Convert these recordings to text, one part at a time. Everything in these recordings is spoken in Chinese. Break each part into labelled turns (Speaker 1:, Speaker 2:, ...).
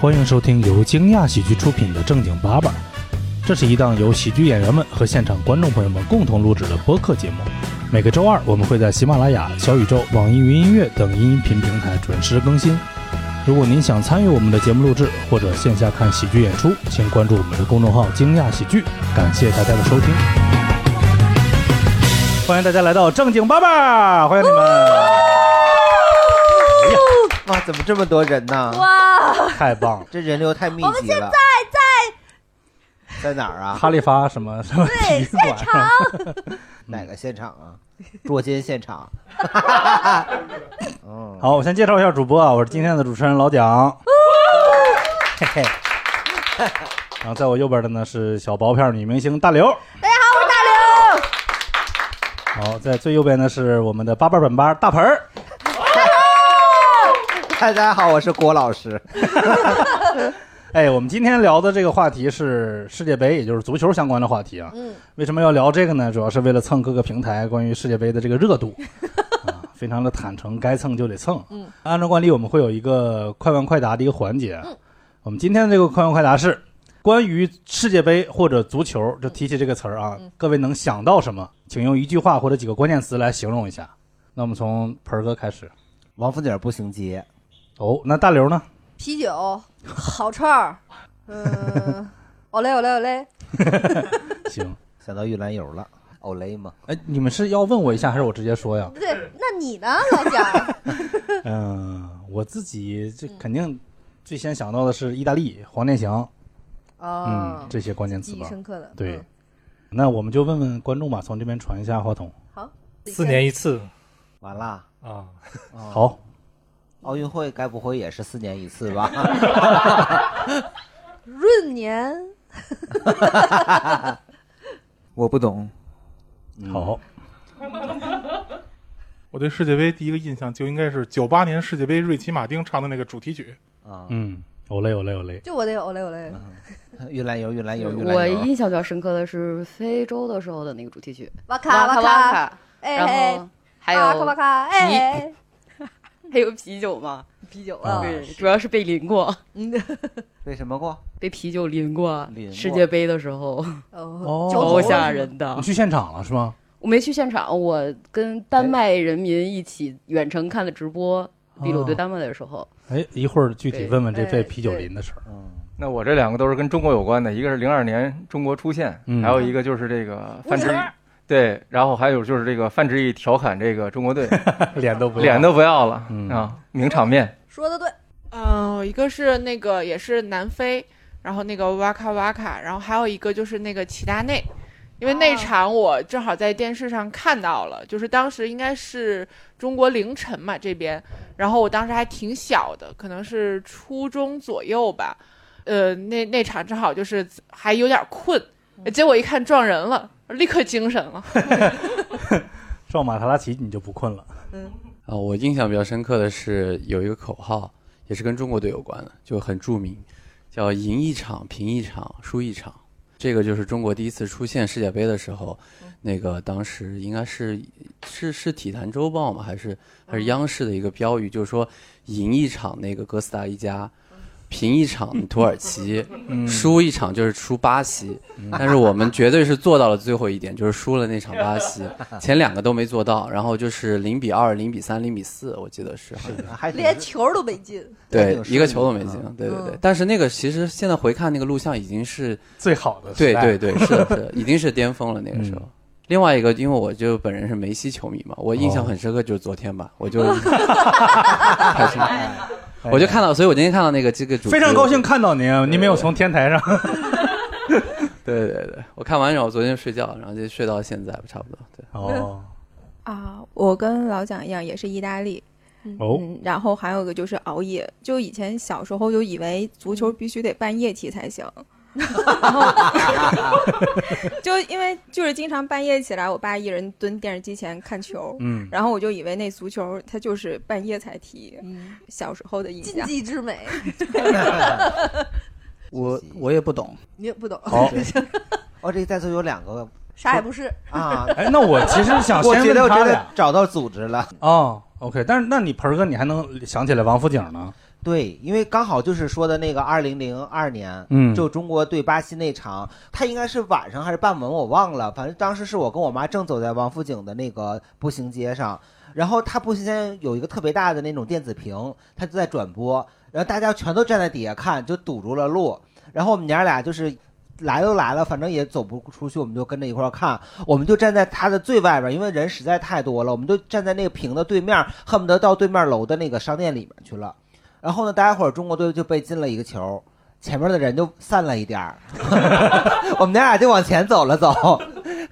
Speaker 1: 欢迎收听由惊讶喜剧出品的《正经八百》，这是一档由喜剧演员们和现场观众朋友们共同录制的播客节目。每个周二，我们会在喜马拉雅、小宇宙、网易云音乐等音频平台准时更新。如果您想参与我们的节目录制或者线下看喜剧演出，请关注我们的公众号“惊讶喜剧”。感谢大家的收听，欢迎大家来 到正经八百，欢迎你们，
Speaker 2: 哇，怎 么这么多人呢？
Speaker 3: 哇！
Speaker 1: 太棒了！
Speaker 2: 这人流太密
Speaker 3: 我们
Speaker 2: 集
Speaker 3: 现
Speaker 2: 了
Speaker 3: 在，在
Speaker 2: 在哪儿啊？
Speaker 1: 哈利发什么什么体
Speaker 3: 对
Speaker 1: 育
Speaker 3: 现
Speaker 1: 馆啊
Speaker 3: 场，
Speaker 2: 哪个现场啊？哎捉奸现场。
Speaker 4: 嗯
Speaker 1: 好，我先介绍一下主播啊，我是今天的主持人老蒋。嘿嘿。 然后在我右边的呢是小薄片女明星大刘，
Speaker 3: 大家哎好，我是大刘。
Speaker 1: 好，在最右边呢是我们的八瓣本八大盆儿，
Speaker 2: 大家好，我是郭老师。
Speaker 1: 哎，我们今天聊的这个话题是世界杯，也就是足球相关的话题啊。嗯，为什么要聊这个呢？主要是为了蹭各个平台关于世界杯的这个热 度，啊，非常的坦诚，该蹭就得蹭。嗯，按照惯例，我们会有一个快问快答的一个环节。嗯，我们今天的这个快问快答是关于世界杯或者足球，就提起这个词儿啊，各位能想到什么，请用一句话或者几个关键词来形容一下。那我们从盆儿哥开始。
Speaker 2: 王府井步行街，
Speaker 1: 哦，那大 刘呢？
Speaker 3: 啤酒，好串儿， 嗯，我嘞我嘞我
Speaker 1: 嗯
Speaker 3: 嘞，
Speaker 1: 行，
Speaker 2: 想到玉兰油了。欧雷吗？
Speaker 1: 哎，你们是要问我一下，还是我直接说呀？
Speaker 3: 不对，那你呢，老蒋？
Speaker 1: 嗯，我自己这
Speaker 3: 嗯
Speaker 1: 肯定最先想到的是意大利黄健翔，
Speaker 3: 哦
Speaker 1: 嗯，，这些关键词
Speaker 3: 记忆
Speaker 1: 吧。
Speaker 3: 深刻 的，
Speaker 1: 对
Speaker 3: 嗯，，
Speaker 1: 那我们就问问观众吧，从这边传一下话筒。
Speaker 3: 好，
Speaker 5: 四年一次
Speaker 2: 完了，哦
Speaker 5: 啊，
Speaker 1: 好，
Speaker 2: 奥运会该不会也是四年一次吧？
Speaker 3: 闰年，
Speaker 4: 我不懂，
Speaker 1: 好，
Speaker 6: 我对世界杯第一个印象就应该是九八年世界杯瑞奇马丁唱的那个主题曲。
Speaker 2: 啊，
Speaker 1: 嗯，有嘞有嘞有嘞，
Speaker 3: 就我得有嘞我
Speaker 1: 嗯
Speaker 3: 嘞，
Speaker 2: 玉兰油，玉兰油，玉
Speaker 7: 我
Speaker 2: 兰油。
Speaker 7: 印象比较深刻的是非洲的时候的那个主题曲，
Speaker 3: 哇
Speaker 7: 卡
Speaker 3: 咔哇
Speaker 7: 哇
Speaker 3: 咔，
Speaker 7: 卡，
Speaker 3: 哎
Speaker 7: 然
Speaker 3: 哎
Speaker 7: 后，还有
Speaker 3: 哇咔哇咔，哎，
Speaker 7: 还有啤酒嘛，
Speaker 3: 啤酒啊，
Speaker 7: 对，嗯主要是被 淋过，
Speaker 3: 嗯
Speaker 2: 为什么过？
Speaker 7: 被啤酒淋过
Speaker 2: 淋，过
Speaker 7: 世界杯的时候
Speaker 3: 哦
Speaker 1: 酒
Speaker 7: 超
Speaker 1: 后
Speaker 7: 吓人的
Speaker 1: 你。去现场了是吗？
Speaker 7: 我没去现场，我跟
Speaker 1: 哎
Speaker 7: 丹麦人民一起远程看的直
Speaker 1: 哦
Speaker 7: 播，比鲁对丹麦的时候，
Speaker 1: 哎，一会儿具体
Speaker 7: 对
Speaker 1: 问问这
Speaker 3: 哎
Speaker 1: 被啤酒淋的事儿。
Speaker 2: 嗯，
Speaker 8: 那我这两个都是跟中国有关的，一个是零二年中国出现，
Speaker 1: 嗯
Speaker 8: 还有一个就是这个范志毅，对，然后还有就是这个范志毅调侃这个中 国队，
Speaker 1: 脸都不要
Speaker 8: 脸都不要了、
Speaker 1: 嗯
Speaker 8: 啊，名场面。
Speaker 3: 说的对，
Speaker 9: 嗯、一个是那个也是南非，然后那个哇卡哇卡，然后还有一个就是那个齐达内，因为那
Speaker 3: 哦
Speaker 9: 场我正好在电视上看到了，就是当时应该是中国凌晨嘛这边，然后我当时还挺小的，可能是初中左右吧，呃，那那场正好就是还有点困，
Speaker 3: 嗯
Speaker 9: 结果一看撞人了，立刻精神 了。
Speaker 1: 撞马特拉齐，你就不困了。
Speaker 3: 嗯
Speaker 10: 啊，我印象比较深刻的是有一个口号，也是跟中国队有关的，就很著名，叫“赢一场，平一场，输一场”。这个就是中国第一次出现世界杯的时候，那个当时应该是是是《体坛周报》吗？还是还是央视的一个标语，就是说赢一场那个哥斯达黎加，平一场土耳其，输一场就是输巴西。 但是我们绝对是做到了最后一点，就是输了那场巴 西，前两个都没做到，然后就是零比二、零比三、零比四，我记得是，好像
Speaker 2: 还挺
Speaker 3: 连球都没进，
Speaker 2: 还
Speaker 10: 对
Speaker 2: 挺，顺
Speaker 10: 一个球都没
Speaker 2: 利的
Speaker 10: 进
Speaker 2: 啊。
Speaker 10: 对对对
Speaker 3: 嗯，
Speaker 10: 但是那个其实现在回看那个录像已经是
Speaker 1: 最好的
Speaker 10: 对
Speaker 1: 时代嗯
Speaker 10: 对，对，是的 是的，已经是巅峰了那个时候。另外一个，因为我就本人是梅西球迷嘛，我印象很深刻就是昨天吧，我就开心，
Speaker 1: 哎
Speaker 10: 我就看到，所以我今天看到那个这个主
Speaker 1: 非常
Speaker 10: 题
Speaker 1: 高兴，看到您，您没有从天台上。
Speaker 10: 对对对，我看完然后昨天睡觉，然后就睡到现在吧，差不多。对，
Speaker 1: 哦
Speaker 11: 啊，我跟老蒋一样，也是意大利。
Speaker 1: 哦，
Speaker 11: 嗯，然后还有一个就是熬夜，就以前小时候就以为足球必须得半夜踢才行，然后就因为就是经常半夜起来，我爸一人蹲电视机前看球，
Speaker 1: 嗯，
Speaker 11: 然后我就以为那足球它就是半夜才踢，
Speaker 3: 嗯
Speaker 11: 小时候的印
Speaker 3: 禁
Speaker 11: 象。
Speaker 3: 忌之 美，
Speaker 4: 我
Speaker 2: 谢谢
Speaker 4: 我也不懂。
Speaker 3: 你也不懂，
Speaker 1: 好，
Speaker 2: 哦，这在座有两个
Speaker 3: 啥也不是，
Speaker 2: 啊，
Speaker 1: 哎，那我其实想
Speaker 2: 我
Speaker 1: 先
Speaker 2: 觉
Speaker 1: 问
Speaker 2: 得我
Speaker 1: 他
Speaker 2: 真
Speaker 1: 俩
Speaker 2: 的。找到组织了。
Speaker 1: 哦，OK，但是那你盆儿哥，你还能想起来王府井呢？
Speaker 2: 对，因为刚好就是说的那个二零零二年，
Speaker 1: 嗯
Speaker 2: 就中国对巴西那场，他应该是晚上还是傍晚，我忘了，反正当时是我跟我妈正走在王府井的那个步行街上，然后他步行街有一个特别大的那种电子屏，他就在转播，然后大家全都站在底下看，就堵住了路，然后我们娘俩就是。来都来了，反正也走不出去，我们就跟着一块儿看。我们就站在它的最外边，因为人实在太多了，我们就站在那个屏的对面，恨不得到对面楼的那个商店里面去了。然后呢，待会儿中国队就被进了一个球，前面的人就散了一点儿， 我们娘俩就往前走了走，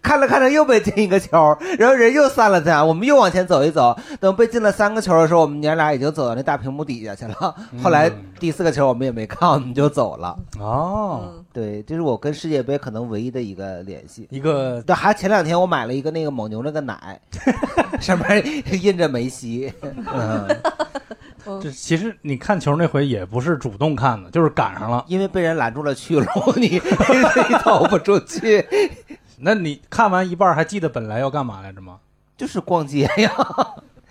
Speaker 2: 看着看着又被进一个球，然后人又散了散，我们又往前走一走，等被进了三个球的时候，我们娘俩已经走到那大屏幕底下去了。
Speaker 1: 嗯
Speaker 2: 后来第四个球我们也没看，我们就走了。
Speaker 1: 哦，
Speaker 3: 嗯，
Speaker 2: 对，这是我跟世界杯可能唯一的一个联系。
Speaker 1: 一个
Speaker 2: 但还前两天我买了一个那个蒙牛那个奶， 上面印着梅西。嗯。
Speaker 1: 这其实你看球那回也不是主动看的，就是赶上了。
Speaker 2: 因为被人拦住了去路，你 你走不出去，
Speaker 1: 那你看完一半儿还记得本来要干嘛来着吗？
Speaker 2: 就是逛街呀，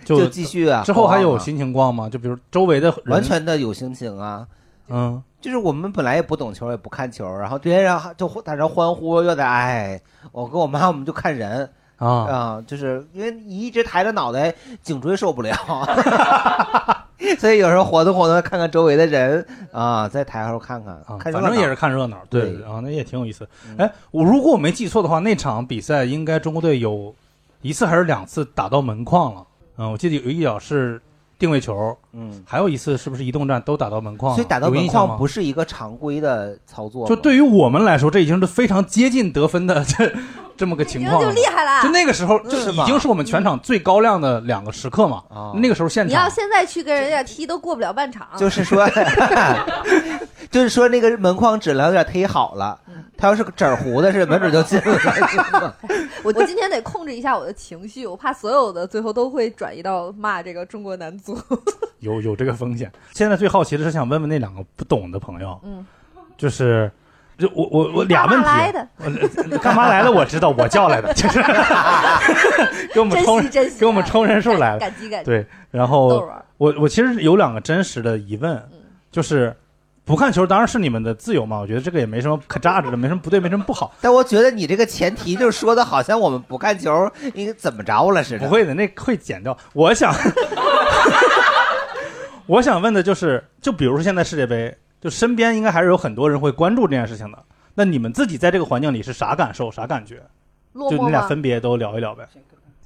Speaker 1: 就
Speaker 2: 继续啊。
Speaker 1: 之后还有
Speaker 2: 逛啊
Speaker 1: 心情逛吗？就比如周围的人，
Speaker 2: 完全的有心情啊。
Speaker 1: 嗯，
Speaker 2: 就是我们本来也不懂球，也不看球，然后这些人还就在那欢呼，又在哎，我跟我妈我们就看人啊、
Speaker 1: 啊，
Speaker 2: 就是因为你一直抬着脑袋，颈椎受不 了，所以有时候活动活动，看看周围的人啊，在抬头看看，
Speaker 1: 啊
Speaker 2: 看
Speaker 1: 反
Speaker 2: 热
Speaker 1: 正也
Speaker 2: 闹
Speaker 1: 是看热闹，
Speaker 2: 对
Speaker 1: 对啊，那也挺有意思。
Speaker 2: 嗯
Speaker 1: 哎，我如果我没记错的话，那场比赛应该中国队有一次还是两次打到门框了。嗯，我记得有一脚是定位球，
Speaker 2: 嗯。
Speaker 1: 还有一次是不是移动战都打到门框了？
Speaker 2: 所以打到
Speaker 1: 有
Speaker 2: 门
Speaker 1: 印象吗
Speaker 2: 框不是一个常规的操作吗，
Speaker 1: 就对于我们来说，这已经是非常接近得分的 这这么个
Speaker 3: 已
Speaker 1: 情
Speaker 3: 经
Speaker 1: 况
Speaker 3: 就
Speaker 1: 了。
Speaker 3: 厉害了。
Speaker 1: 就那个时候，就是已
Speaker 2: 吧
Speaker 1: 经是我们全场最高亮的两个时刻嘛。
Speaker 2: 啊，
Speaker 1: 那个时候现
Speaker 3: 你要
Speaker 1: 场
Speaker 3: 现在去跟人家踢，都过不了半场。
Speaker 2: 就是 说， 就是说那个门框质量有点忒好了，
Speaker 3: 嗯
Speaker 2: 他要是个整糊的是没准就进了。
Speaker 3: 我我今天得控制一下我的情绪，我怕所有的最后都会转移到骂这个中国男足。
Speaker 1: 有有这个风险。现在最好奇的是想问问那两个不懂的朋友，
Speaker 3: 嗯，
Speaker 1: 就是就我我我俩
Speaker 3: 干
Speaker 1: 问
Speaker 3: 嘛来
Speaker 1: 题，
Speaker 3: 的，
Speaker 1: 我干嘛 来的我知道，我叫来的， 就是 给我们
Speaker 3: 珍
Speaker 1: 充
Speaker 3: 惜珍惜啊，
Speaker 1: 给我们充人数来了。
Speaker 3: 感激感激，
Speaker 1: 对，然
Speaker 3: 逗
Speaker 1: 后
Speaker 3: 着玩儿。
Speaker 1: 我我其实有两个真实的疑问
Speaker 3: 嗯，
Speaker 1: 就是不看球当然是你们的自由嘛，我觉得这个也没什么可扎着的，没什么不对，没什么不好，
Speaker 2: 但我觉得你这个前提就是说的好像我们不看球，应该怎么着了似的。
Speaker 1: 不，会的，那会剪掉。我想， 我想问的就是，就比如说现在世界杯，就身边应该还是有很多人会关注这件事情的。那你们自己在这个环境里是啥感受、啥感觉？
Speaker 3: 落
Speaker 1: 就你
Speaker 3: 寞
Speaker 1: 俩
Speaker 3: 吗？
Speaker 1: 分别都聊一聊呗。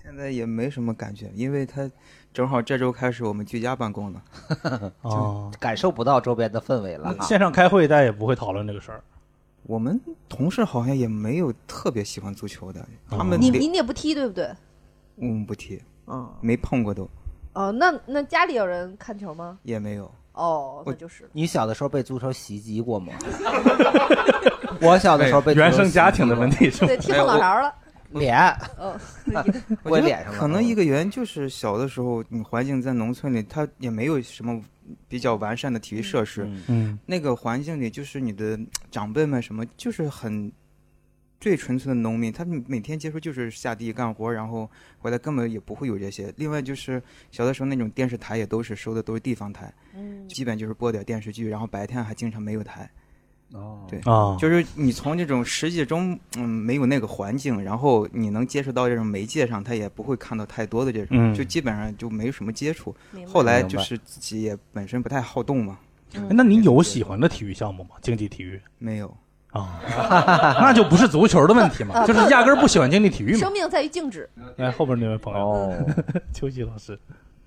Speaker 5: 现在也没什么感觉，因为他正好这周开始我们居家办公 了。
Speaker 1: 哦，
Speaker 2: 感受不到周边的氛围了啊。
Speaker 1: 线上开会大家也不会讨论这个事儿。
Speaker 5: 我们同事好像也没有特别喜欢足球的，
Speaker 1: 哦
Speaker 5: 他们
Speaker 3: 你
Speaker 5: 连
Speaker 3: 你也不踢对不对？
Speaker 5: 我们不踢，
Speaker 3: 嗯，
Speaker 5: 没碰过都
Speaker 3: 哦，那那家里有人看球吗？
Speaker 5: 也没有。
Speaker 3: 哦，
Speaker 5: 我
Speaker 3: 那就是了。
Speaker 2: 你小的时候被足球袭击过吗？我小的时候被足球
Speaker 1: 原生家庭的问题是吗？
Speaker 3: 对，踢后脑勺了。
Speaker 2: 脸，
Speaker 3: 嗯，
Speaker 2: 哎 我
Speaker 5: 我觉
Speaker 2: 脸
Speaker 5: 得
Speaker 2: 上了
Speaker 5: 可能一个原因就是小的时候，你环境在农村里，它也没有什么比较完善的体育设施，
Speaker 2: 嗯
Speaker 1: 嗯
Speaker 5: 那个环境里就是你的嗯长辈们什么，就是很最纯粹的农民，他们每天接触就是下地干活，然后回来根本也不会有这些。另外就是小的时候那种电视台也都是收的都是地方台，
Speaker 3: 嗯，
Speaker 5: 基本就是播点电视剧，然后白天还经常没有台，
Speaker 2: 哦
Speaker 5: 对
Speaker 1: 啊，
Speaker 5: 就是你从这种实际中嗯没有那个环境，然后你能接触到这种媒介上，他也不会看到太多的这种，
Speaker 1: 嗯
Speaker 5: 就基本上就没什么接触。
Speaker 3: 明白
Speaker 5: 后来
Speaker 2: 明
Speaker 5: 就
Speaker 2: 白
Speaker 5: 是自己也本身不太好动嘛，
Speaker 3: 嗯
Speaker 1: 哎那你有喜欢的体育项目吗？竞技体育
Speaker 5: 没有。
Speaker 1: 啊， 那就不是足球的问题嘛，就是压根儿不喜欢竞技体育嘛
Speaker 3: 啊生。命在于 静止。
Speaker 1: 哎，后边那位朋友，
Speaker 2: 哦，
Speaker 1: 秋喜老师，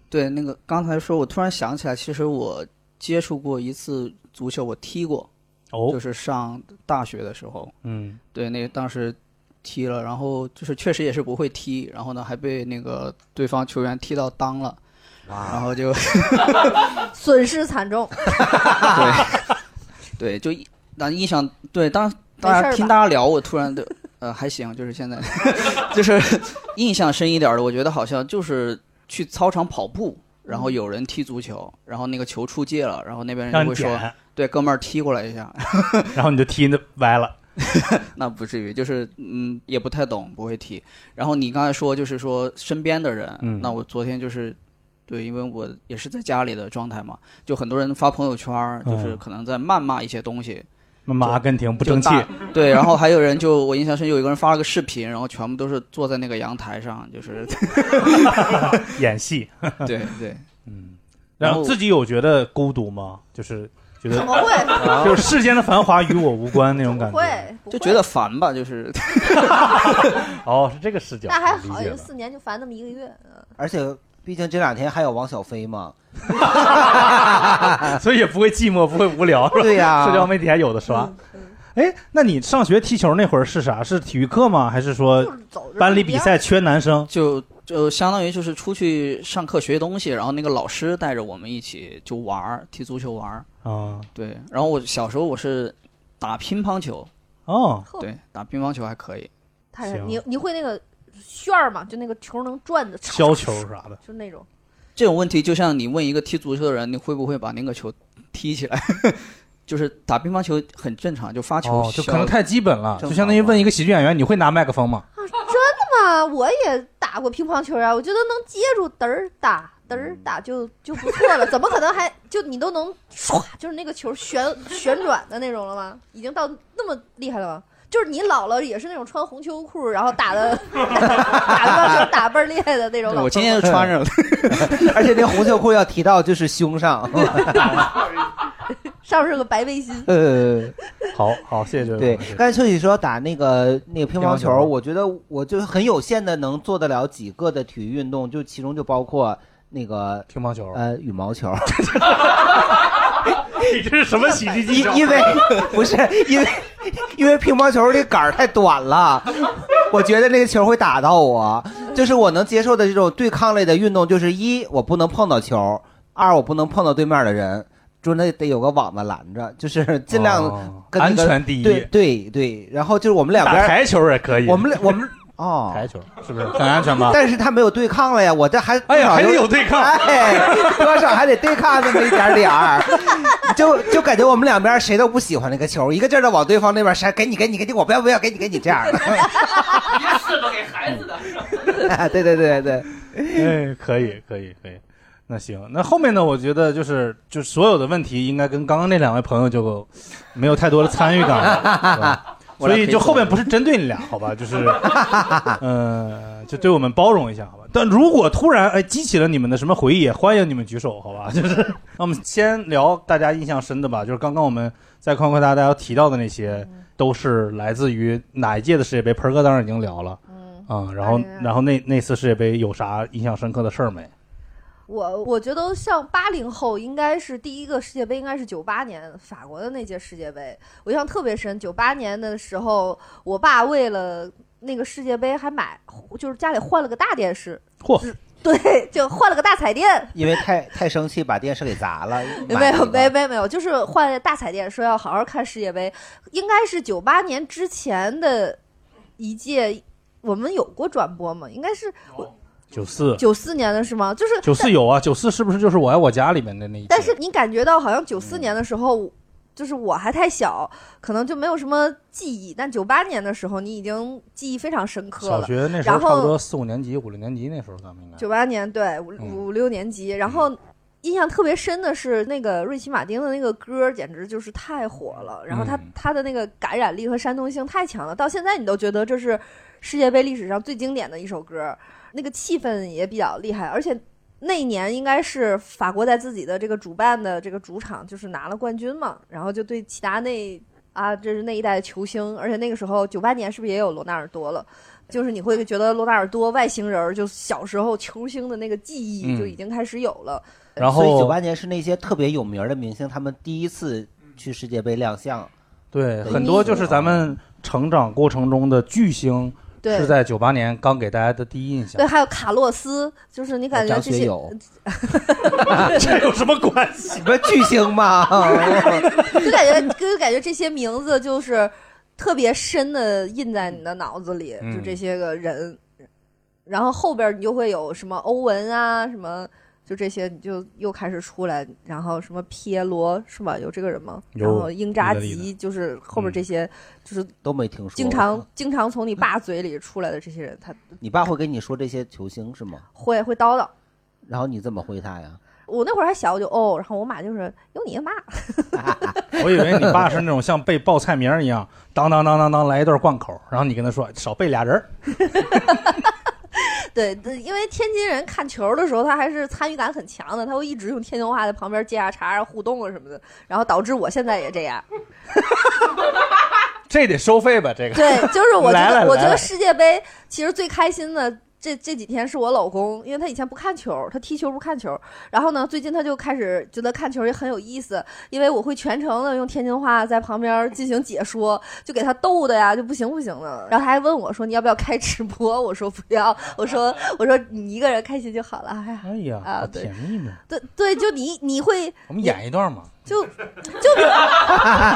Speaker 4: 对，那个刚才说，我突然想起来，其实我接触过一次足球，我踢过，就
Speaker 1: 哦，
Speaker 4: 是上大学的时候，
Speaker 1: 嗯，
Speaker 4: 对，那个当时踢了，然后就是确实也是不会踢，然后呢还被那个对方球员踢到裆了，然后就
Speaker 3: 损失 惨重，
Speaker 4: 对，对， 就一那印象对，当当
Speaker 3: 没事儿
Speaker 4: 然
Speaker 3: 吧
Speaker 4: 听大家聊，我突然的呃还行，就是现在 就是印象深一点儿的，我觉得好像就是去操场跑步。然后有人踢足球，然后那个球出界了，然后那边人
Speaker 1: 让
Speaker 4: 就
Speaker 1: 你
Speaker 4: 会说
Speaker 1: 捡，：“
Speaker 4: 对，哥们儿踢过来一下。
Speaker 1: 然后你就踢那歪了。”
Speaker 4: 那不至于，就是嗯，也不太懂，不会踢。然后你刚才说就是说身边的人，
Speaker 1: 嗯
Speaker 4: 那我昨天就是对，因为我也是在家里的状态嘛，就很多人发朋友圈儿，就是
Speaker 1: 嗯
Speaker 4: 可能在谩骂一些东西，
Speaker 1: 那么阿根廷不争气
Speaker 4: 就大，对，然后还有人就我印象深，有一个人发了个视频，然后全部都是坐在那个阳台上，就是。
Speaker 1: 演 戏
Speaker 4: 对对，
Speaker 1: 嗯。
Speaker 4: 然
Speaker 1: 然
Speaker 4: 后
Speaker 1: 后自己有觉得孤独吗？就是觉得
Speaker 3: 怎么会
Speaker 1: 就是世间的繁华与我无关那种感觉。
Speaker 3: 会不
Speaker 4: 就
Speaker 3: 会
Speaker 4: 觉得烦吧，就是。
Speaker 1: 哦，是这个视角
Speaker 3: 那还好，有四年就烦那么一个月，嗯
Speaker 2: 而且毕竟这两天还有王小飞嘛，
Speaker 1: 所以也不会寂寞，不会无 聊，是吧？
Speaker 2: 对呀
Speaker 1: 社交媒体还有的刷。
Speaker 3: 嗯
Speaker 1: 哎，那你上学踢球那会儿是啥？是体育课吗？还是说班里比赛缺男生？
Speaker 4: 就就相当于就是出去上课学东西，然后那个老师带着我们一起就玩儿，踢足球玩儿。
Speaker 1: 啊，
Speaker 4: 对，然后我小时候我是打乒乓球，
Speaker 1: 哦，
Speaker 4: 对，打乒乓球还可以。
Speaker 3: 太
Speaker 4: 行
Speaker 3: 你你会那个旋儿吗？就那个球能转的，
Speaker 4: 削球啥的
Speaker 3: 就那种。
Speaker 4: 这种问题就像你问一个踢足球的人，你会不会把那个球踢起来？ 就是打乒乓球很正常，就发球、
Speaker 1: 哦，就可能太基本了，
Speaker 4: 正
Speaker 1: 就相当于问一个喜剧演员，你会拿麦克风吗？
Speaker 3: 啊，真的吗？我也打过乒乓球啊，我觉得能接住嘚儿打嘚儿打就就不错了，怎么可能还就你都能唰，就是那个球旋旋转的那种了吗？已经到那么厉害了吗？就是你老了也是那种穿红秋裤，然后打的 打乒乓球打倍儿厉害的那种 老头儿吗。
Speaker 4: 上了，
Speaker 2: 而且那红袖裤要提到就是胸上，
Speaker 3: 上面是个白背心，
Speaker 2: 呃，
Speaker 1: 好好，谢谢。
Speaker 2: 对，刚才秋喜说打那个那个
Speaker 1: 乒
Speaker 2: 乒乓
Speaker 1: 乓
Speaker 2: 球，
Speaker 1: 球
Speaker 2: 我觉得我就很有限的能做得了几个的体育运动，就其中就包括那个
Speaker 1: 乒乓球，
Speaker 2: 呃，羽毛球。
Speaker 1: 你 这是什么喜剧技巧？
Speaker 2: 因因为不是因为因为乒乓球这杆儿太短了，我觉得那个球会打到我。就是我能接受的这种对抗类的运动，就是一我不能碰到球，二我不能碰到对面的人，就那得有个网子拦着，就是尽量
Speaker 1: 哦
Speaker 2: 跟那个、
Speaker 1: 安全第一
Speaker 2: 对对对，然后就是我们两边
Speaker 1: 打台球也可以，
Speaker 2: 我们俩我们哦，
Speaker 1: 台球是不是很安全吧？
Speaker 2: 但是他没有对抗了呀，我这还
Speaker 1: 哎呀
Speaker 2: 多少
Speaker 1: 还得有对抗
Speaker 2: 哎，多少还得对抗那么一点点儿， 就就感觉我们两边谁都不喜欢那个球，一个劲儿的往对方那边扇，给你给你给你，我不要不要，给你给你 这样的，
Speaker 12: 是都给孩子的。
Speaker 2: 对对对对，
Speaker 1: 哎，可以，可以，可以。那行，那后面呢？我觉得就是，就是所有的问题应该跟刚刚那两位朋友就没有太多的参与感了，是 吧
Speaker 4: 我俩
Speaker 1: 所
Speaker 4: 可以
Speaker 1: 以就后面不是针对你俩，好吧？就是，呃，就对我们包容一下，好吧？但如果突然哎激起了你们的什么回忆，也欢迎你们举手，好吧？就是，那我们先聊大家印象深的吧，就是刚刚我们在快快大大家提到的那些，
Speaker 3: 嗯
Speaker 1: 都是来自于哪一届的世界杯？盆儿哥当然已经聊了，嗯，然后然后那那次世界杯有啥印象深刻的事儿没？
Speaker 3: 我我觉得像八零后应该是第一个世界杯，应该是九八年法国的那届世界杯，我印象特别深。九八年的时候，我爸为了那个世界杯还买，就是家里换了个大电视，
Speaker 1: 嚯，
Speaker 3: 对，就换了个大彩电。
Speaker 2: 因为太太生气把电视给砸了，
Speaker 3: 没有，没没没有，就是换大彩电，说要好好看世界杯，应该是九八年之前的一届，我们有过转播吗？应该是
Speaker 1: 九四
Speaker 3: 九四年的是吗？就是
Speaker 1: 九四有啊，九四是不是就是我爱我家里面的那一？
Speaker 3: 但是你感觉到好像九四年的时候，就是我还太小，可能就没有什么记忆。但九八年的时候，你已经记忆非常深刻了。
Speaker 1: 小学那时候差
Speaker 3: 然
Speaker 1: 不多
Speaker 3: 后
Speaker 1: 四五年级、五六年级那时候，咱们应该
Speaker 3: 九八年对五
Speaker 1: 嗯
Speaker 3: 五六年级，然后。印象特别深的是那个瑞奇马丁的那个歌，简直就是太火了。然后他、
Speaker 1: 嗯
Speaker 3: 他的那个感染力和煽动性太强了，到现在你都觉得这是世界杯历史上最经典的一首歌。那个气氛也比较厉害，而且那一年应该是法国在自己的这个主办的这个主场就是拿了冠军嘛，然后就对齐达内啊，这是那一代的球星，而且那个时候九八年是不是也有罗纳尔多了？就是你会觉得罗纳尔多外星人儿，就小时候球星的那个记忆
Speaker 2: 嗯
Speaker 3: 就已经开始有了。
Speaker 1: 然后
Speaker 2: 所以九八年是那些特别有名的明星，他们第一次去世界杯 亮相，
Speaker 1: 对很多就是咱们成长过程中的巨星，
Speaker 3: 对
Speaker 1: 是在九八年刚给大家的第一印象
Speaker 3: 对，。还有卡洛斯，就是你感觉
Speaker 1: 张
Speaker 3: 这
Speaker 1: 学
Speaker 3: 些
Speaker 1: 友这有什么关系？
Speaker 2: 你们巨星嘛，
Speaker 3: 就感觉就感觉这些名字就是特别深的印在你的脑子里，
Speaker 1: 嗯
Speaker 3: 就这些个人，然后后边你就会有什么欧文啊，什么就这些，你就又开始出来，然后什么皮耶罗是吧？有这个人吗？
Speaker 2: 有
Speaker 3: 然后英扎
Speaker 2: 意大利
Speaker 3: 吉，就是后
Speaker 1: 嗯
Speaker 3: 边这些就是
Speaker 2: 都没听说。
Speaker 3: 经常经常从你爸嘴里出来的这些人，他
Speaker 2: 你爸会跟你说这些球星是吗？
Speaker 3: 会会叨叨。
Speaker 2: 然后你怎么回他呀？
Speaker 3: 我那会儿还小，我就哦，然后我妈就是有你妈，
Speaker 1: 我以为你爸是那种像背报菜名儿一样，当当当当当来一段贯口，然后你跟他说少背俩人儿。
Speaker 3: 对，对因为天津人看球的时候，他还是参与感很强的，他会一直用天津话在旁边接下茬儿、互动啊什么的，然后导致我现在也这样。
Speaker 1: 这得收费吧？这个
Speaker 3: 对，就是我觉
Speaker 1: 来了
Speaker 3: 得，我觉
Speaker 1: 来
Speaker 3: 得
Speaker 1: 了
Speaker 3: 世界杯其实最开心的这这几天是我老公，因为他以前不看球，他踢球不看球。然后呢，最近他就开始觉得看球也很有意思，因为我会全程的用天津话在旁边进行解说，就给他逗的呀，就不行不行的。然后他还问我说：“你要不要开直播？”我说：“不要。”我说：“我说你一个人开心就好了。”哎呀，
Speaker 1: 哎呀，
Speaker 3: 啊
Speaker 1: 好
Speaker 3: 对
Speaker 1: 甜蜜呢。
Speaker 3: 对对，就你你会
Speaker 1: 我们演一段嘛。
Speaker 3: 就就比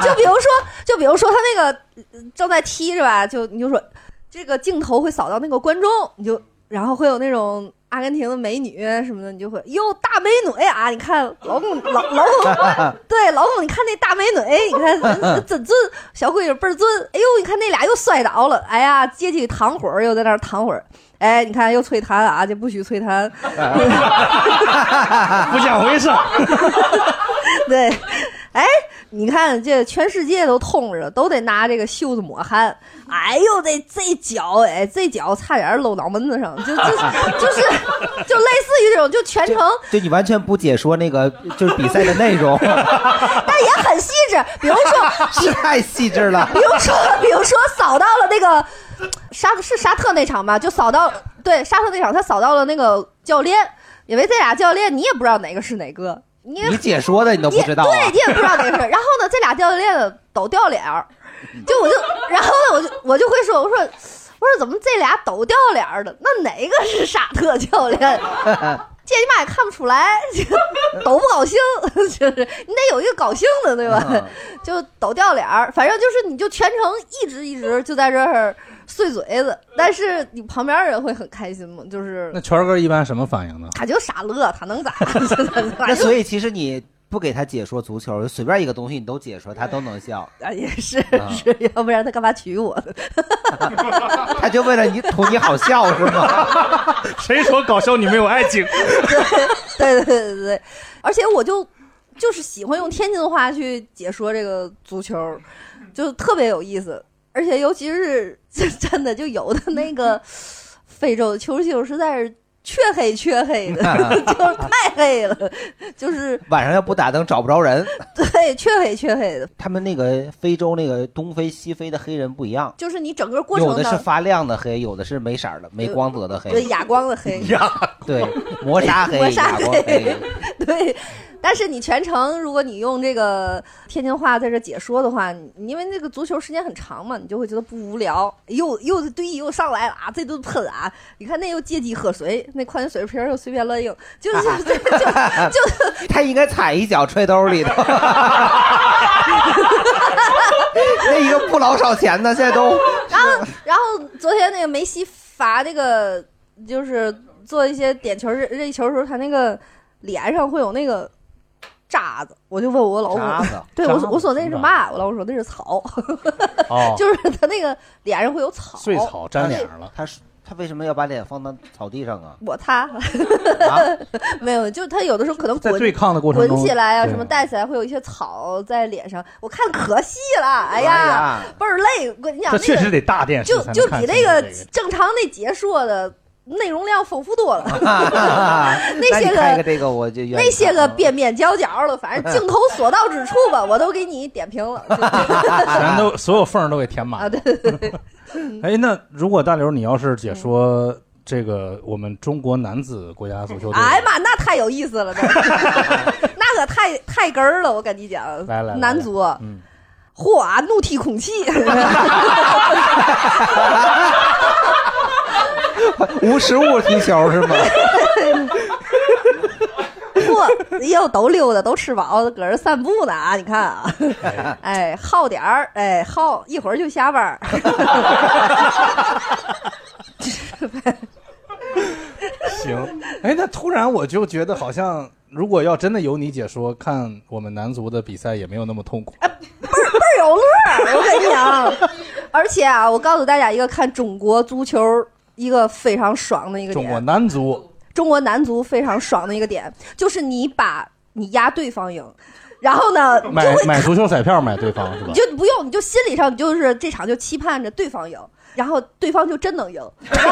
Speaker 3: 就比如说，就比如说他那个呃正在踢是吧？就你就说这个镜头会扫到那个观众，你就然后会有那种阿根廷的美女什么的，你就会哟大美女啊！你看老公老老公 对老公，你看那大美女，你看呃怎俊小闺女倍儿俊，哎呦你看那俩又摔倒了，哎呀接起躺会儿又在那儿躺会儿。哎，你看又吹痰啊，这不许吹痰，
Speaker 1: 不想回事。
Speaker 3: 对，哎，你看这全世界都痛着，都得拿这个袖子抹汗。哎呦，这这脚，哎，这脚差点搂脑门子上，就就就是就类似于这种，就全程，
Speaker 2: 就你完全不解说那个就是比赛的内容，
Speaker 3: 但也很细致。比如说，
Speaker 2: 是太细致了。
Speaker 3: 比如说，比如说扫到了那个沙是沙特那场吧，就扫到对沙特那场，他扫到了那个教练，因为这俩教练你也不知道哪个是哪个， 你也
Speaker 2: 你解说的你都不知道、啊，
Speaker 3: 对，你也不知道哪个事儿。然后呢，这俩教练抖掉脸儿，就我就，然后呢，我就我就会说，我说我说怎么这俩抖掉脸儿的？那哪个是沙特教练？这你妈也看不出来， 就抖不高兴，就是你得有一个高兴的，对吧？
Speaker 2: 嗯
Speaker 3: 就抖掉脸儿，反正就是你就全程一直一直就在这儿碎嘴子，但是你旁边人会很开心嘛，就是
Speaker 2: 嗯
Speaker 1: 那权哥一般什么 反应呢？
Speaker 3: 他就傻乐，他能咋？ 真的
Speaker 2: 那所以其实你不给他解说足球，随便一个东西你都解说，他都能笑。
Speaker 3: 啊，也是
Speaker 2: 嗯
Speaker 3: 是，要不然他干嘛娶我？
Speaker 2: 他就为了你图你好笑是吗？
Speaker 1: 谁说搞笑你没有爱情？
Speaker 3: 对对对对对，而且我就就是喜欢用天津话去解说这个足球，就特别有意思。而且尤其是真的，就有的那个非洲的球星实在是黢黑黢黑 的，就是太黑了，就是
Speaker 2: 晚上要不打灯找不着人。
Speaker 3: 对黢黑黢黑的，
Speaker 2: 他们那个非洲那个东非西非的黑人不一样，
Speaker 3: 就是你整个过程
Speaker 2: 有的
Speaker 3: 当
Speaker 2: 是发亮的黑，有的是没色儿的没光泽的黑。
Speaker 3: 对哑光的黑，
Speaker 2: 对，磨砂 黑、
Speaker 3: 磨
Speaker 2: 哑
Speaker 3: 砂
Speaker 2: 光黑。
Speaker 3: 对，但是你全程，如果你用这个天津话在这解说的话，你因为那个足球时间很长嘛，你就会觉得不无聊，又又对弈又上来了啊，这顿喷啊，你看那又借机喝水，那矿泉水瓶儿又随便乱扔，就是 就
Speaker 2: 就啊他应该踩一脚揣兜 里头，那一个不老少钱呢，现在都
Speaker 3: 然后然后昨天那个梅西罚那个就是做一些点球任任意球的时候，他那个脸上会有那个。渣子，我就问我老
Speaker 12: 渣
Speaker 3: 公
Speaker 12: 子，
Speaker 3: 对我
Speaker 12: 渣
Speaker 3: 说我说
Speaker 12: 子
Speaker 3: 那是
Speaker 12: 什么
Speaker 3: 嘛？我老公说那是草，
Speaker 1: 哦
Speaker 3: 就是他那个脸上会有草，
Speaker 2: 上了。他是他为什么要把脸放到草地 上啊？，
Speaker 3: 我擦， 没有，就他有的时候可能
Speaker 1: 啊在
Speaker 3: 滚
Speaker 1: 对抗的过程中
Speaker 3: 滚起来啊，
Speaker 1: 对
Speaker 3: 什么带起来会有一些草在脸上，我看可细了，哎
Speaker 1: 哎
Speaker 3: 呀
Speaker 1: 呀，
Speaker 3: 倍儿累。我跟你讲，
Speaker 1: 这
Speaker 3: 那
Speaker 1: 确
Speaker 3: 个
Speaker 1: 实得大电视
Speaker 3: 就
Speaker 1: 才能
Speaker 3: 就
Speaker 1: 看
Speaker 3: 比
Speaker 1: 出
Speaker 3: 那
Speaker 1: 来这
Speaker 3: 个
Speaker 1: 个
Speaker 3: 正常那解说的内容量丰 富多了 那
Speaker 2: 啊你
Speaker 3: 些
Speaker 2: 看一
Speaker 3: 个。
Speaker 2: 个这个我就愿意啊
Speaker 3: 那些
Speaker 1: 啊
Speaker 3: 个边边角角的，反正镜头所到之处吧，我都给你点评了。
Speaker 1: 全都所有缝儿都给填满
Speaker 3: 啊，
Speaker 1: 了。
Speaker 3: 对对对，嗯
Speaker 1: 哎，那如果大刘你要是解说这个我们中国男子国家足球队，
Speaker 3: 哎呀妈，那太有意思了，那那可太太哏儿了，我跟你讲，
Speaker 1: 来来来
Speaker 3: 男足，
Speaker 1: 嗯
Speaker 3: 嚯啊，怒踢孔气，
Speaker 2: 无实物踢 球是吗？
Speaker 3: 嚯，又都溜达，都吃饱了，搁这散步呢啊！你看啊，哎，耗点儿，哎，耗一会儿就下班儿。
Speaker 1: 行。哎，那突然我就觉得好像。如果要真的有你解说，看我们男足的比赛也没有那么痛苦。
Speaker 3: 倍儿有乐儿，我跟你讲。而且啊，我告诉大家一个看中国足球一个非常爽的一个
Speaker 1: 中国
Speaker 3: 点，
Speaker 1: 男足
Speaker 3: 中国男足非常爽的一个点，就是你把你压对方赢，然后呢，你
Speaker 1: 买
Speaker 3: 就会
Speaker 1: 买足球彩票买对方是吧
Speaker 3: 你？就不用，你就心理上你就是这场就期盼着对方赢，然后对方就真能赢。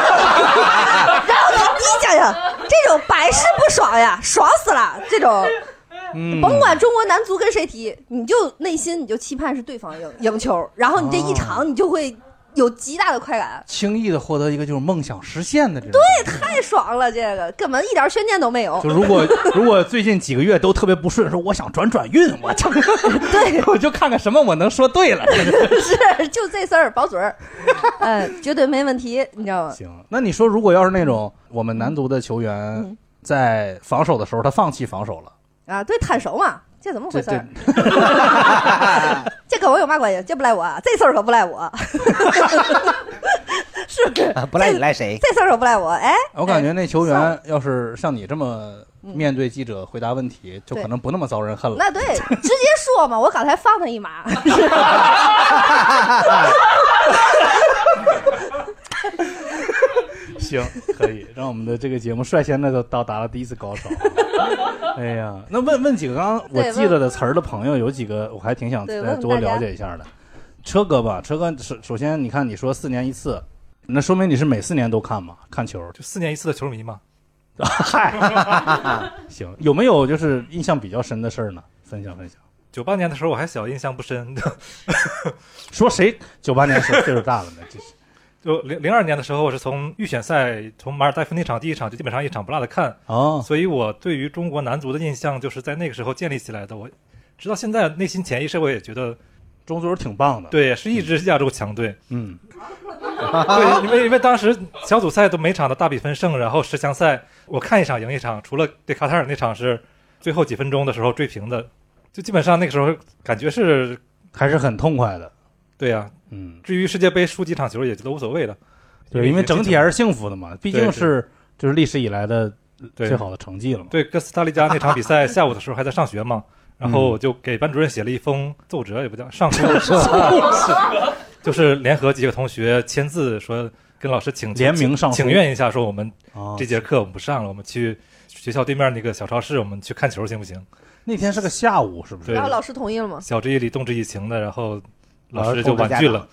Speaker 3: 然后呢，你想想，这种百试不爽呀， 爽死了！这种，
Speaker 1: 嗯
Speaker 3: 甭管中国男足跟谁踢，你就内心你就期盼是对方赢赢球，然后你这一场你就会有极大的快感。
Speaker 1: 轻易的获得一个就是梦想实现的这种。
Speaker 3: 对，太爽了，这个根本一点悬念都没有。
Speaker 1: 就如果 如果最近几个月都特别不顺，说我想转转运，我就
Speaker 3: 对，
Speaker 1: 我就看看什么我能说对了。
Speaker 3: 是就这事儿，保准 儿，嗯，绝对没问题，你知道吗？
Speaker 1: 行，那你说，如果要是那种我们男足的球
Speaker 3: 嗯
Speaker 1: 员在防守的时候，他放弃防守了，
Speaker 3: 啊，对，摊熟嘛，这怎么回
Speaker 1: 这
Speaker 3: 事儿
Speaker 1: 这？
Speaker 3: 这跟我有嘛关系？这不赖我，这事儿可不 赖我， 是不是？
Speaker 1: 啊不赖你赖谁
Speaker 3: 这事儿可不赖我，哎，嗯
Speaker 1: 我感觉那球员要是像你这么面对记者回答问题，就
Speaker 3: 对
Speaker 1: 可能不那么遭人恨了。
Speaker 3: 那对，直接说嘛，我刚才放他一马。
Speaker 1: 行，可以让我们的这个节目率先的就到达了第一次高潮。哎呀，那问问几个刚刚我
Speaker 3: 对
Speaker 1: 记
Speaker 3: 问
Speaker 1: 得的词儿的朋友，有几个我还挺想
Speaker 3: 对
Speaker 1: 再
Speaker 3: 问问
Speaker 1: 多
Speaker 3: 大家
Speaker 1: 了解一下的。车哥吧，车哥首首先你看你说四年一次，那说明你是每四年都看嘛？看球就
Speaker 6: 四年一次的球迷嘛。
Speaker 1: 嗨，行，有没有就是印象比较深的事儿呢？分享分享。
Speaker 6: 九八年的时候我还小，印象不深。
Speaker 1: 说谁九八年时候岁数大了呢？这是
Speaker 6: 就零零二年的时候，我是从预选赛从马尔代夫那场第一场就基本上一场不落的看，
Speaker 1: 哦，
Speaker 6: 所以我对于中国男足的印象就是在那个时候建立起来的。我直到现在内心潜意识我也觉得
Speaker 1: 中足挺棒的，
Speaker 6: 对，是一支亚洲强队。
Speaker 1: 嗯，
Speaker 6: 对，因为因为当时小组赛都每场的大比分胜，然后十强赛我看一场赢一场，除了对卡塔尔那场是最后几分钟的时候追平的，就基本上那个时候感觉是
Speaker 1: 还是很痛快的。
Speaker 6: 对呀、
Speaker 1: 嗯，
Speaker 6: 至于世界杯输几场球也都无所谓了，
Speaker 1: 对，因为整体还是幸福的嘛，毕竟
Speaker 6: 对
Speaker 1: 是就是历史以来的
Speaker 6: 对
Speaker 1: 最好的成绩了嘛。
Speaker 6: 对，跟斯大利加那场比 赛，下午的时候还在上学嘛，然
Speaker 1: 嗯
Speaker 6: 后就给班主任写了一封奏折，也不叫 上书， 就是联合几个同学签字说跟老师请
Speaker 1: 联名上书
Speaker 6: 请愿一下，说我们
Speaker 1: 哦
Speaker 6: 这节课我们不上了，我们去学校对面那个小超市，我们去看球行不行？
Speaker 1: 那天是个下午，是不
Speaker 6: 对
Speaker 3: 然后老师同意了吗？
Speaker 6: 晓之以理，动之以情的，然后老师
Speaker 1: 通
Speaker 6: 就
Speaker 1: 知
Speaker 6: 婉
Speaker 1: 家
Speaker 6: 拒
Speaker 1: 长
Speaker 6: 了。。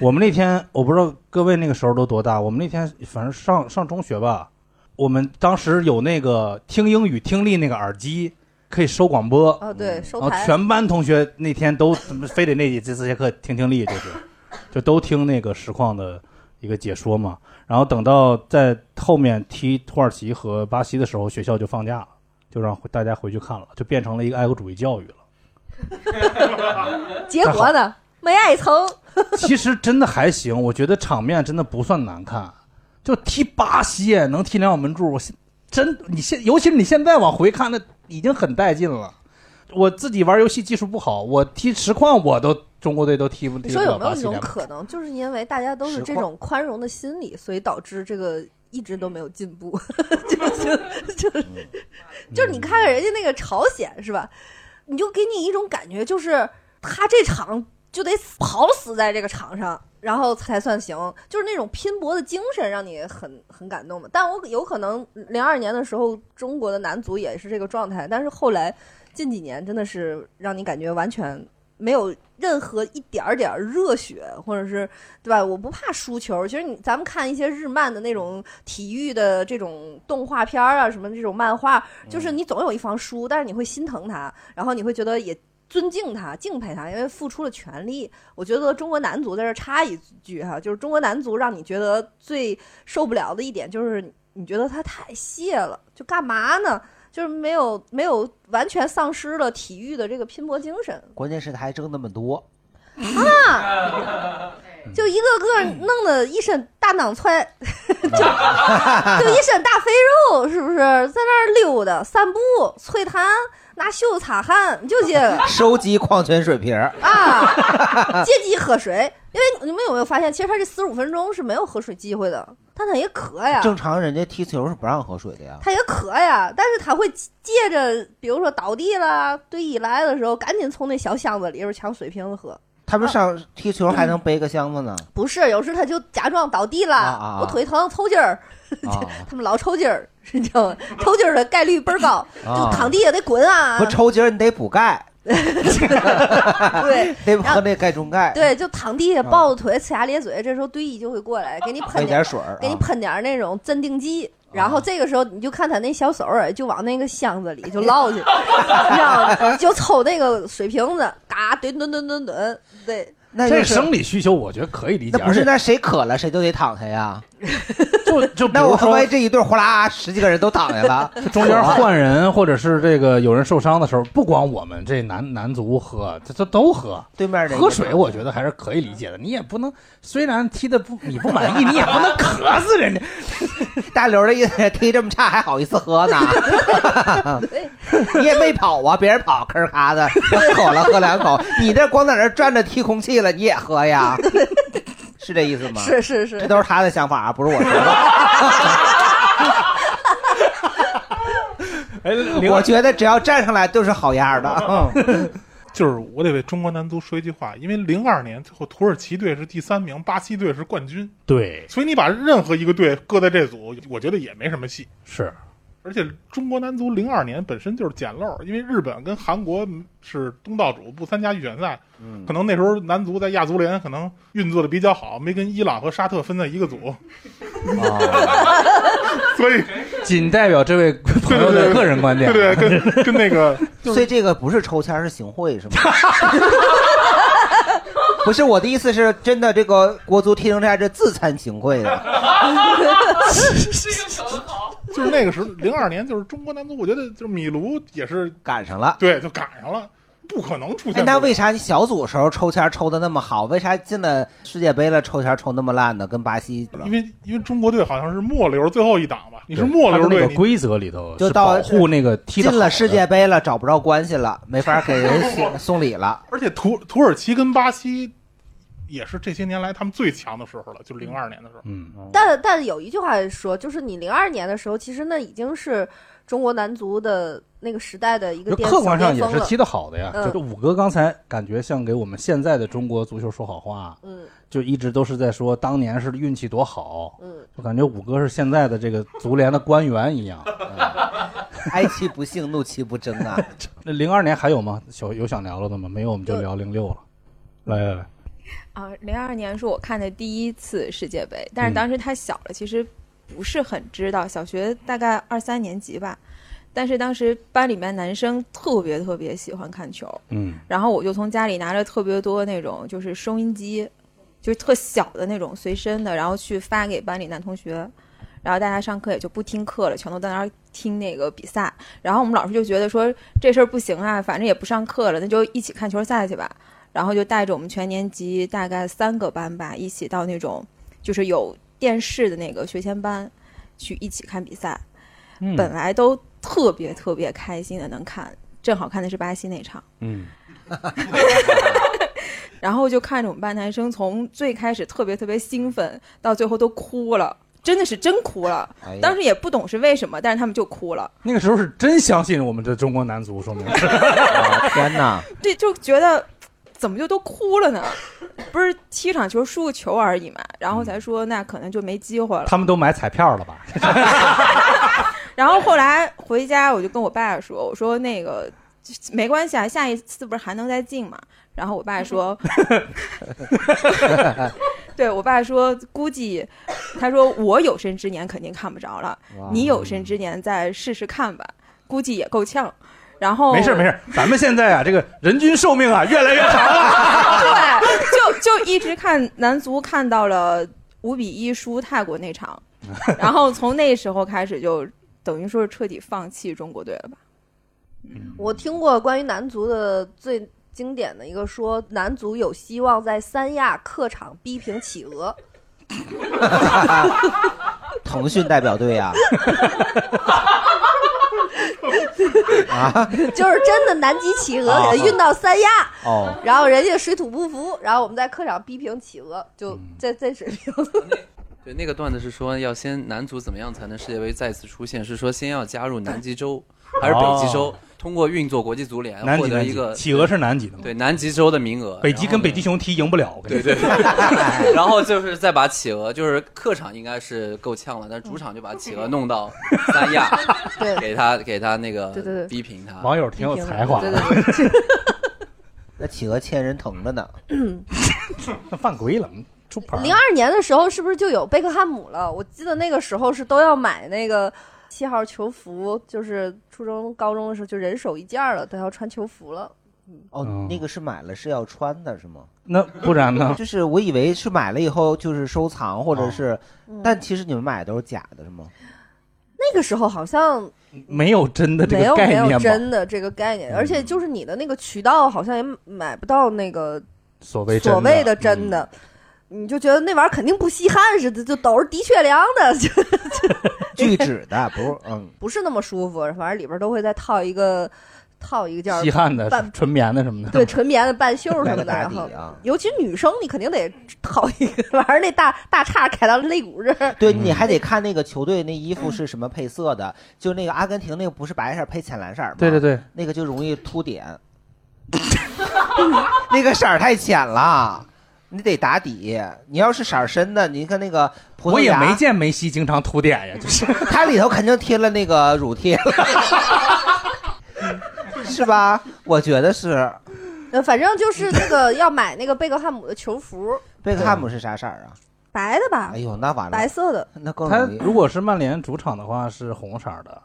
Speaker 1: 我们那天我不知道各位那个时候都多大，我们那天反正上上中学吧，我们当时有那个听英语听力那个耳机。可以收广播
Speaker 3: 哦对收
Speaker 1: 然后
Speaker 3: 台
Speaker 1: 全班同学那天都嗯非得那这这节课听听力，就是 就都听那个实况的一个解说嘛。然后等到在后面踢土耳其和巴西的时候，学校就放假了，就让大家回去看了，就变成了一个爱国主义教育了。
Speaker 3: 结果呢？没爱成。
Speaker 1: 其实真的还行，我觉得场面真的不算难看，就踢巴西能踢两脚门柱，我现真你现尤其是你现在往回看，那已经很带劲了。我自己玩游戏技术不好，我踢实况我都中国队都踢不
Speaker 3: 你
Speaker 1: 踢不
Speaker 3: 说有
Speaker 1: 了
Speaker 3: 没有
Speaker 1: 巴
Speaker 3: 一
Speaker 1: 西
Speaker 3: 种
Speaker 1: 两
Speaker 3: 可能，啊就是因为大家都是
Speaker 1: 实
Speaker 3: 这
Speaker 1: 话
Speaker 3: 种宽容的心理，所以导致这个一直都没有进 步？就是就是就是 你看看人家那个朝鲜是吧？你就给你一种感觉，就是他这场就得死跑死在这个场上，然后才算行，就是那种拼搏的精神让你很很感动嘛。但我有可能零二年的时候，中国的男足也是这个状态，但是后来近几年真的是让你感觉完全没有任何一点儿点儿热血，或者是对吧？我不怕输球。其实你咱们看一些日漫的那种体育的这种动画片儿啊，什么这种漫画，就是你总有一方输，但是你会心疼他，然后你会觉得也。尊敬他，敬佩他，因为付出了全力。我觉得中国男足在这儿插一句哈，就是中国男足让你觉得最受不了的一点，就是你觉得他太泄了，就干嘛呢？就是没有没有完全丧失了体育的这个拼搏精神。
Speaker 2: 关键是他还挣那么多，
Speaker 3: 啊，就一个个弄得一身大囊 踹，就就一身大肥肉，是不是？在那儿溜达、散步、吹痰、拿袖擦汗，就这 个
Speaker 2: 收集矿泉水瓶儿
Speaker 3: 啊，借机喝水。因为你们有没有发现，其实他这四十五分钟是没有喝水机会的，但他也渴哎呀。
Speaker 2: 正常人家踢球是不让喝水的呀。
Speaker 3: 他也渴呀，但是他会借着，比如说倒地了、队医来的时候，赶紧从那小箱子里边抢水瓶子喝。
Speaker 2: 他们
Speaker 3: 啊
Speaker 2: 上踢球还能背个 箱子呢。
Speaker 3: 不是，有时他就假装倒地了，
Speaker 2: 啊啊
Speaker 3: 我腿疼，抽筋儿。
Speaker 2: 啊
Speaker 3: 他们老抽筋儿，你知道吗？抽筋儿的概率倍儿高，
Speaker 2: 啊
Speaker 3: 就躺地下得滚啊
Speaker 2: 不。抽筋儿你得补钙，
Speaker 3: 对，
Speaker 2: 得喝那钙中钙，
Speaker 3: 对，就躺地
Speaker 1: 啊
Speaker 3: 下
Speaker 2: 嗯
Speaker 3: 抱着腿，呲牙咧嘴，这时候队医就会过来给你
Speaker 2: 喝
Speaker 3: 喷
Speaker 2: 一点水儿
Speaker 3: 给你
Speaker 2: 啊
Speaker 3: 喷点儿那种镇定
Speaker 1: 啊
Speaker 3: 剂。然后这个时候你就看他那小手儿哎就往那个箱子里就落去，你知道吗？就抽那个水瓶子，嘎怼怼怼怼怼，对。
Speaker 2: 那
Speaker 1: 这
Speaker 2: 就是
Speaker 1: 生理需求，我觉得可以理解。
Speaker 2: 那不是
Speaker 1: 而且
Speaker 2: 那谁渴了谁就得躺下呀？
Speaker 1: 就就
Speaker 2: 那我
Speaker 1: 如
Speaker 2: 他
Speaker 1: 说，
Speaker 2: 妈这一对儿呼啦十几个人都躺下了
Speaker 1: 中间换人或者是这个有人受伤的时候，不光我们这男男足喝，这这都喝。
Speaker 2: 对面的
Speaker 1: 喝水，我觉得还是可以理解的。你也不能，虽然踢的不你不满意，你也不能 渴死人家。
Speaker 2: 大刘的意思踢这么差还好意思喝呢？ 你也没跑啊，别人跑吭儿咔的，口了喝两口，你这光在那儿转着踢空气了，你也喝呀？ 是这意思吗？
Speaker 3: 是是是
Speaker 2: 这都是他的想法啊，不是我说的。
Speaker 1: 哎，
Speaker 2: 我觉得只要站上来就是好样儿的。嗯，
Speaker 13: 就是我得为中国男足说一句话，因为零二年最后土耳其队是第三名，巴西队是冠军，
Speaker 1: 对，
Speaker 13: 所以你把任何一个队搁在这组，我觉得也没什么戏。
Speaker 1: 是，
Speaker 13: 而且中国男足零二年本身就是捡漏，因为日本跟韩国是东道主，不参加预选赛，
Speaker 14: 嗯
Speaker 13: 可能那时候男足在亚足联可能运作的比较好，没跟伊朗和沙特分在一个组，
Speaker 2: 嗯
Speaker 13: 所以
Speaker 1: 仅代表这位朋友的个人观点。啊
Speaker 13: 对对对，跟跟那个，
Speaker 2: 所以这个不是抽签儿，是行贿 是吗？不是我的意思是真的，这个国足踢成这样，这自惭形秽 的。
Speaker 13: 这个想的好。 就是那个时候，零二年就是中国男足，我觉得就是米卢也是
Speaker 2: 赶上了，
Speaker 13: 对，就赶上了，不可能出
Speaker 2: 哎
Speaker 13: 现。
Speaker 2: 那为啥你小组时候抽签抽的那么好？为啥进了世界杯了抽签抽那么烂呢？跟巴西
Speaker 13: 因为因为中国队好像是末流最后一档吧？你是末流
Speaker 1: 对他们
Speaker 13: 队，
Speaker 1: 那
Speaker 13: 你
Speaker 1: 个规则里头
Speaker 2: 就是到
Speaker 1: 保护那个踢得
Speaker 2: 进了
Speaker 1: 好
Speaker 2: 世
Speaker 1: 的
Speaker 2: 界杯了，找不着关系了，没法给人 送送礼了。
Speaker 13: 而且土土耳其跟巴西也是这些年来他们最强的时候了，就是零二年的时候。
Speaker 1: 嗯，
Speaker 3: 但但有一句话说，就是你零二年的时候，其实那已经是中国男足的那个时代的一个
Speaker 1: 就
Speaker 3: 巅
Speaker 1: 客观上也
Speaker 3: 小巅
Speaker 1: 是
Speaker 3: 峰了
Speaker 1: 踢得好的呀。
Speaker 3: 嗯
Speaker 1: 就是五哥刚才感觉像给我们现在的中国足球说好话，
Speaker 3: 嗯，
Speaker 1: 就一直都是在说当年是运气多好，
Speaker 3: 嗯，
Speaker 1: 就感觉五哥是现在的这个足联的官员一样。
Speaker 2: 哀其不幸，怒其不争啊！
Speaker 1: 那零二年还有吗？小有想聊了的吗？没有，我们就聊零六了。来来来，
Speaker 11: 啊，零二年是我看的第一次世界杯，但是
Speaker 1: 嗯
Speaker 11: 当时太小了，其实不是很知道，小学大概二三年级吧。但是当时班里面男生特别特别喜欢看球，
Speaker 1: 嗯，
Speaker 11: 然后我就从家里拿了特别多那种就是收音机，就是特小的那种随身的，然后去发给班里男同学。然后大家上课也就不听课了，全都在那儿听那个比赛。然后我们老师就觉得说这事儿不行啊，反正也不上课了，那就一起看球赛去吧。然后就带着我们全年级大概三个班吧，一起到那种就是有电视的那个学前班去一起看比赛。
Speaker 1: 嗯
Speaker 11: 本来都特别特别开心的能看，正好看的是巴西那场。
Speaker 1: 嗯，
Speaker 11: 然后就看着我们班男生从最开始特别特别兴奋，到最后都哭了，真的是真哭了
Speaker 1: 哎呀。
Speaker 11: 当时也不懂是为什么，但是他们就哭了。
Speaker 1: 那个时候是真相信我们的中国男足，说明是。
Speaker 2: 啊天哪！
Speaker 11: 对，就觉得怎么就都哭了呢？不是踢场球输个球而已嘛，然后才说那可能就没机会了。
Speaker 1: 嗯他们都买彩票了吧？
Speaker 11: 然后后来回家，我就跟我爸说：“我说那个没关系啊，下一次不是还能再进嘛？”然后我爸说：“对我爸说，估计他说我有生之年肯定看不着了
Speaker 1: 哇，
Speaker 11: 你有生之年再试试看吧，估计也够呛。”然
Speaker 3: 哦
Speaker 11: 后
Speaker 1: 没事没事，咱们现在啊，这个人均寿命啊越来越 长了。
Speaker 11: 对，就就一直看男足看到了五比一输泰国那 场，然后从那时候开始就等于说是彻底放弃中国队了吧。
Speaker 3: 我听过关于男足的最经典的一个说，男足有希望在三亚客场逼平企鹅。
Speaker 2: 腾讯代表队呀、啊，
Speaker 3: 就是真的南极企鹅给它运到三亚，
Speaker 2: 哦
Speaker 3: 然后人家水土不服，然后我们在客场逼平企鹅，就这这水平。
Speaker 10: 对，那个段子是说要先男足怎么样才能世界杯再次出现，是说先要加入南极洲还是北极洲？
Speaker 1: 哦
Speaker 10: 通过运作国际足联
Speaker 1: 南
Speaker 10: 获
Speaker 1: 极
Speaker 10: 得
Speaker 1: 南
Speaker 10: 一
Speaker 1: 极
Speaker 10: 个，
Speaker 1: 企鹅是南极的吗？
Speaker 10: 对南极洲的名额，
Speaker 1: 北极跟北极熊踢赢不了，我跟
Speaker 10: 对
Speaker 1: 你
Speaker 10: 对
Speaker 1: 说，
Speaker 10: 对，然后就是再把企鹅，就是客场应该是够呛了，但主场就把企鹅弄到三亚，
Speaker 3: 嗯 对
Speaker 10: 给他给他那个
Speaker 3: 对对对
Speaker 10: 逼平
Speaker 2: 啊
Speaker 10: 他。
Speaker 1: 网友挺有才华的，
Speaker 2: 那企鹅欠人疼着呢，
Speaker 1: 那犯规了，出牌儿
Speaker 3: 零二年的时候是不是就有贝克汉姆了？我记得那个时候是都要买那个七号球服，就是初中、高中的时候就人手一件儿了，都要穿球服了。
Speaker 2: 哦，那个是买了是要穿的是吗？
Speaker 1: 嗯那不然呢 哦
Speaker 2: 就是我以为是买了以后就是收藏，或者是，
Speaker 3: 嗯
Speaker 2: 但其实你们买的都是假的，是吗？
Speaker 3: 那个时候好像
Speaker 1: 没有真的这
Speaker 3: 没
Speaker 1: 个
Speaker 3: 有
Speaker 1: 概
Speaker 3: 没有
Speaker 1: 念吧？嗯
Speaker 3: 真的这个概念，而且就是你的那个渠道好像也买不到那个
Speaker 1: 所谓真
Speaker 3: 所
Speaker 1: 的嗯
Speaker 3: 谓 的真的，你就觉得那玩意儿肯定不吸汗似的，就都是的确良的， 就
Speaker 2: 聚酯的不是，嗯，
Speaker 3: 不是那么舒服，反正里边都会再套一个套一个叫
Speaker 1: 吸汗的
Speaker 3: 半、
Speaker 1: 纯棉的什么的，
Speaker 3: 对纯棉的半袖什么的，
Speaker 1: 来
Speaker 3: 然
Speaker 1: 个打底
Speaker 3: 后
Speaker 1: 啊
Speaker 3: 尤其女生你肯定得套一个，玩意儿那大大叉揩到肋骨这儿，
Speaker 2: 对
Speaker 1: 嗯
Speaker 2: 你还得看那个球队那衣服是什么配色的，就那个阿根廷那个不是白色配浅蓝色吗？
Speaker 1: 对对对，
Speaker 2: 那个就容易凸点， 那个色儿太浅了，你得打底。你要是色儿深的，你看那个葡萄牙，
Speaker 1: 我也没见梅西经常涂点呀， 就是
Speaker 2: 它里头肯定贴了那个乳贴了， 是吧？我觉得是。
Speaker 3: 呃，反正就是那个要买那个贝克汉姆的球服，
Speaker 2: 贝克汉姆是啥色儿啊？
Speaker 3: 白的吧
Speaker 2: 哎，呦，那完了，
Speaker 3: 白色的，
Speaker 2: 那更
Speaker 1: 他
Speaker 2: 容易
Speaker 1: 如果是曼联主场的话是红色儿的，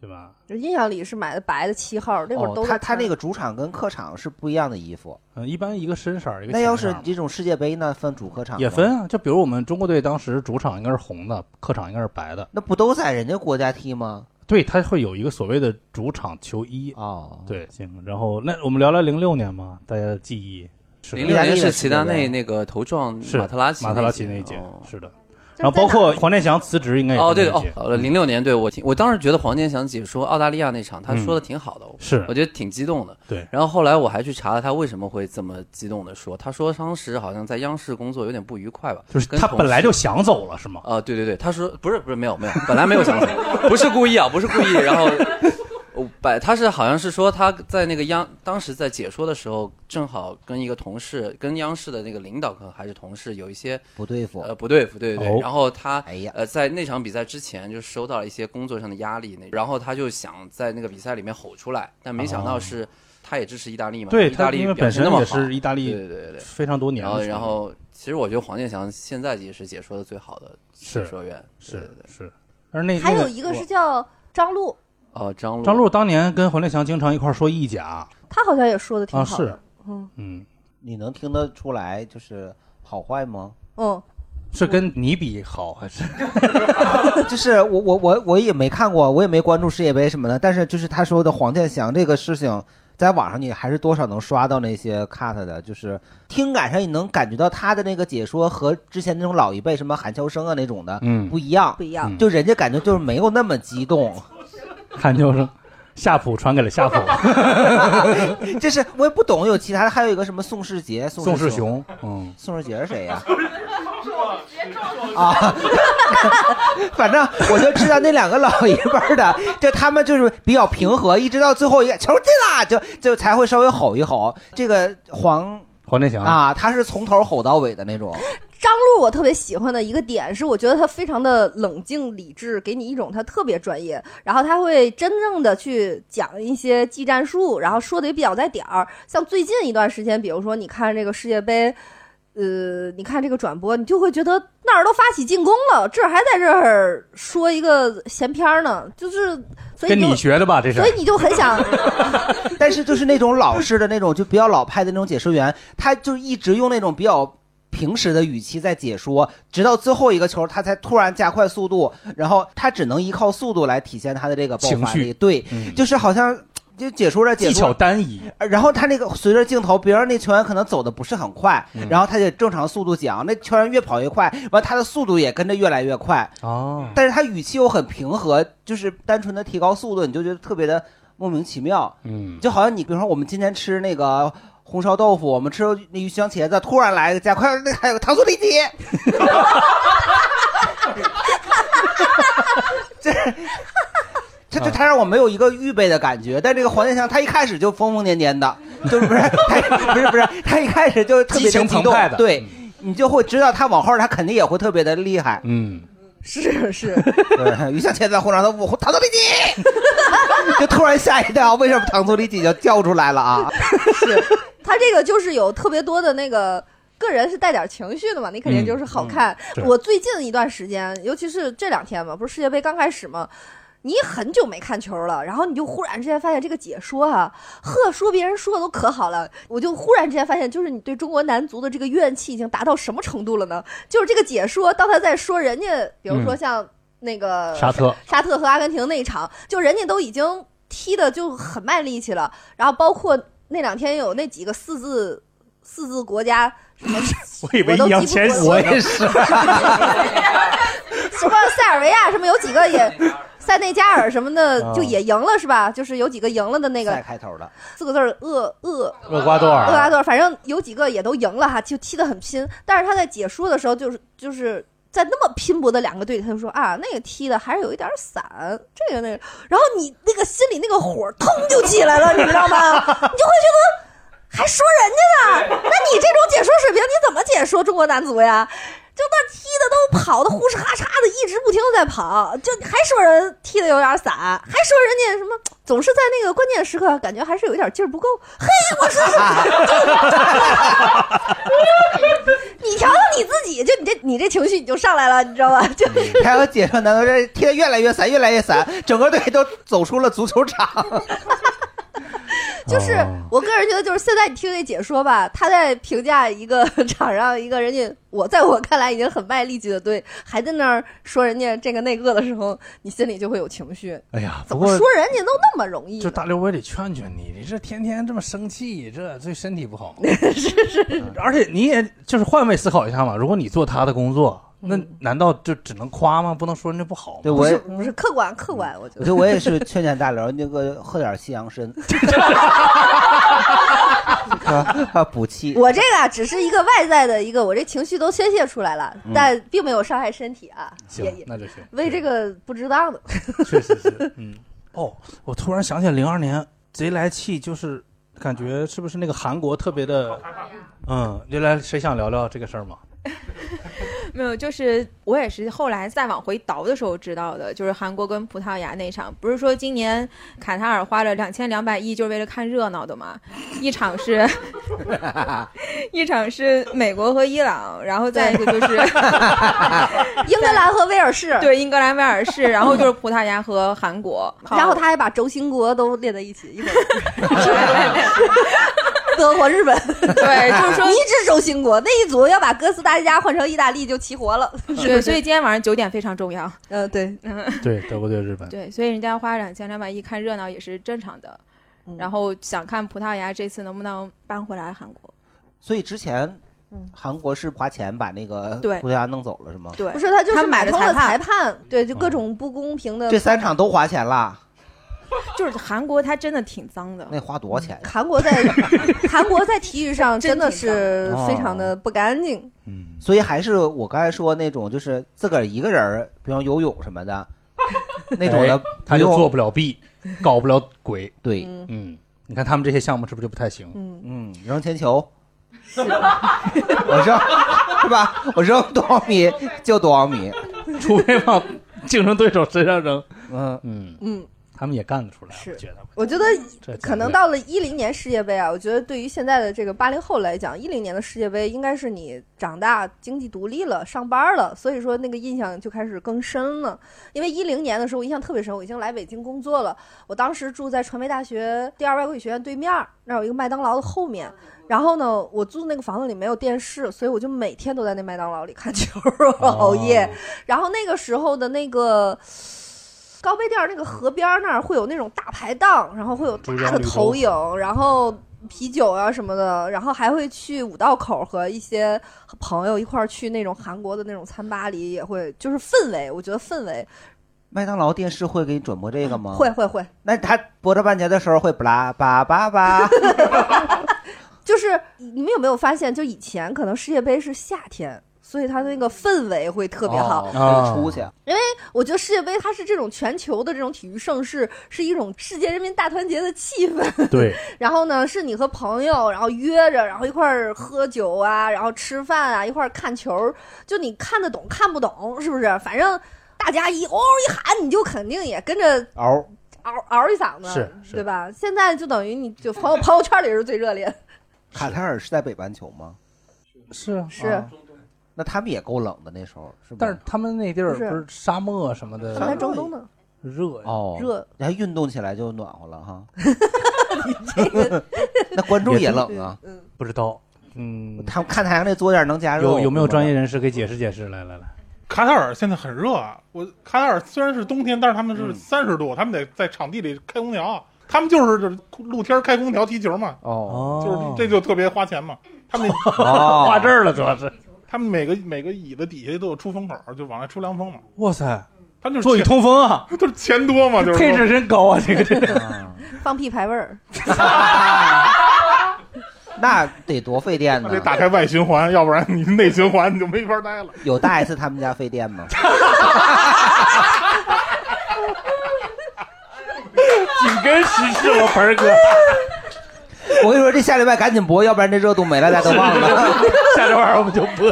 Speaker 1: 对吧？
Speaker 3: 就印象里是买的白的七号，那会儿
Speaker 2: 哦
Speaker 3: 都，
Speaker 2: 他他那个主场跟客场是不一样的衣服。
Speaker 1: 嗯，一般一个深色儿，一个
Speaker 2: 那要
Speaker 1: 浅色儿
Speaker 2: 是
Speaker 1: 嘛
Speaker 2: 这种世界杯呢，分主客场吗
Speaker 1: 也分啊，就比如我们中国队当时主场应该是红的，客场应该是白的。
Speaker 2: 那不都在人家国家踢吗？
Speaker 1: 对，它会有一个所谓的主场球衣
Speaker 2: 哦。
Speaker 1: 对，行，然后那我们聊聊零六年嘛，大家的记忆是
Speaker 10: 零六年是齐达内那个头撞
Speaker 1: 是
Speaker 10: 马特拉齐
Speaker 1: 马特拉齐
Speaker 10: 那
Speaker 1: 那
Speaker 10: 一
Speaker 1: 一
Speaker 10: 届
Speaker 1: 届，是的。然后包括呃黄健翔辞职应该也
Speaker 10: 哦
Speaker 1: 是那
Speaker 10: 对
Speaker 1: 一
Speaker 10: 哦
Speaker 1: 届，嗯
Speaker 10: 好了，零六年对我听，我当时觉得黄健翔解说澳大利亚那场，他说的挺好的，我
Speaker 1: 嗯是
Speaker 10: 我觉得挺激动的。
Speaker 1: 对
Speaker 10: 然后后来我还去查了他为什么会这么激动的说，他说当时好像在央视工作有点不愉快吧，
Speaker 1: 就是
Speaker 10: 跟
Speaker 1: 他
Speaker 10: 同
Speaker 1: 本来
Speaker 10: 事
Speaker 1: 就想走了是吗？
Speaker 10: 啊、对对对，他说不是不是没有没有，本来没有想走，不是故意啊，不是故意。然后，我摆他是好像是说他在那个央当时在解说的时候，正好跟一个同事，跟央视的那个领导可能还是同事有一些
Speaker 2: 不对付，
Speaker 10: 呃不对付，对对对。
Speaker 2: 哦
Speaker 10: 然后他
Speaker 2: 哎呀
Speaker 10: 呃在那场比赛之前就收到了一些工作上的压力，那然后他就想在那个比赛里面吼出来，但没想到是。他也支持意大利嘛？
Speaker 1: 哦对
Speaker 10: 意大
Speaker 1: 他
Speaker 10: 利
Speaker 1: 因为
Speaker 10: 表
Speaker 1: 本
Speaker 10: 现
Speaker 1: 身
Speaker 10: 那么
Speaker 1: 也
Speaker 10: 好
Speaker 1: 是意大利，
Speaker 10: 对对对对，
Speaker 1: 非常多年
Speaker 10: 然
Speaker 1: 了
Speaker 10: 后，
Speaker 1: 是吧
Speaker 10: 然后，其实我觉得黄健翔现在也是解说的最好的解说员，
Speaker 1: 是
Speaker 10: 对对对
Speaker 1: 是。而那
Speaker 3: 还
Speaker 1: 那
Speaker 3: 有一个是叫张璐，
Speaker 10: 哦，张璐，
Speaker 1: 张璐当年跟黄健翔经常一块儿说意甲，
Speaker 3: 他好像也说的挺
Speaker 1: 啊
Speaker 3: 好的，
Speaker 1: 是
Speaker 3: 嗯
Speaker 1: 嗯，
Speaker 2: 你能听得出来就是好坏吗？
Speaker 3: 嗯，
Speaker 1: 是跟你比好还是？
Speaker 2: 就是我我我我也没看过，我也没关注世界杯什么的，但是就是他说的黄健翔这个事情，在网上你还是多少能刷到那些 cut 的，就是听感上你能感觉到他的那个解说和之前那种老一辈什么韩乔生啊那种的，
Speaker 1: 嗯
Speaker 2: 不一样，
Speaker 3: 不一样嗯
Speaker 2: 就人家感觉就是没有那么激 动，
Speaker 1: 看就是夏普传给了夏普，
Speaker 2: 就是我也不懂有其他的，还有一个什么宋世杰、
Speaker 1: 宋世
Speaker 2: 世
Speaker 1: 雄，嗯，
Speaker 2: 宋世杰是谁呀、
Speaker 12: 啊
Speaker 2: 啊， 反正我就知道那两个老爷们儿的，就他们就是比较平和，一直到最后一个球进了，就就才会稍微吼一吼。这个黄
Speaker 1: 黄健翔
Speaker 2: 啊，他是从头吼到尾的那种。
Speaker 3: 张璐我特别喜欢的一个点是，我觉得他非常的冷静理智，给你一种他特别专业，然后他会真正的去讲一些技战术，然后说的也比较在点儿。像最近一段时间，比如说你看这个世界杯。呃，你看这个转播，你就会觉得那儿都发起进攻了，这儿还在这儿说一个闲篇儿呢，就是所以
Speaker 1: 跟
Speaker 3: 就
Speaker 1: 你学的吧？这是
Speaker 3: 所以你就很想，
Speaker 2: 但是就是那种老式的那种，就比较老派的那种解说员，他就一直用那种比较平时的语气在解说，直到最后一个球，他才突然加快速度，然后他只能依靠速度来体现他的这个爆
Speaker 1: 情
Speaker 2: 发
Speaker 1: 绪嗯
Speaker 2: 力。对，就是好像就解说着解
Speaker 1: 技
Speaker 2: 说
Speaker 1: 巧单一，
Speaker 2: 呃然后他那个随着镜头，别人那球员可能走的不是很快，
Speaker 1: 嗯
Speaker 2: 然后他就正常速度讲，那球员越跑越快，完他的速度也跟着越来越快。
Speaker 1: 哦，
Speaker 2: 但是他语气又很平和，就是单纯的提高速度，你就觉得特别的莫名其妙。
Speaker 1: 嗯，
Speaker 2: 就好像你比如说我们今天吃那个红烧豆腐，我们吃那鱼香茄子，突然来个加快，那还有个糖醋里脊。这
Speaker 1: 嗯
Speaker 2: 他这他让我没有一个预备的感觉，但这个黄健翔他一开始就疯疯癫癫的，就是不是他不是不是他一开始就特别
Speaker 1: 激情
Speaker 2: 激
Speaker 1: 澎
Speaker 2: 动
Speaker 1: 湃的，
Speaker 2: 对你就会知道他往后他肯定也会特别的厉害。
Speaker 1: 嗯，
Speaker 3: 是是，
Speaker 2: 对，于向前在后场，他我糖醋里脊， 就突然吓一跳，为什么糖醋里脊就叫出来了啊？
Speaker 3: 他这个就是有特别多的那个。个人是带点情绪的嘛，你肯定就是好看。
Speaker 2: 嗯嗯是
Speaker 3: 我最近一段时间，尤其是这两天嘛，不是世界杯刚开始嘛，你很久没看球了，然后你就忽然之间发现这个解说哈、呵，说别人说的都可好了，我就忽然之间发现，就是你对中国男足的这个怨气已经达到什么程度了呢？就是这个解说，当他在说人家，比如说
Speaker 1: 嗯
Speaker 3: 像那个
Speaker 1: 沙特
Speaker 3: 呃沙特和阿根廷那一场，就人家都已经踢的就很卖力气了，然后包括那两天有那几个四字四字国家什 么
Speaker 1: 我以为
Speaker 3: 我都
Speaker 1: 易烊
Speaker 3: 记不
Speaker 1: 千
Speaker 3: 住
Speaker 1: 玺，
Speaker 3: 了
Speaker 1: 是
Speaker 3: 什么塞尔维亚什么有几个也塞内加尔什么的
Speaker 2: 啊
Speaker 3: 就也赢了是吧？就是有几个赢了的那
Speaker 2: 再
Speaker 3: 个
Speaker 2: 开头的，
Speaker 3: 四个字儿厄厄
Speaker 1: 厄瓜多尔
Speaker 3: 厄瓜多尔，反正有几个也都赢了哈，就踢得很拼。但是他在解说的时候，就是就是在那么拼搏的两个队里，他就说啊，那个踢的还是有一点散，这个那个，然后你那个心里那个火腾就起来了，你知道吗？ 你就会觉得。还说人
Speaker 1: 哎
Speaker 3: 家呢？那你这种解说水平，你怎么解说中国男足呀？就那踢的都跑的呼哧哈嚓的，一直不停的在跑，就还说人踢的有点散，还说人家什么总是在那个关键时刻感觉还是有一点劲儿不够。嘿，我说 你瞧瞧你自己，就你这你这情绪你就上来了，你知道吧？就
Speaker 1: 嗯
Speaker 2: 还有解说难道这踢得越来越散，越来越散，整个队都走出了足球场。
Speaker 3: 就是
Speaker 1: 哦
Speaker 3: 我个人觉得，就是现在你听那解说吧，他在评价一个 场上一个人家，我在我看来已经很卖力气的队，还在那儿说人家这个那个的时候，你心里就会有情绪。
Speaker 1: 哎呀，
Speaker 3: 怎
Speaker 1: 不
Speaker 3: 么
Speaker 1: 过
Speaker 3: 说人家都那么容易
Speaker 1: 就
Speaker 3: 呢？
Speaker 1: 大刘，我也得劝劝你，你这天天这么生气，这对身体不好。是是，而且你也就是换位思考一下嘛，如果你做他的工作，
Speaker 3: 嗯
Speaker 1: 那难道就只能夸吗？不能说人家不好吗？
Speaker 2: 对我也
Speaker 3: 不是客观客
Speaker 1: 嗯
Speaker 3: 观，我觉
Speaker 2: 我
Speaker 3: 得。
Speaker 2: 觉得我也是劝劝大刘，那个喝点西洋参， 啊啊补气。
Speaker 3: 我这个啊只是一个外在的一个，我这情绪都宣泄出来了，
Speaker 2: 嗯
Speaker 3: 但并没有伤害身体啊，
Speaker 1: 行
Speaker 3: 也也
Speaker 1: 那就行
Speaker 3: 为这个不值当的，
Speaker 1: 哦，我突然想起来，零二年贼来气，就是感觉是不是那个韩国特别的，嗯，原来谁想聊聊这个事儿吗？
Speaker 11: 没有，就是我也是后来再往回倒的时候知道的，就是韩国跟葡萄牙那场，不是说今年卡塔尔花了两千两百亿就是为了看热闹的嘛？一场 是，一场是美国和伊朗，然后再一个就是
Speaker 3: 英格兰和威尔士，
Speaker 11: 对，英格兰、威尔士，然后就是葡萄牙和韩国，
Speaker 3: 然后他还把轴心国都列在一起，一会儿德国、日 本，
Speaker 11: 对就是说
Speaker 3: 一支轴心国那一组要把哥斯达黎加换成意大利就齐活了，
Speaker 11: 对，所以今天晚上九点非常重要。
Speaker 3: 呃，对，
Speaker 11: 嗯，
Speaker 1: 对，德国对日本，
Speaker 11: 对，所以人家花两千两百亿看热闹也是正常的。
Speaker 3: 嗯
Speaker 11: 然后想看葡萄牙这次能不能扳回来韩国。
Speaker 2: 所以之前
Speaker 11: 嗯
Speaker 2: 韩国是花钱把那个
Speaker 11: 对
Speaker 2: 葡萄牙弄走了是吗？
Speaker 11: 对
Speaker 3: 不是他就
Speaker 11: 他
Speaker 3: 是
Speaker 11: 买
Speaker 3: 买
Speaker 11: 了
Speaker 3: 通了
Speaker 11: 裁判
Speaker 3: 裁判，对，
Speaker 1: 哦
Speaker 3: 就各种不 公平的。
Speaker 2: 这三场都花钱了，
Speaker 11: 就是韩国，它真的挺脏的。
Speaker 2: 那花多
Speaker 3: 嗯
Speaker 2: 少钱呀？
Speaker 3: 韩国 在韩国在体育上真的是非常的不干净，
Speaker 2: 所以还是我刚才说那种，就是自个儿一个人儿，比方游泳什么的，那种的
Speaker 1: 哎他就
Speaker 2: 不用
Speaker 1: 做不了弊，搞不了鬼。
Speaker 2: 对，
Speaker 1: 嗯，你看他们这些项目是不是就不太行？
Speaker 3: 嗯
Speaker 2: 嗯，扔铅球，我扔 是吧？我扔多少 米就多少米，哦
Speaker 1: 除非往竞争对手身上扔。
Speaker 2: 嗯
Speaker 1: 嗯，
Speaker 3: 嗯，
Speaker 1: 他们也干得出来，
Speaker 3: 是
Speaker 1: 我觉得。
Speaker 3: 我觉得
Speaker 1: 这
Speaker 3: 可能到了一零年世界杯啊，我觉得对于现在的这个八零后来讲，一零年的世界杯应该是你长大、经济独立了、上班了，所以说那个印象就开始更深了。因为一零年的时候，我印象特别深，我已经来北京工作了，我当时住在传媒大学第二外国语学院对面儿，那儿有一个麦当劳的后面。然后呢，我住那个房子里没有电视，所以我就每天都在那麦当劳里看球儿，熬夜。然后那个时候的那个高碑店儿那个河边儿那儿会有那种大排档，然后会有
Speaker 15: 嗯珠
Speaker 3: 大
Speaker 15: 江
Speaker 3: 的
Speaker 15: 绿洲
Speaker 3: 投影，然后啤酒啊什么的，然后还会去五道口和一些朋友一块儿去那种韩国的那种餐吧里，也会就是氛围，我觉得氛围
Speaker 2: 麦当劳电视会给你转播这个吗？
Speaker 3: 会。会会，
Speaker 15: 嗯
Speaker 2: 那他播到半截的时候会不啦吧吧吧，
Speaker 3: 就是你们有没有发现，就以前可能世界杯是夏天。所以它那个氛围会特别好。
Speaker 2: 哦可以出去。
Speaker 3: 因为我觉得世界杯它是这种全球的这种体育盛事，是一种世界人民大团结的气氛。
Speaker 1: 对，
Speaker 3: 然后呢，是你和朋友，然后约着，然后一块儿喝酒啊，然后吃饭啊，一块儿看球儿，就你看得懂看不懂，是不是？反正大家一嗷一喊，你就肯定也跟着
Speaker 2: 嗷
Speaker 3: 嗷嗷一嗓子，
Speaker 2: 是是
Speaker 3: 对吧？现在就等于你就朋友朋友圈里是最热烈的，
Speaker 2: 卡塔尔是在北半球吗？
Speaker 1: 是啊
Speaker 3: 是
Speaker 2: 啊那他们也够冷的那时候，是吧？
Speaker 1: 但是他们那地儿
Speaker 3: 不
Speaker 1: 不
Speaker 3: 是
Speaker 1: 是沙漠什么的，
Speaker 3: 他们在中东呢。
Speaker 1: 热呀
Speaker 2: 哦，
Speaker 3: 热，
Speaker 2: 然后运动起来就暖和了 哈。那观众也冷啊，
Speaker 1: 不知道。嗯，
Speaker 2: 他们看太阳那左点能加热，
Speaker 1: 有有没有专业人士给解释解释？来来来，
Speaker 13: 卡塔尔现在很热啊，我卡塔尔虽然是冬天，但是他们是三十度，他们得在场地里开空调，他们就是就是露天开空调踢球嘛，
Speaker 2: 哦
Speaker 13: 就是这就特别花钱嘛，他们那
Speaker 1: 哦花这儿了主要是，
Speaker 13: 他们每个每个椅子底下都有出风口，就往外出凉风嘛，
Speaker 1: 哇塞，
Speaker 13: 他就是
Speaker 1: 座椅
Speaker 13: 钱
Speaker 1: 通风啊，
Speaker 13: 就是钱多嘛，就是说
Speaker 1: 配置真高啊，这个这 个。
Speaker 3: 放屁排味儿。
Speaker 2: 那得多费电呢？
Speaker 13: 得打开外循环，要不然你内循环你就没法待了。
Speaker 2: 有大 S 他们家费 电吗？
Speaker 1: 紧跟时事，我盆儿哥。
Speaker 2: 我跟你说，这下礼拜赶紧播，要不然这热度没了，大家 都忘了。
Speaker 1: 下周二我们就播。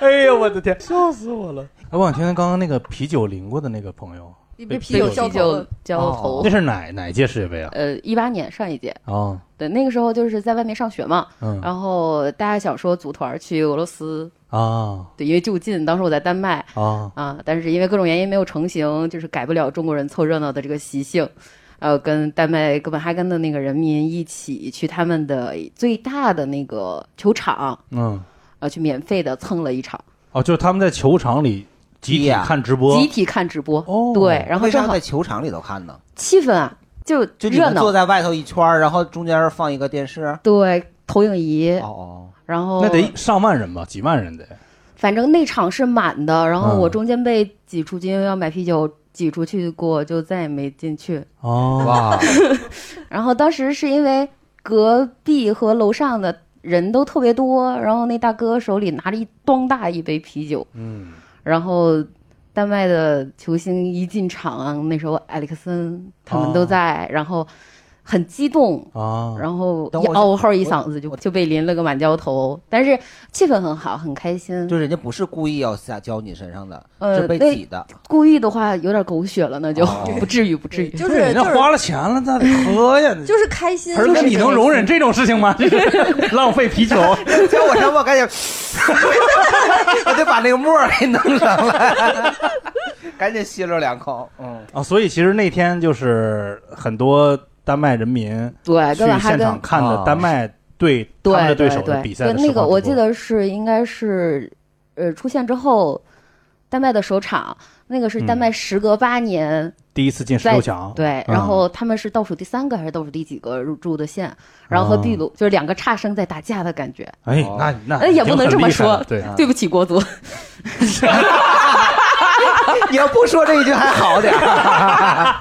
Speaker 1: 哎呦，我的天，笑死我了！哎，我想听听刚刚那个啤酒淋过的那个朋友，
Speaker 7: 被
Speaker 1: 被
Speaker 7: 啤酒浇头了浇头
Speaker 1: 哦那是哪哪届世界杯啊？
Speaker 7: 呃，一八年上一届，
Speaker 1: 哦，
Speaker 7: 对，那个时候就是在外面上学嘛，
Speaker 1: 嗯
Speaker 7: 然后大家想说组团去俄罗斯，
Speaker 1: 啊
Speaker 7: 对，因为就近，当时我在丹麦
Speaker 2: 哦
Speaker 1: 啊
Speaker 7: 啊，但是因为各种原因没有成型，就是改不了中国人凑热闹的这个习性。呃，跟丹麦哥本哈根的那个人民一起去他们的最大的那个球场，
Speaker 1: 嗯，
Speaker 7: 呃，去免费的蹭了一场，
Speaker 1: 哦，就是他们在球场里集体看直播，
Speaker 7: 集体看直播。哦对，然后
Speaker 2: 为
Speaker 7: 正
Speaker 2: 啥
Speaker 7: 好
Speaker 2: 在球场里头看呢？
Speaker 7: 气氛啊，就
Speaker 2: 就你们
Speaker 7: 热
Speaker 2: 坐
Speaker 7: 闹。
Speaker 2: 在外头一圈儿，然后中间放一个电视。
Speaker 7: 对，投影仪。
Speaker 2: 哦
Speaker 7: 然后
Speaker 1: 那得上万人吧，几万人得。
Speaker 7: 反正那场是满的，然后
Speaker 1: 嗯
Speaker 7: 我中间被挤出去，因为要买啤酒，挤出去过，就再也没进去。
Speaker 1: 哦，
Speaker 2: 哇，
Speaker 7: 然后当时是因为隔壁和楼上的人都特别多，然后那大哥手里拿着一咚大一杯啤酒，
Speaker 1: 嗯，
Speaker 7: 然后丹麦的球星一进场，那时候埃里克森他们都在，然后很激动。
Speaker 1: 啊，
Speaker 7: 然后
Speaker 2: 哦等
Speaker 7: 一
Speaker 2: 我
Speaker 7: 嗷吼一嗓子就就被淋了个满浇头，但是气氛很好，很开心。
Speaker 2: 就人家不是故意要下浇你身上的，
Speaker 7: 呃
Speaker 2: 是被挤的。
Speaker 7: 故意的话有点狗血了，那就、
Speaker 2: 哦
Speaker 7: 不至于，不至于。
Speaker 3: 就是 人家就是
Speaker 1: 花了钱了，那得喝呀。
Speaker 3: 就是开心，
Speaker 1: 盆儿哥，
Speaker 3: 就是
Speaker 1: 你能容忍这种事情吗？这是浪费啤酒。
Speaker 2: 浇我上，我赶紧， 我得把那个沫儿给弄上 来，赶紧吸溜两口。嗯，
Speaker 1: 啊，所以其实那天就是很多丹麦人民
Speaker 7: 对
Speaker 1: 去
Speaker 7: 哥本哈
Speaker 1: 现
Speaker 7: 根
Speaker 1: 场看
Speaker 13: 哦
Speaker 1: 的丹麦对他
Speaker 7: 对
Speaker 1: 们的
Speaker 7: 对
Speaker 1: 手的比赛的
Speaker 7: 对那
Speaker 1: 实况
Speaker 7: 个
Speaker 1: 直播
Speaker 7: 我记得是应该是，呃，出现之后，丹麦的首场，那个是丹麦时隔八年
Speaker 1: 第一次嗯进十
Speaker 7: 在、
Speaker 1: 六强，
Speaker 7: 对，
Speaker 1: 嗯
Speaker 7: 然后他们是倒数第三个还是倒数第几个入驻的线，然后和秘鲁、就是两个差生在打架的感觉。
Speaker 1: 哎，
Speaker 13: 哦
Speaker 1: 那哦那
Speaker 7: 哎也
Speaker 1: 已经
Speaker 7: 不能
Speaker 1: 很
Speaker 7: 这么
Speaker 1: 厉害
Speaker 7: 说
Speaker 1: 了对
Speaker 13: 啊
Speaker 7: 对不起，国 足。
Speaker 2: 你要不说这一句还好点儿。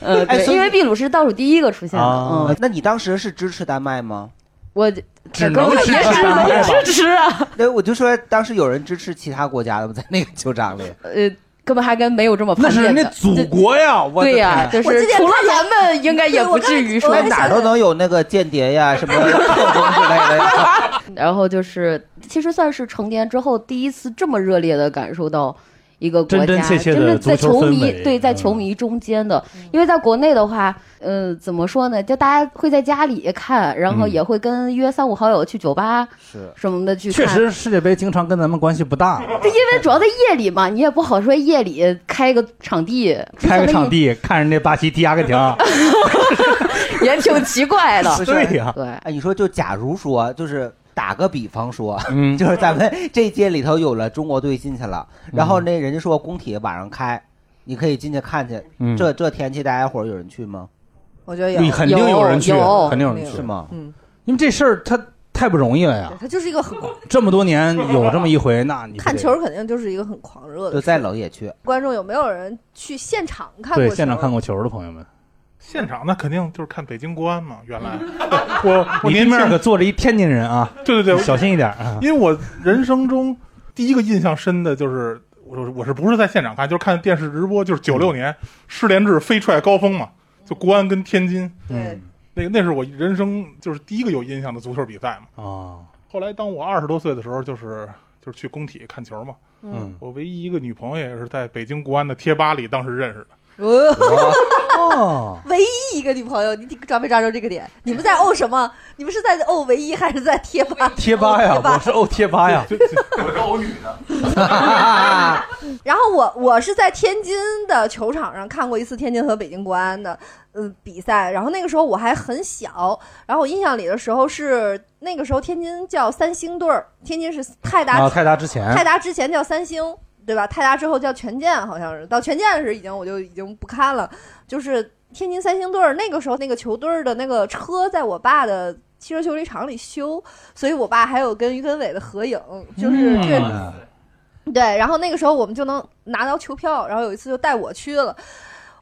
Speaker 7: 呃，
Speaker 2: 哎
Speaker 7: 对，
Speaker 2: 所以啊
Speaker 7: 因为秘鲁是倒数第一个出现的。
Speaker 1: 啊
Speaker 7: 嗯，
Speaker 2: 那你当时是支持丹麦吗？
Speaker 7: 我
Speaker 1: 只
Speaker 7: 能支持丹麦吧呃也支持啊。
Speaker 2: 对，我就说当时有人支持其他国家的吗？在那个球场里，
Speaker 7: 呃，哥本哈根没有这么
Speaker 1: 那
Speaker 7: 叛
Speaker 1: 是
Speaker 7: 变
Speaker 1: 人家
Speaker 7: 的。
Speaker 1: 祖国呀，我的
Speaker 7: 对呀、
Speaker 1: 天啊
Speaker 7: 就
Speaker 3: 我
Speaker 7: 是
Speaker 3: 之前
Speaker 7: 除了
Speaker 3: 看
Speaker 7: 咱们，应该也不至于说
Speaker 2: 那哪儿都能有那个间谍 呀，什么特工之类的呀。
Speaker 7: 然后就是，其实算是成年之后第一次这么热烈的感受到一个国
Speaker 1: 真
Speaker 7: 家
Speaker 1: 真切切的
Speaker 7: 真在
Speaker 1: 足球
Speaker 7: 球
Speaker 1: 氛
Speaker 7: 迷
Speaker 1: 围嗯
Speaker 7: 对在球迷中间的，因为在国内的话，嗯，怎么说呢？就大家会在家里看，然后
Speaker 1: 嗯
Speaker 7: 也会跟约三五好友去酒吧
Speaker 2: 是。
Speaker 7: 什么的去
Speaker 1: 确
Speaker 7: 看。
Speaker 1: 实世界杯经常跟咱们关系不大，
Speaker 7: 对，因为主要在夜里嘛，你也不好说夜里开个场地，
Speaker 1: 开个场地看人家巴西踢阿根廷，
Speaker 7: 也挺奇怪的
Speaker 2: 就 是
Speaker 1: 对呀，
Speaker 7: 对，
Speaker 2: 哎，你说就假如说，就是打个比方说，
Speaker 1: 嗯
Speaker 2: 就是咱们这一届里头有了中国队进去了，
Speaker 1: 嗯
Speaker 2: 然后那人家说工体晚上开，你可以进去看去。
Speaker 1: 嗯
Speaker 2: 这这天气，大家伙儿有人去吗？
Speaker 3: 我觉得有，
Speaker 1: 肯定有人去，啊肯定有人去，
Speaker 2: 是？吗？
Speaker 3: 嗯，
Speaker 1: 因为这事儿它太不容易了呀，
Speaker 3: 它就是一个很
Speaker 1: 这么多年有这么一回，那你
Speaker 3: 看球，肯定就是一个很狂热
Speaker 2: 就
Speaker 3: 的。
Speaker 2: 再冷也去。
Speaker 3: 观众有没有人去现场看过
Speaker 1: 对
Speaker 3: 球？
Speaker 1: 现场看过球的朋友们，
Speaker 13: 现场那肯定就是看北京国安嘛，原来 我我
Speaker 1: 你
Speaker 13: 年
Speaker 1: 对
Speaker 13: 轻
Speaker 1: 面可坐着一天津人啊，
Speaker 13: 对对对，
Speaker 1: 小心一点啊。
Speaker 13: 因为我人生中第一个印象深的就是，我说我是不是在现场看，就是看电视直播，就是九六年世联制飞踹高峰嘛，就国安跟天津，
Speaker 1: 嗯，
Speaker 13: 那那是我人生就是第一个有印象的足球比赛嘛。
Speaker 1: 哦，
Speaker 13: 后来当我二十多岁的时候，就是就是去工体看球嘛。
Speaker 1: 嗯
Speaker 13: 我唯一一个女朋友也是在北京国安的贴吧里当时认识的。
Speaker 1: 哦，
Speaker 3: 唯一一个女朋友，你抓没抓住这个点？你们在哦什么？你们是在哦唯一还是在贴吧？
Speaker 1: 贴吧呀，我是哦贴吧呀，
Speaker 12: 我是欧女的，
Speaker 3: 然后我我是在天津的球场上看过一次天津和北京国安的呃比赛，然后那个时候我还很小，然后我印象里的时候是那个时候天津叫三星队儿，天津是泰达、
Speaker 1: 啊泰达之前
Speaker 3: 泰达之前叫三星。对吧？泰达之后叫权健，好像是到权健时已经我就已经不看了。就是天津三星队儿那个时候那个球队儿的那个车在我爸的汽车修理厂里修，所以我爸还有跟于根伟的合影， 就是这
Speaker 1: 嗯
Speaker 3: 对，然后那个时候我们就能拿到球票，然后有一次就带我去了，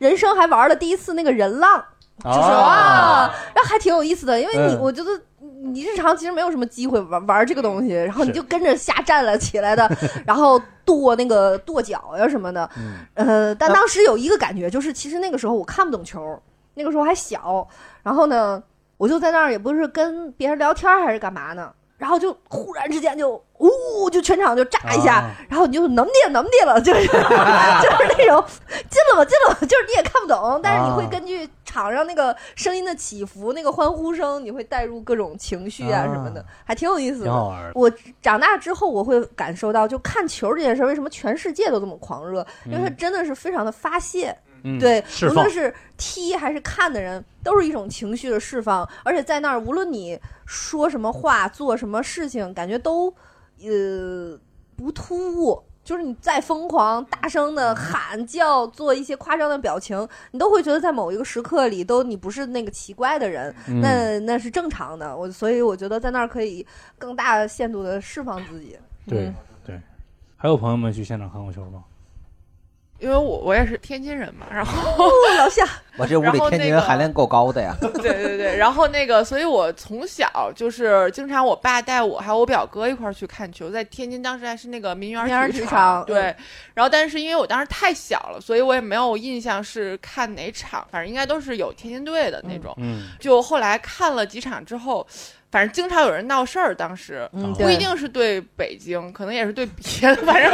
Speaker 3: 人生还玩了第一次那个人浪，就是啊，然后还挺有意思的，因为你、
Speaker 1: 嗯
Speaker 3: 我觉得你日常其实没有什么机会玩玩这个东西，然后你就跟着瞎站了起来的，然后跺那个跺脚呀什么的，呃，但当时有一个感觉就是，其实那个时候我看不懂球，那个时候还小，然后呢，我就在那儿也不是跟别人聊天还是干嘛呢，然后就忽然之间就呜、就全场就炸一下，
Speaker 12: 啊
Speaker 3: 然后你就能地能地了，就是就是
Speaker 1: 啊
Speaker 3: 那种进了吧进了吧，就是你也看不懂，但是你会
Speaker 1: 啊
Speaker 3: 根据场上那个声音的起伏、那个欢呼声，你会带入各种情绪啊
Speaker 1: 啊
Speaker 3: 什么的，还挺有意思的，
Speaker 1: 挺好玩的
Speaker 3: 我长大之后，我会感受到，就看球这件事，为什么全世界都这么狂热？因为它
Speaker 1: 嗯
Speaker 3: 真的是非常的发泄。
Speaker 1: 嗯
Speaker 3: 对，
Speaker 1: 释
Speaker 3: 无
Speaker 1: 放
Speaker 3: 论是踢还是看的人，都是一种情绪的释放。而且在那儿，无论你说什么话、做什么事情，感觉都呃不突兀。就是你再疯狂、大
Speaker 1: 嗯
Speaker 3: 声的喊叫，做一些夸张的表情，你都会觉得在某一个时刻里都你不是那个奇怪的人，
Speaker 1: 嗯
Speaker 3: 那那是正常的。我所以我觉得在那儿可以更大限度的释放自己。嗯
Speaker 1: 对对。还有朋友们去现场看过球吗？
Speaker 9: 因为我我也是天津人嘛，然后、
Speaker 3: 哦 老夏，
Speaker 2: 我这屋里天津人含量够高的呀。
Speaker 9: 对对对，然后那个，所以我从小就是经常我爸带我还有我表哥一块儿去看球，在天津当时还是那个民园
Speaker 3: 民园
Speaker 9: 儿
Speaker 3: 体
Speaker 9: 体
Speaker 3: 场
Speaker 9: 对
Speaker 3: 嗯。
Speaker 9: 然后，但是因为我当时太小了，所以我也没有印象是看哪场，反正应该都是有天津队的那种。
Speaker 1: 嗯
Speaker 9: 就后来看了几场之后，反正经常有人闹事儿，当时、
Speaker 3: 嗯
Speaker 9: 不一
Speaker 3: 对
Speaker 9: 定是对北京，可能也是对别的，反正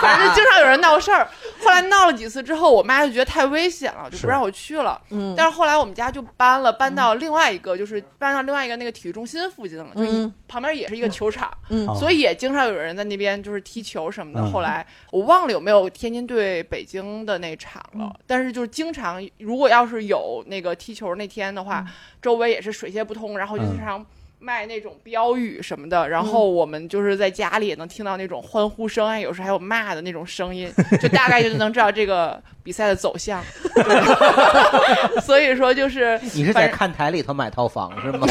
Speaker 9: 反正就经常有人闹事儿。后来闹了几次之后，我妈就觉得太危险了，就不
Speaker 12: 是
Speaker 9: 让我去了。
Speaker 3: 嗯
Speaker 9: 但是后来我们家就搬了，搬到另外一个，就是搬到另外一个那个体育中心附近了，就
Speaker 3: 嗯
Speaker 9: 是旁边也是一个球场，
Speaker 3: 嗯
Speaker 9: 所以也经常有人在那边就是踢球什么的。
Speaker 3: 嗯
Speaker 9: 后来我忘了有没有天津对北京的那场
Speaker 2: 嗯
Speaker 9: 了，但是就是经常如果要是有那个踢球那天的话，
Speaker 2: 嗯
Speaker 9: 周围也是水泄不通，然后就经常。卖那种标语什么
Speaker 2: 嗯
Speaker 9: 的，然后我们就是在家里也能听到那种欢呼声，哎，有时候还有骂的那种声音，就大概就能知道这个比赛的走向。 所以说就是
Speaker 2: 你是
Speaker 9: 反
Speaker 2: 在
Speaker 9: 正
Speaker 2: 看台里头买套房是吗？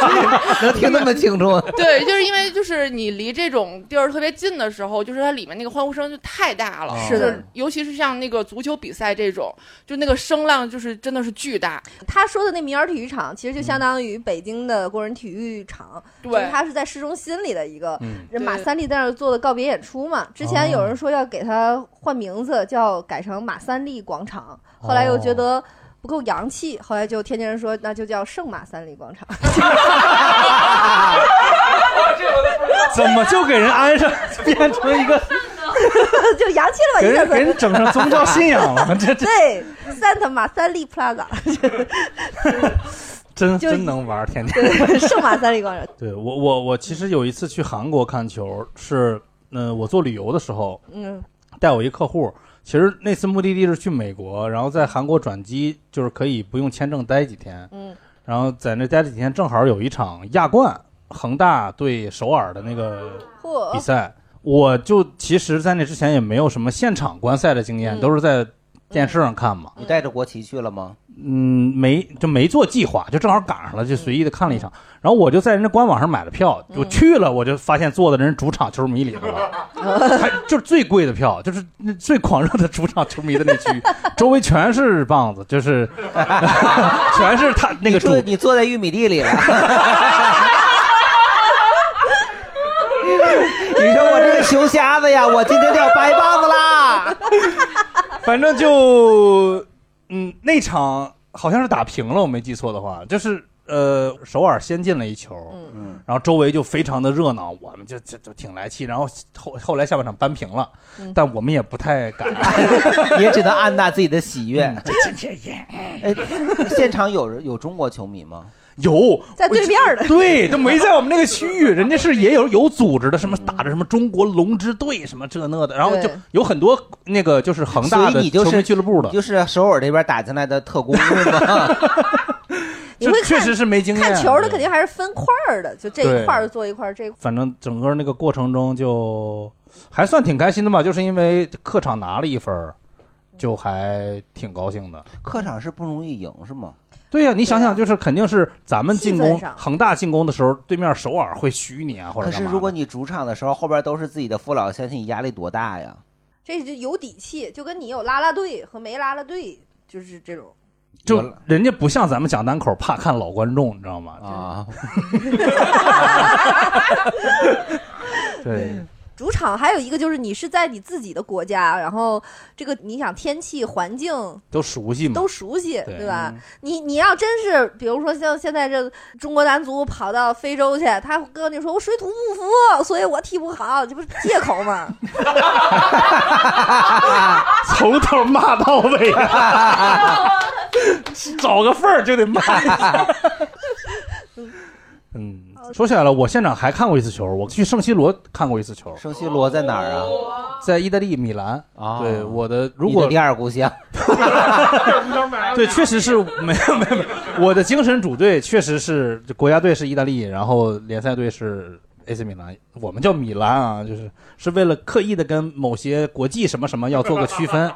Speaker 2: 能听那么清楚？
Speaker 9: 对，就是因为就是你离这种地儿特别近的时候，就是它里面那个欢呼声就太大了，
Speaker 2: 哦
Speaker 3: 是的
Speaker 9: 就尤其是像那个足球比赛这种，就那个声浪就是真的是巨大。
Speaker 3: 他说的那民园体育场，其实就相当于北京的工人体育场，
Speaker 9: 对
Speaker 3: 就是它是在市中心里的一个。
Speaker 1: 嗯
Speaker 3: 人马三立在那儿做的告别演出嘛，之前有
Speaker 1: 哦
Speaker 3: 人说要给他换名字，叫改成马三立广场，后来又觉
Speaker 1: 哦
Speaker 3: 得不够洋气，后来就天津人说那就叫圣马三立广场。
Speaker 1: 怎么就给人安上 变成 一个
Speaker 3: 就洋气了吧？
Speaker 1: 给
Speaker 3: 你
Speaker 1: 人
Speaker 3: 想说
Speaker 1: 给人整成宗教信仰 了这这
Speaker 3: 对，Santa 马三 立 Plaza，
Speaker 1: 真
Speaker 3: 就
Speaker 1: 真能玩儿天津？
Speaker 3: 对，圣马三立广场。
Speaker 1: 对我我我其实有一次去韩国看球，是嗯、呃我做旅游的时候，
Speaker 3: 嗯
Speaker 1: 带我一客户，其实那次目的地是去美国，然后在韩国转机，就是可以不用签证待几天，
Speaker 3: 嗯
Speaker 1: 然后在那待几天，正好有一场亚冠恒大对首尔的那个
Speaker 3: 嚯
Speaker 1: 比赛，我就其实，在那之前也没有什么现场观赛的经验，
Speaker 2: 嗯
Speaker 1: 都是在电视上看嘛。
Speaker 2: 你带着国旗去了吗？
Speaker 1: 嗯，没就没做计划，就正好赶上了，就随意的看了一场。然后我就在人家官网上买了票，我去了，我就发现坐的人主场球迷里头了，还就是最贵的票，就是那最狂热的主场球迷的那区，周围全是棒子，就是 全是他那个主
Speaker 2: 你坐你坐在玉米地里了。 你说我这个熊瞎子呀，我今天就要掰棒子啦！
Speaker 1: 反正就，嗯，那场好像是打平了，我没记错的话，就是呃，首尔先进了一球，嗯，然后周围就非常的热闹，我们就就就挺来气，然后后后来下半场扳平了，
Speaker 2: 嗯
Speaker 1: 但我们也不太敢，
Speaker 2: 也只能按捺自己的喜悦。
Speaker 1: 这这这也，
Speaker 2: 哎，现场有人有中国球迷吗？
Speaker 1: 有，
Speaker 3: 在对面儿的
Speaker 1: 对，都没在我们 那个区域，人家是也有有组织的，什么打着什么中国龙之队什么这那的，然后就
Speaker 2: 对
Speaker 1: 有很多那个就是恒
Speaker 2: 所
Speaker 1: 大
Speaker 2: 以
Speaker 1: 的
Speaker 2: 你就
Speaker 1: 球迷
Speaker 2: 是
Speaker 1: 俱乐部的
Speaker 2: 你，就是首尔这边打进来的特工是吗？
Speaker 3: 你会
Speaker 1: 这确
Speaker 3: 看
Speaker 1: 实是没经验，
Speaker 3: 看球的肯定还是分块儿的，就这
Speaker 1: 对
Speaker 3: 一块儿做一块儿，这一块儿
Speaker 1: 反正整个那个过程中就还算挺开心的吧，就是因为客场拿了一分儿，就还挺高兴的。
Speaker 2: 客场是不容易赢是吗？
Speaker 1: 对呀、你想想，就是肯定是咱们进
Speaker 2: 气
Speaker 1: 攻
Speaker 2: 氛上
Speaker 1: 恒 大进攻的时候，对面首尔会虚你啊，或者
Speaker 2: 可
Speaker 1: 干
Speaker 2: 是
Speaker 1: 嘛
Speaker 2: 如果你主场的时候后边都是自己的父老乡亲，你压力多大呀？
Speaker 3: 这就有底气，就跟你有拉拉队和没拉拉队就是这种。
Speaker 1: 就人家不像咱们讲单口怕看老观众，你知道吗？啊， 对，
Speaker 3: 主场还有一个就是你是在你自己的国家，然后这个你想天气环境
Speaker 1: 都熟悉嘛，
Speaker 3: 都熟悉，
Speaker 1: 对嗯
Speaker 3: 对吧？你你要真是比如说像现在这中国男足跑到非洲去，他跟你说我水土不服，所以我踢不好，这不是借口 吗？
Speaker 1: 从头骂到尾， 找个缝儿就得骂一下。 嗯，说起来了，我现场还看过一次球，我去圣西罗看过一次球。
Speaker 2: 圣西罗在哪儿啊？
Speaker 1: 在意大利米兰
Speaker 2: 啊
Speaker 1: 对，我的如
Speaker 2: 你
Speaker 1: 果
Speaker 2: 的第二故乡，
Speaker 1: 对，确实是没有没有没有，我的精神主队确实是国家队是意大利，然后联赛队是 AC 米兰，我们叫米兰啊，就是是为了刻意的跟某些国际什么什么要做个区分。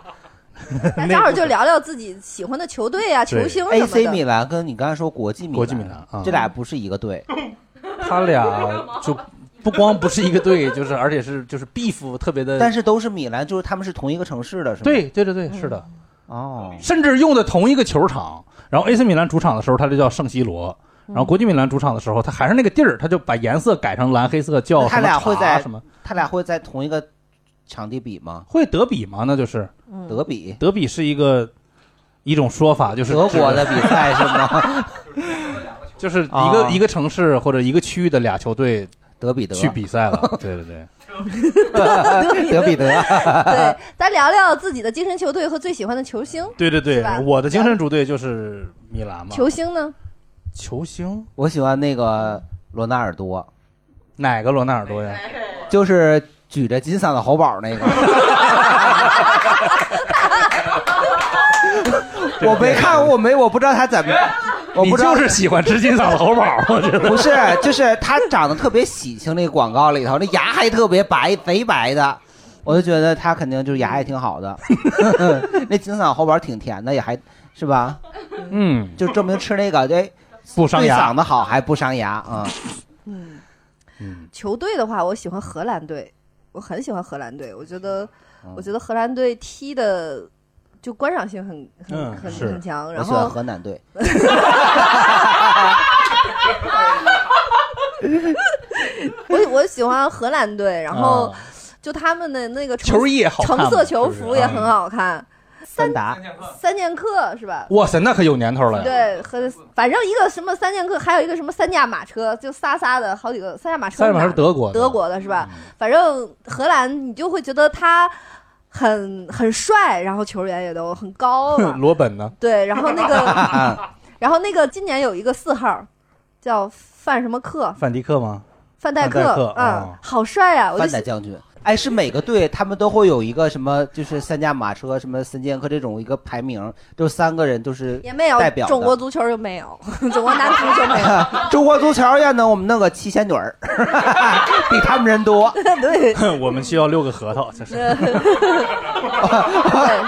Speaker 3: 咱正好就聊聊自己喜欢的球队啊、球星什么
Speaker 2: AC
Speaker 3: 的。
Speaker 2: 米兰跟你刚才说国际米兰，
Speaker 1: 国际米兰啊
Speaker 2: 这俩不是一 个队。
Speaker 1: 他俩就不光不是一个队，就是而且是就是 beef 特别的，
Speaker 2: 但是都是米兰，就是他们是同一个城市的，是吗？嗯
Speaker 1: 对对对对，是的，
Speaker 2: 哦，
Speaker 1: 甚至用的同一个球场。然后 AC 米兰主场的时候，它就叫圣西罗。
Speaker 2: 嗯
Speaker 1: 然后国际米兰主场的时候，它还是那个地儿，它就把颜色改成蓝黑色，叫
Speaker 2: 那他
Speaker 1: 哦什么
Speaker 2: 俩会
Speaker 1: 茶
Speaker 2: 在
Speaker 1: 什么
Speaker 2: 他俩会在同一个场地比吗？
Speaker 1: 会德比吗？那就是
Speaker 2: 嗯德比
Speaker 1: 德比是一个一种说法，就是
Speaker 2: 德国的比赛是吗？
Speaker 1: 就是一
Speaker 2: 哦
Speaker 1: 个一个城市或者一个区域的俩球队
Speaker 2: 德比德
Speaker 1: 去比赛了。 对对对，
Speaker 2: 德比德，
Speaker 3: 对， 咱聊聊自己的精神球队和最喜欢的球星。
Speaker 1: 对对
Speaker 3: 是
Speaker 1: 对
Speaker 3: 吧，
Speaker 1: 我的精神主队就是米兰嘛。
Speaker 3: 球星呢？
Speaker 1: 球星，
Speaker 2: 我喜欢那个罗纳尔多，
Speaker 1: 哪个罗纳尔多呀？
Speaker 2: 就是举着金嗓子喉 宝那个。 我没看，我没，我不知道他怎么，我不知道
Speaker 1: 你就是喜欢吃金嗓子喉宝我觉得
Speaker 2: 不是，就是他长得特别喜庆，那个广告里头那牙还特别白，贼白的，我就觉得他肯定就是牙也挺 好的，那金嗓子喉宝挺甜的，也还是吧，
Speaker 1: 嗯，
Speaker 2: 就证明吃那个对
Speaker 1: 不伤牙
Speaker 2: 对嗓子好还不伤牙啊。
Speaker 3: 嗯，球队的话，我喜欢荷兰队，我很喜欢荷兰队。我觉得，我觉得荷兰队踢的就观赏性很很、
Speaker 2: 嗯
Speaker 3: 很
Speaker 2: 是
Speaker 3: 很强。然
Speaker 2: 我喜欢
Speaker 3: 后
Speaker 2: 河南队，
Speaker 3: 我我喜欢荷兰队，然后
Speaker 2: 啊
Speaker 3: 就他们的那个橙
Speaker 1: 球衣也好看嘛
Speaker 3: 橙色球服也很好看。
Speaker 2: 三达，
Speaker 3: 三剑客是吧？
Speaker 1: 哇塞，那可有年头了呀！
Speaker 3: 对，和反正一个什么三剑客，还有一个什么三驾马车，就仨仨的好几个三驾马车哪
Speaker 1: 三
Speaker 3: 儿。
Speaker 1: 驾马车是德国的。
Speaker 3: 德国的是吧？反正荷兰你就会觉得他很很帅，然后球员也都很高嘛
Speaker 1: 罗本呢？
Speaker 3: 哦对，然后那个， 然后那个今年有一个四号，叫范什么克，
Speaker 1: 范迪克吗？
Speaker 3: 范戴
Speaker 2: 范戴克
Speaker 3: 克，嗯，好帅啊！我就
Speaker 2: 范戴将军。哎，是每个队他们都会有一个什么，就是三驾马车、什么三剑客这种一个排名，就三个人就是
Speaker 3: 也没有
Speaker 2: 代表的
Speaker 3: 中国足球就没有， 中国男足就没有。
Speaker 2: 中国足球要能我们弄个七仙女儿， 比他们人多。
Speaker 3: 对，
Speaker 1: 我们需要六个核桃，这是。
Speaker 3: 对，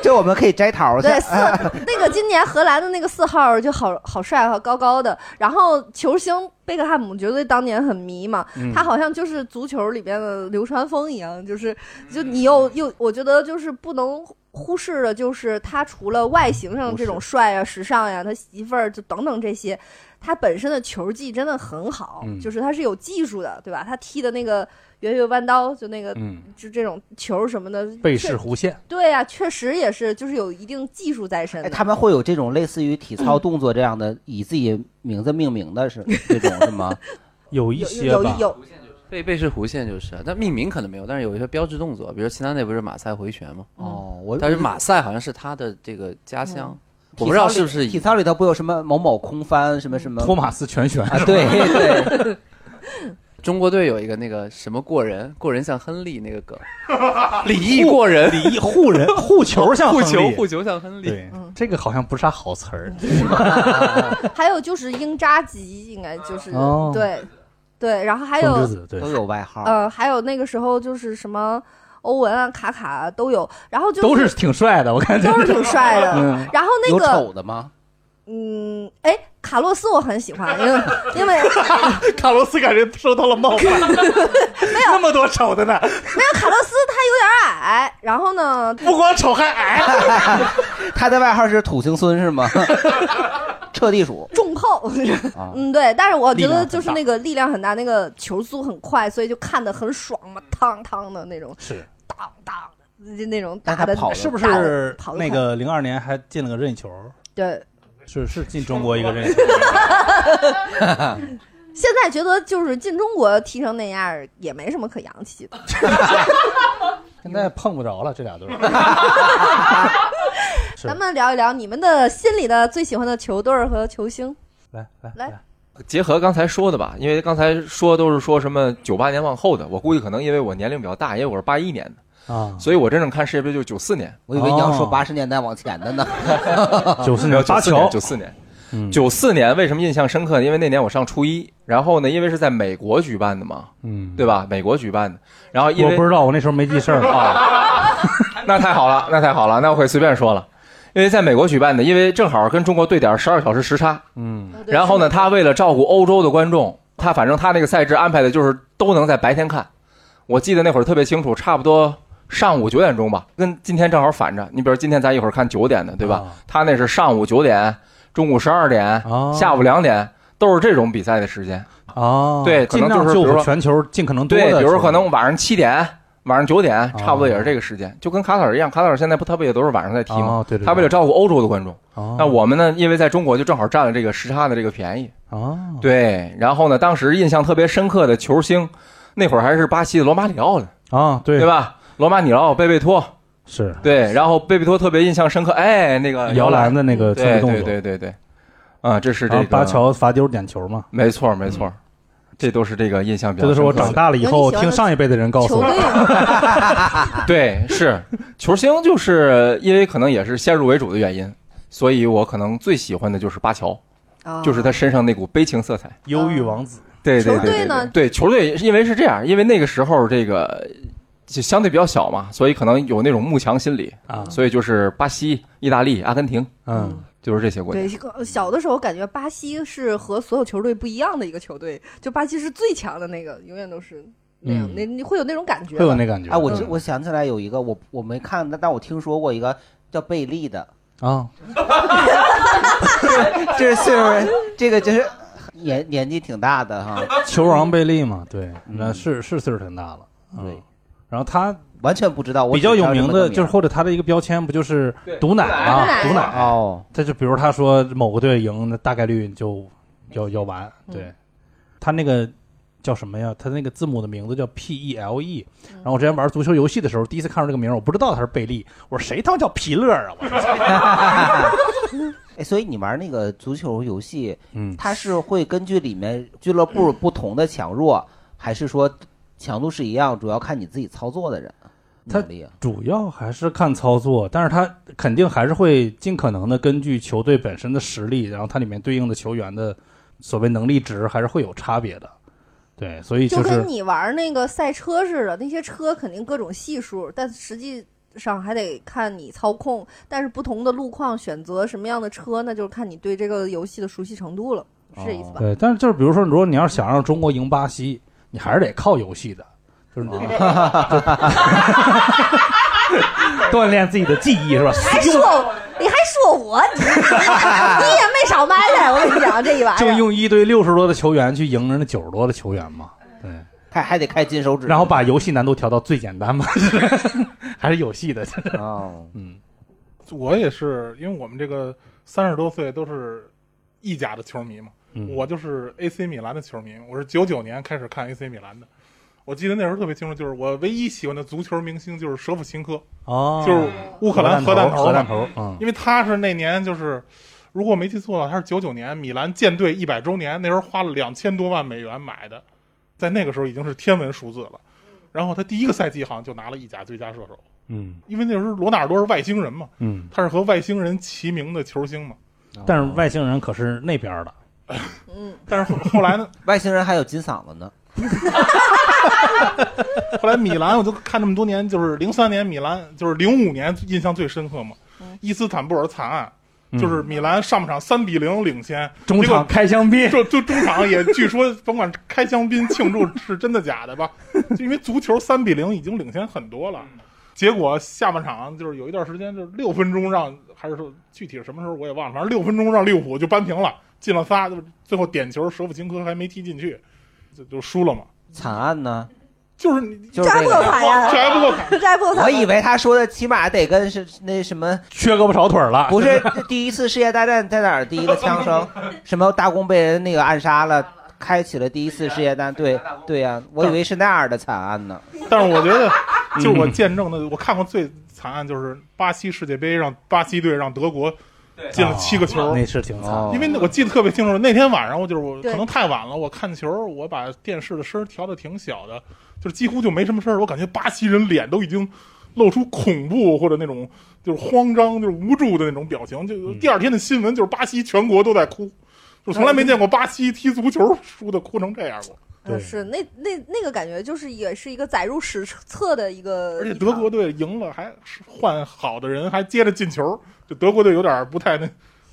Speaker 2: 这我们可以摘桃去。
Speaker 3: 对，四 那个今年荷兰的那个四号就好好帅，好高高的。然后球星贝克汉姆绝对当年很迷嘛，
Speaker 15: 嗯
Speaker 3: 他好像就是足球里边的流川枫一样，就是就你
Speaker 1: 嗯
Speaker 3: 又又，我觉得就是不能。忽视的就是他除了外形上这种帅啊、时尚呀、他媳妇儿就等等这些，他本身的球技真的很好，
Speaker 15: 嗯
Speaker 3: 就是他是有技术的，对吧？他踢的那个圆月弯刀，就那个、
Speaker 1: 嗯
Speaker 3: 就这种球什么的，
Speaker 1: 背
Speaker 3: 确
Speaker 1: 式弧线。
Speaker 3: 对呀、确实也是，就是有一定技术在身的。
Speaker 2: 哎他们会有这种类似于体操动作这样的，以自己名字命名的是这种是吗？
Speaker 1: 有一
Speaker 3: 些有吧有有
Speaker 10: 背背式弧线就是，啊但命名可能没有，但是有一些标志动作，比如齐达内不是马赛回旋吗？嗯
Speaker 2: 哦，我
Speaker 10: 但是马赛好像是他的这个家乡，
Speaker 2: 体操
Speaker 10: 我不知道
Speaker 2: 里
Speaker 10: 是不是
Speaker 2: 体操里头不有什么某某空翻什么什么
Speaker 10: 托马斯
Speaker 1: 全旋
Speaker 2: 啊？对对，
Speaker 10: 中国队有一个那个什么过人，过人像亨利那个 梗，李毅过人，
Speaker 1: 李毅护 人护球像
Speaker 10: 护
Speaker 1: 亨利
Speaker 10: 球护球像亨利，
Speaker 1: 对，
Speaker 3: 嗯
Speaker 1: 这个好像不是啥好词儿。
Speaker 3: 还有就是英扎吉，应该就是、
Speaker 1: 哦
Speaker 3: 对对，然后 还有
Speaker 1: 风之子对
Speaker 2: 都有外号，
Speaker 3: 呃，还有那个时候就是什么欧文啊、卡卡啊都有，然后就
Speaker 1: 都是挺帅的，我看
Speaker 3: 都是挺帅 的
Speaker 1: 嗯
Speaker 3: 然后那个
Speaker 2: 的 吗？
Speaker 3: 嗯，哎，卡洛斯我很喜欢，因为 因为
Speaker 1: 卡洛斯感觉受到了冒 犯， 那么多丑的呢，
Speaker 3: 没有卡洛斯他有点矮，然后呢，
Speaker 1: 不光丑还矮，
Speaker 2: 他的外号是土行孙是吗？ 彻地鼠
Speaker 3: 重炮
Speaker 2: 啊，
Speaker 3: 嗯，对，但是我觉得就是那
Speaker 2: 力量很
Speaker 3: 个力量很
Speaker 2: 大
Speaker 3: 大，那个球速很快，所以就看得很爽嘛，汤汤的那种，
Speaker 1: 是
Speaker 3: 当当的就那种
Speaker 1: 但
Speaker 3: 打的，
Speaker 1: 是不
Speaker 3: 打得
Speaker 1: 是
Speaker 3: 跑得
Speaker 1: 那
Speaker 3: 快
Speaker 1: 个零二年还进了个任意球？
Speaker 3: 对，
Speaker 1: 是是进中国一个任意球。
Speaker 3: 现在觉得就是进中国踢成那样儿也没什么可洋气的。
Speaker 1: 现在碰不着了，这俩队儿。是
Speaker 3: 咱们聊一聊你们的心里的最喜欢的球队儿和球星。
Speaker 1: 来来
Speaker 3: 来，
Speaker 14: 结合刚才说的吧，因为刚才说都是说什么九八年往后的，我估计可能因为我年龄比较大，因为我是八一年的，
Speaker 1: 啊，
Speaker 14: 所以我真正看世界杯就是九四年。哦
Speaker 2: 我以为你要说八十年代往前 的呢。
Speaker 1: 94年
Speaker 14: 啊九
Speaker 1: 八
Speaker 14: 四
Speaker 1: 球
Speaker 14: 年，九四年。九四年为什么印象深刻？因为那年我上初一，然后呢，因为是在美国举办的嘛，
Speaker 1: 嗯，
Speaker 14: 对吧？美国举办的，然后因
Speaker 1: 我
Speaker 14: 为
Speaker 1: 不知道，我那时候没记事儿
Speaker 14: 啊。那太好了，那太好了，那我可以随便说了，因为在美国举办的，因为正好跟中国对点十二小时时差，
Speaker 10: 嗯，
Speaker 13: 哦
Speaker 14: 然后呢，他为了照顾欧洲的观众，他反正他那个赛制安排的就是都能在白天看。我记得那会儿特别清楚，差不多上午九点钟吧，跟今天正好反着。你比如今天咱一会儿看九点的，
Speaker 1: 啊
Speaker 14: 对吧？他那是上午九点、中午十二点、
Speaker 1: 啊
Speaker 14: 下午两点，都是这种比赛的时间。
Speaker 1: 哦，
Speaker 14: 对可
Speaker 1: 尽
Speaker 14: 能
Speaker 1: 量
Speaker 14: 就是比如
Speaker 1: 救
Speaker 14: 说
Speaker 1: 全球啊尽可能多
Speaker 14: 对，
Speaker 1: 的。
Speaker 14: 比如说可能晚上七点、晚上九点，差不多也是这个时间，就跟卡塔尔一样。卡塔尔现在不，他不也都是晚上在踢吗
Speaker 1: 哦？对对对
Speaker 14: 他为了照顾欧洲的观众，
Speaker 1: 哦
Speaker 14: 那我们呢，因为在中国就正好占了这个时差的这个便宜。
Speaker 1: 啊，
Speaker 14: 对，然后呢，当时印象特别深刻的球星，那会儿还是巴西的罗马里奥呢，
Speaker 1: 啊，对
Speaker 14: 对吧？罗马里奥、贝贝托，
Speaker 1: 是
Speaker 14: 对，然后贝贝托特别印象深刻，哎，那个
Speaker 1: 摇篮的那个侧
Speaker 14: 对
Speaker 1: 翼动
Speaker 14: 对
Speaker 1: 作
Speaker 14: 对对对，啊，这是这
Speaker 1: 然
Speaker 14: 个
Speaker 1: 后巴，乔罚丢点球嘛，
Speaker 14: 没错没错，这都是这个印象比
Speaker 1: 嗯这
Speaker 14: 较
Speaker 1: 都
Speaker 14: 深刻的。
Speaker 1: 是我长大了以后听上一辈的人告诉我的。
Speaker 14: 对，是球星，就是因为可能也是先入为主的原因，所以我可能最喜欢的就是巴乔，
Speaker 3: 哦
Speaker 14: 就是他身上那股悲情色彩，
Speaker 1: 忧郁王子。
Speaker 14: 对对
Speaker 1: 球队
Speaker 14: 对对
Speaker 1: 呢
Speaker 14: 对，对球队，因为是这样，因为那个时候这个就相对比较小嘛，所以可能有那种慕强心理
Speaker 1: 啊
Speaker 14: 所以就是巴西、意大利、阿根廷，
Speaker 1: 嗯，
Speaker 14: 就是这些国家
Speaker 3: 对，。呃小的时候感觉巴西是和所有球队不一样的一个球队，就巴西是最强的那个，永远都是那样，
Speaker 2: 嗯
Speaker 3: 那你会有那种感觉，
Speaker 2: 啊！我知
Speaker 3: 嗯
Speaker 2: 我想起来有一个，我我没看，但但我听说过一个叫贝利的，
Speaker 1: 啊，
Speaker 2: 这是岁数，这个就是年年纪挺大的哈。
Speaker 1: 球王贝利嘛，对，那是是岁数挺大了。对，然后他
Speaker 2: 完全不知道，我
Speaker 1: 比较有名
Speaker 2: 只知道
Speaker 1: 的
Speaker 2: 这么个名
Speaker 1: 就是或者他的一个标签不就是毒奶啊，
Speaker 2: 毒奶
Speaker 1: 毒奶
Speaker 2: 哦，
Speaker 1: 他就比如他说某个队赢，那大概率就要要完。对
Speaker 2: 嗯，
Speaker 1: 他那个叫什么呀？他那个字母的名字叫 P E L E。然后我之前玩足球游戏的时候，第一次看到这个名儿，我不知道他是贝利，我说谁他妈叫皮勒啊？我
Speaker 2: 哎，所以你玩那个足球游戏，
Speaker 1: 嗯，
Speaker 2: 它是会根据里面俱 乐部不同的强弱，还是说强度是一样，主要看你自己操作的人
Speaker 1: 他
Speaker 2: 能力啊？
Speaker 1: 主要还是看操作，但是他肯定还是会尽可能的根据球队本身的实力，然后它里面对应的球员的所谓能力值还是会有差别的。对，所以
Speaker 3: 就
Speaker 1: 就是
Speaker 3: 跟你玩那个赛车似的，那些车肯定各种系数，但实际上还得看你操控，但是不同的路况选择什么样的车，那就是看你对这个游戏的熟悉程度了，是这意思吧？
Speaker 1: 对，但是就是比如说，如果你要想让中国赢巴西，你还是得靠游戏的，就是 你锻炼自己的记忆是吧？
Speaker 3: 还说我，你还说我，你你也没少埋汰，我跟你 讲这一玩意
Speaker 1: 就
Speaker 3: 儿。
Speaker 1: 用一堆六十多的球员去赢人家九十多的球员嘛，对，
Speaker 2: 还还得开金手指，
Speaker 1: 然后把游戏难度调到最简 单嘛，还是有戏的，真的。
Speaker 2: 哦，
Speaker 1: 嗯，
Speaker 13: 我也是，因为我们这个三十多岁都是意甲的球迷嘛，
Speaker 1: 嗯
Speaker 13: 我就是 AC 米兰的球迷，我是九九年开始看 AC 米兰的。我记得那时候特别清楚，就是我唯一喜欢的足球明星就是舍甫琴科，
Speaker 1: 哦
Speaker 13: 就是乌克兰核弹头嘛，
Speaker 1: 核弹头嗯
Speaker 13: 因为他是那年就是，如果我没记错的话，他是九九年米兰建队一百周年，那时候花了两千多万美元买的，在那个时候已经是天文数字了。然后他第一个赛季好像就拿了意甲最佳射手，
Speaker 1: 嗯
Speaker 13: 因为那时候罗纳尔多是外星人嘛，
Speaker 1: 嗯，
Speaker 13: 他是和外星人齐名的球星嘛。
Speaker 1: 但是外星人可是那边的，
Speaker 13: 但是后后来呢，
Speaker 2: 外星人还有金嗓子呢，
Speaker 13: 后来米兰，我就看这么多年，就是零三年米兰，就是零五年印象最深刻嘛，伊斯坦布尔惨案。就是米兰上半场三比零领先，
Speaker 1: 中场
Speaker 13: 结果
Speaker 1: 开香槟
Speaker 13: 就就中场也据说甭管开香槟庆祝是真的假的 吧，就因为足球三比零已经领先很多了，
Speaker 1: 嗯
Speaker 13: 结果下半场就是有一段时间就是六分钟让还是说具体是什么时候我也忘了，反正六分钟让利物浦就扳平了，进了仨，就是最后点球舍甫琴科还没踢进去，就就输了嘛。
Speaker 2: 惨案呢，
Speaker 13: 就是你
Speaker 2: 就是这个
Speaker 13: 这还不 够惨，
Speaker 3: 这还不够
Speaker 13: 惨
Speaker 2: 我以为他说的起码得跟是那什么
Speaker 1: 缺胳膊少腿了，
Speaker 2: 不是第一次世界大战在哪儿？第一个 枪声，什么大公被人那个暗杀了，开启了第一次世界大战。对对呀、我以为是那样的惨案呢。
Speaker 13: 但是我觉 得，就我见证的，我看过最惨案就是巴西世界杯让巴西队让德国进了七个球，
Speaker 1: 哦那是挺惨的
Speaker 13: 因为那我记得特别清楚，那天晚上我就是我
Speaker 1: 对
Speaker 13: 可能太晚了，我看球，我把电视的声儿调的挺小的，就是几乎就没什么声儿，我感觉巴西人脸都已经露出恐怖或者那种就是慌张、就是无助的那种表情。就第二天的新闻就是巴西全国都在哭，就从来没见过巴西踢足球输的哭成这样过。
Speaker 3: 嗯，是那那那个感觉，就是也是一个载入史册的一个。
Speaker 13: 而且德国队赢了，还换好的人，还接着进球，就德国队有点不太那。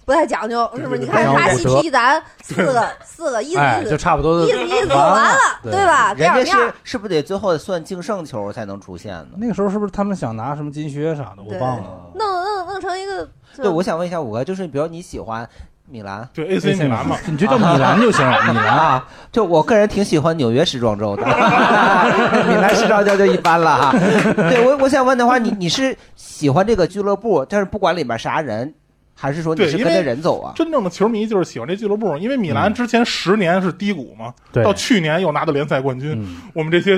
Speaker 3: 不太讲究，是不是？你
Speaker 13: 对对
Speaker 3: 看
Speaker 13: 对
Speaker 3: 巴
Speaker 13: 对
Speaker 3: 西
Speaker 13: 对
Speaker 3: 踢咱四个四个，意思
Speaker 1: 哎
Speaker 3: 意思
Speaker 1: 就差不多
Speaker 3: 意思意思
Speaker 1: 完了
Speaker 3: 完了，对吧？这
Speaker 2: 人
Speaker 3: 样
Speaker 2: 家
Speaker 3: 那样
Speaker 2: 是是不是得最后算净胜球才能出现呢？
Speaker 1: 那个时候是不是他们想拿什么金靴啥的？我
Speaker 3: 对
Speaker 1: 忘了。
Speaker 3: 弄弄弄成一个。
Speaker 2: 对，我想问一下五哥，就是比如你喜欢米兰，
Speaker 13: 对 AC 米兰嘛
Speaker 1: 你就叫米兰就行米兰
Speaker 2: 啊。就我个人挺喜欢纽约时装周的， 米兰时装周就一般了哈。对我我想问的话，你你是喜欢这个俱乐部，但是不管里面啥人，还是说你
Speaker 13: 对，
Speaker 2: 是
Speaker 13: 因
Speaker 2: 跟着
Speaker 13: 为
Speaker 2: 人走啊？嗯
Speaker 13: 真正的球迷就是喜欢这俱乐部，因为米兰之前十年是低谷嘛，
Speaker 1: 对
Speaker 13: 到去年又拿到联赛冠军，
Speaker 2: 嗯
Speaker 13: 我们这些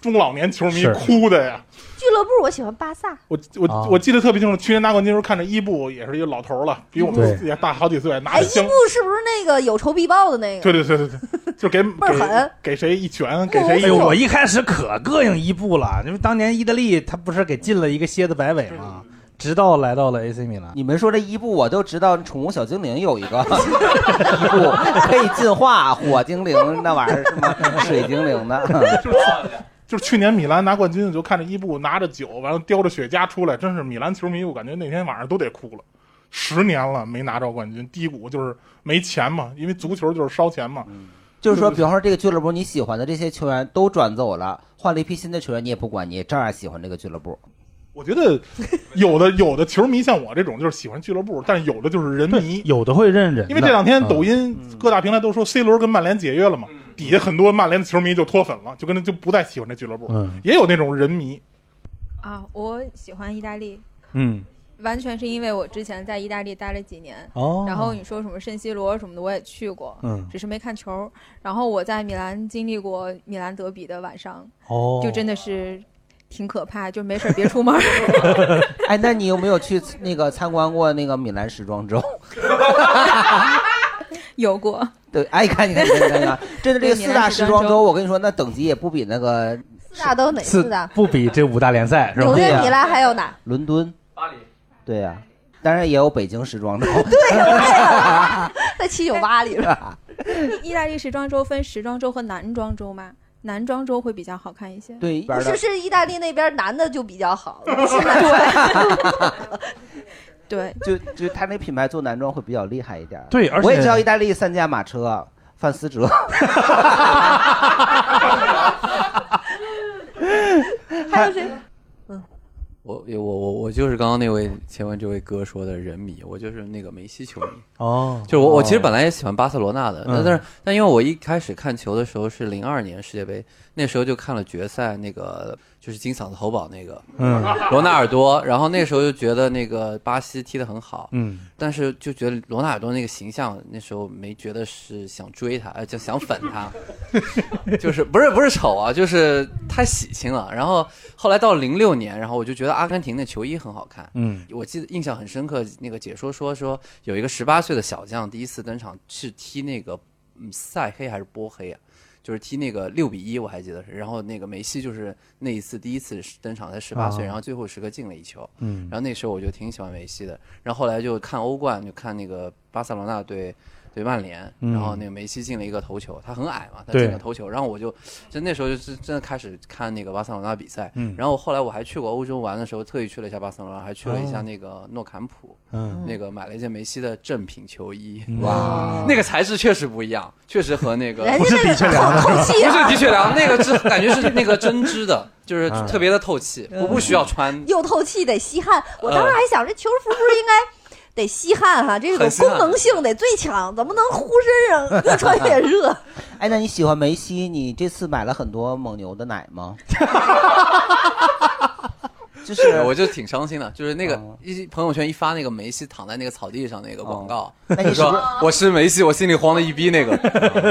Speaker 13: 中老年球迷
Speaker 1: 是
Speaker 13: 哭的呀。
Speaker 3: 俱乐部，我喜欢巴萨。
Speaker 13: 我我、
Speaker 1: 啊
Speaker 13: 我记得特别清楚，去年拿冠军的时候看着伊布也是一个老头了，比我们
Speaker 1: 对
Speaker 13: 也大好几岁，拿
Speaker 3: 哎，
Speaker 13: 着
Speaker 3: 伊
Speaker 13: 香
Speaker 3: 布，是不是那个有仇必报的那个？
Speaker 13: 对对对对 对，就给
Speaker 3: 倍儿狠
Speaker 13: 给给谁一拳，给谁一
Speaker 1: 哎呦，
Speaker 13: 肘
Speaker 1: 我一开始可膈应伊布了，因为当年意大利他不是给进了一个蝎子摆尾吗？
Speaker 13: 嗯
Speaker 1: 直到来到了 AC 米兰，
Speaker 2: 你们说这伊布，我都知道，宠物小精灵有一个 伊布可以进化火精灵那玩意儿是吗？水精灵 的，
Speaker 13: 就是去年米兰拿冠军，就看着伊布拿着酒，完了叼着雪茄出来，真是米兰球迷，我感觉那天晚上都得哭了。十年了没拿着冠军，低谷就是没钱嘛，因为足球就是烧钱嘛。
Speaker 2: 就是
Speaker 1: 嗯
Speaker 2: 说，比方说这个俱乐部你喜欢的这些球员都转走了，换了一批新的球员，你也不管，你也照样喜欢这个俱 乐部。
Speaker 13: 我觉得有的有的球迷像我这种就是喜欢俱乐部，但是有的就是人迷，
Speaker 1: 有的会认人的，
Speaker 13: 因为这两天
Speaker 1: 嗯
Speaker 13: 抖音各大平台都说 C 罗跟曼联解约了嘛，底下很多曼联的球迷就脱粉了，就跟他就不再喜欢这俱乐部。
Speaker 1: 嗯
Speaker 13: 也有那种人迷，
Speaker 11: 啊，我喜欢意大利，
Speaker 1: 嗯，
Speaker 11: 完全是因为我之前在意大利待了几年，
Speaker 1: 哦
Speaker 11: 然后你说什么圣西罗什么的，我也去过，
Speaker 1: 嗯
Speaker 11: 只是没看球。然后我在米兰经历过米兰德比的晚上，
Speaker 1: 哦
Speaker 11: 就真的是挺可怕，就没事儿别出 门儿。
Speaker 2: 哎，那你有没有去那个参观过那个米兰时装周？
Speaker 11: 有过，
Speaker 2: 对，哎，看你看你看你看你看，真的这个四大时装
Speaker 11: 对米兰时装周
Speaker 2: 周，我跟你说，那等级也不比那个
Speaker 3: 四大都哪四大？
Speaker 1: 不比这五大联赛是吧？
Speaker 3: 纽
Speaker 2: 对
Speaker 3: 约、
Speaker 2: 呀
Speaker 3: 米兰还有哪？
Speaker 2: 伦敦、巴黎，对呀、当然也有北京时装周。
Speaker 3: 在七九八里边。
Speaker 11: 意大利时装周分时装周和男装周嘛，男装周会比较好看一些。
Speaker 2: 对
Speaker 3: 不是，是意大利那边男的就比较好， 是男
Speaker 11: 对，
Speaker 2: 就就他那品牌做男装会比较厉害一点。
Speaker 1: 对而且
Speaker 2: 我也知道意大利三驾马车，范思哲，
Speaker 3: 还有谁？
Speaker 10: 我我我我就是刚刚那位前面这位哥说的人迷，我就是那个梅西球迷。
Speaker 1: 哦
Speaker 10: 就是我我其实
Speaker 1: 哦
Speaker 10: 本来也喜欢巴塞罗那的，
Speaker 1: 嗯
Speaker 10: 但但是但因为我一开始看球的时候是零二年世界杯，那时候就看了决赛那个就是金嗓子喉宝那个，
Speaker 1: 嗯
Speaker 10: 罗纳尔多，然后那时候就觉得那个巴西踢得很好，
Speaker 1: 嗯，
Speaker 10: 但是就觉得罗纳尔多那个形象那时候没觉得是想追他，呃，就想粉他。 就是不是不是丑啊，就是太喜庆了。然后后来到零六年，然后我就觉得阿根廷那球衣很好看。
Speaker 1: 嗯，
Speaker 10: 我记得印象很深刻，那个解说说说有一个十八岁的小将第一次登场是踢那个嗯塞黑还是波黑啊？就是踢那个六比一，我还记得是。然后那个梅西就是那一次第一次登场才十八岁，
Speaker 1: 啊
Speaker 10: 然后最后时刻进了一球。
Speaker 1: 嗯
Speaker 10: 然后那时候我就挺喜欢梅西的。然后后来就看欧冠，就看那个巴塞罗那对对曼联，
Speaker 1: 嗯
Speaker 10: 然后那个梅西进了一个头球，他很矮嘛，他
Speaker 1: 对
Speaker 10: 进了头球，然后我就就那时候就是真的开始看那个巴塞罗那比赛。
Speaker 1: 嗯
Speaker 10: 然后后来我还去过欧洲玩的时候，特意去了一下巴塞罗那，还去了一
Speaker 1: 哦
Speaker 10: 下那个诺坎普，
Speaker 1: 嗯
Speaker 10: 那个买了一件梅西的正品球衣。
Speaker 1: 哇
Speaker 10: 那个材质确实不一样，确实和那个
Speaker 1: 人家那个不是的确良的
Speaker 10: 不
Speaker 1: 透
Speaker 10: 是
Speaker 1: 气啊
Speaker 10: 的确良，那个是感觉是那个针织的，就是
Speaker 1: 啊
Speaker 10: 特别的透气，
Speaker 3: 嗯
Speaker 10: 我不需要穿。
Speaker 3: 又透气得吸汗。我当时还想，这球服不是应该得吸汗哈、这种
Speaker 10: 很吸汗
Speaker 3: 功能性得最强，怎么能呼身上 越穿越热？
Speaker 2: 哎，那你喜欢梅西？你这次买了很多蒙牛的奶吗？就是
Speaker 10: 我就挺伤心的，就是那个一朋友圈一发那个梅西躺在那个草地上那个广告，
Speaker 2: 那你是不
Speaker 10: 说
Speaker 2: 是
Speaker 10: 我是梅西，我心里慌的一逼那个，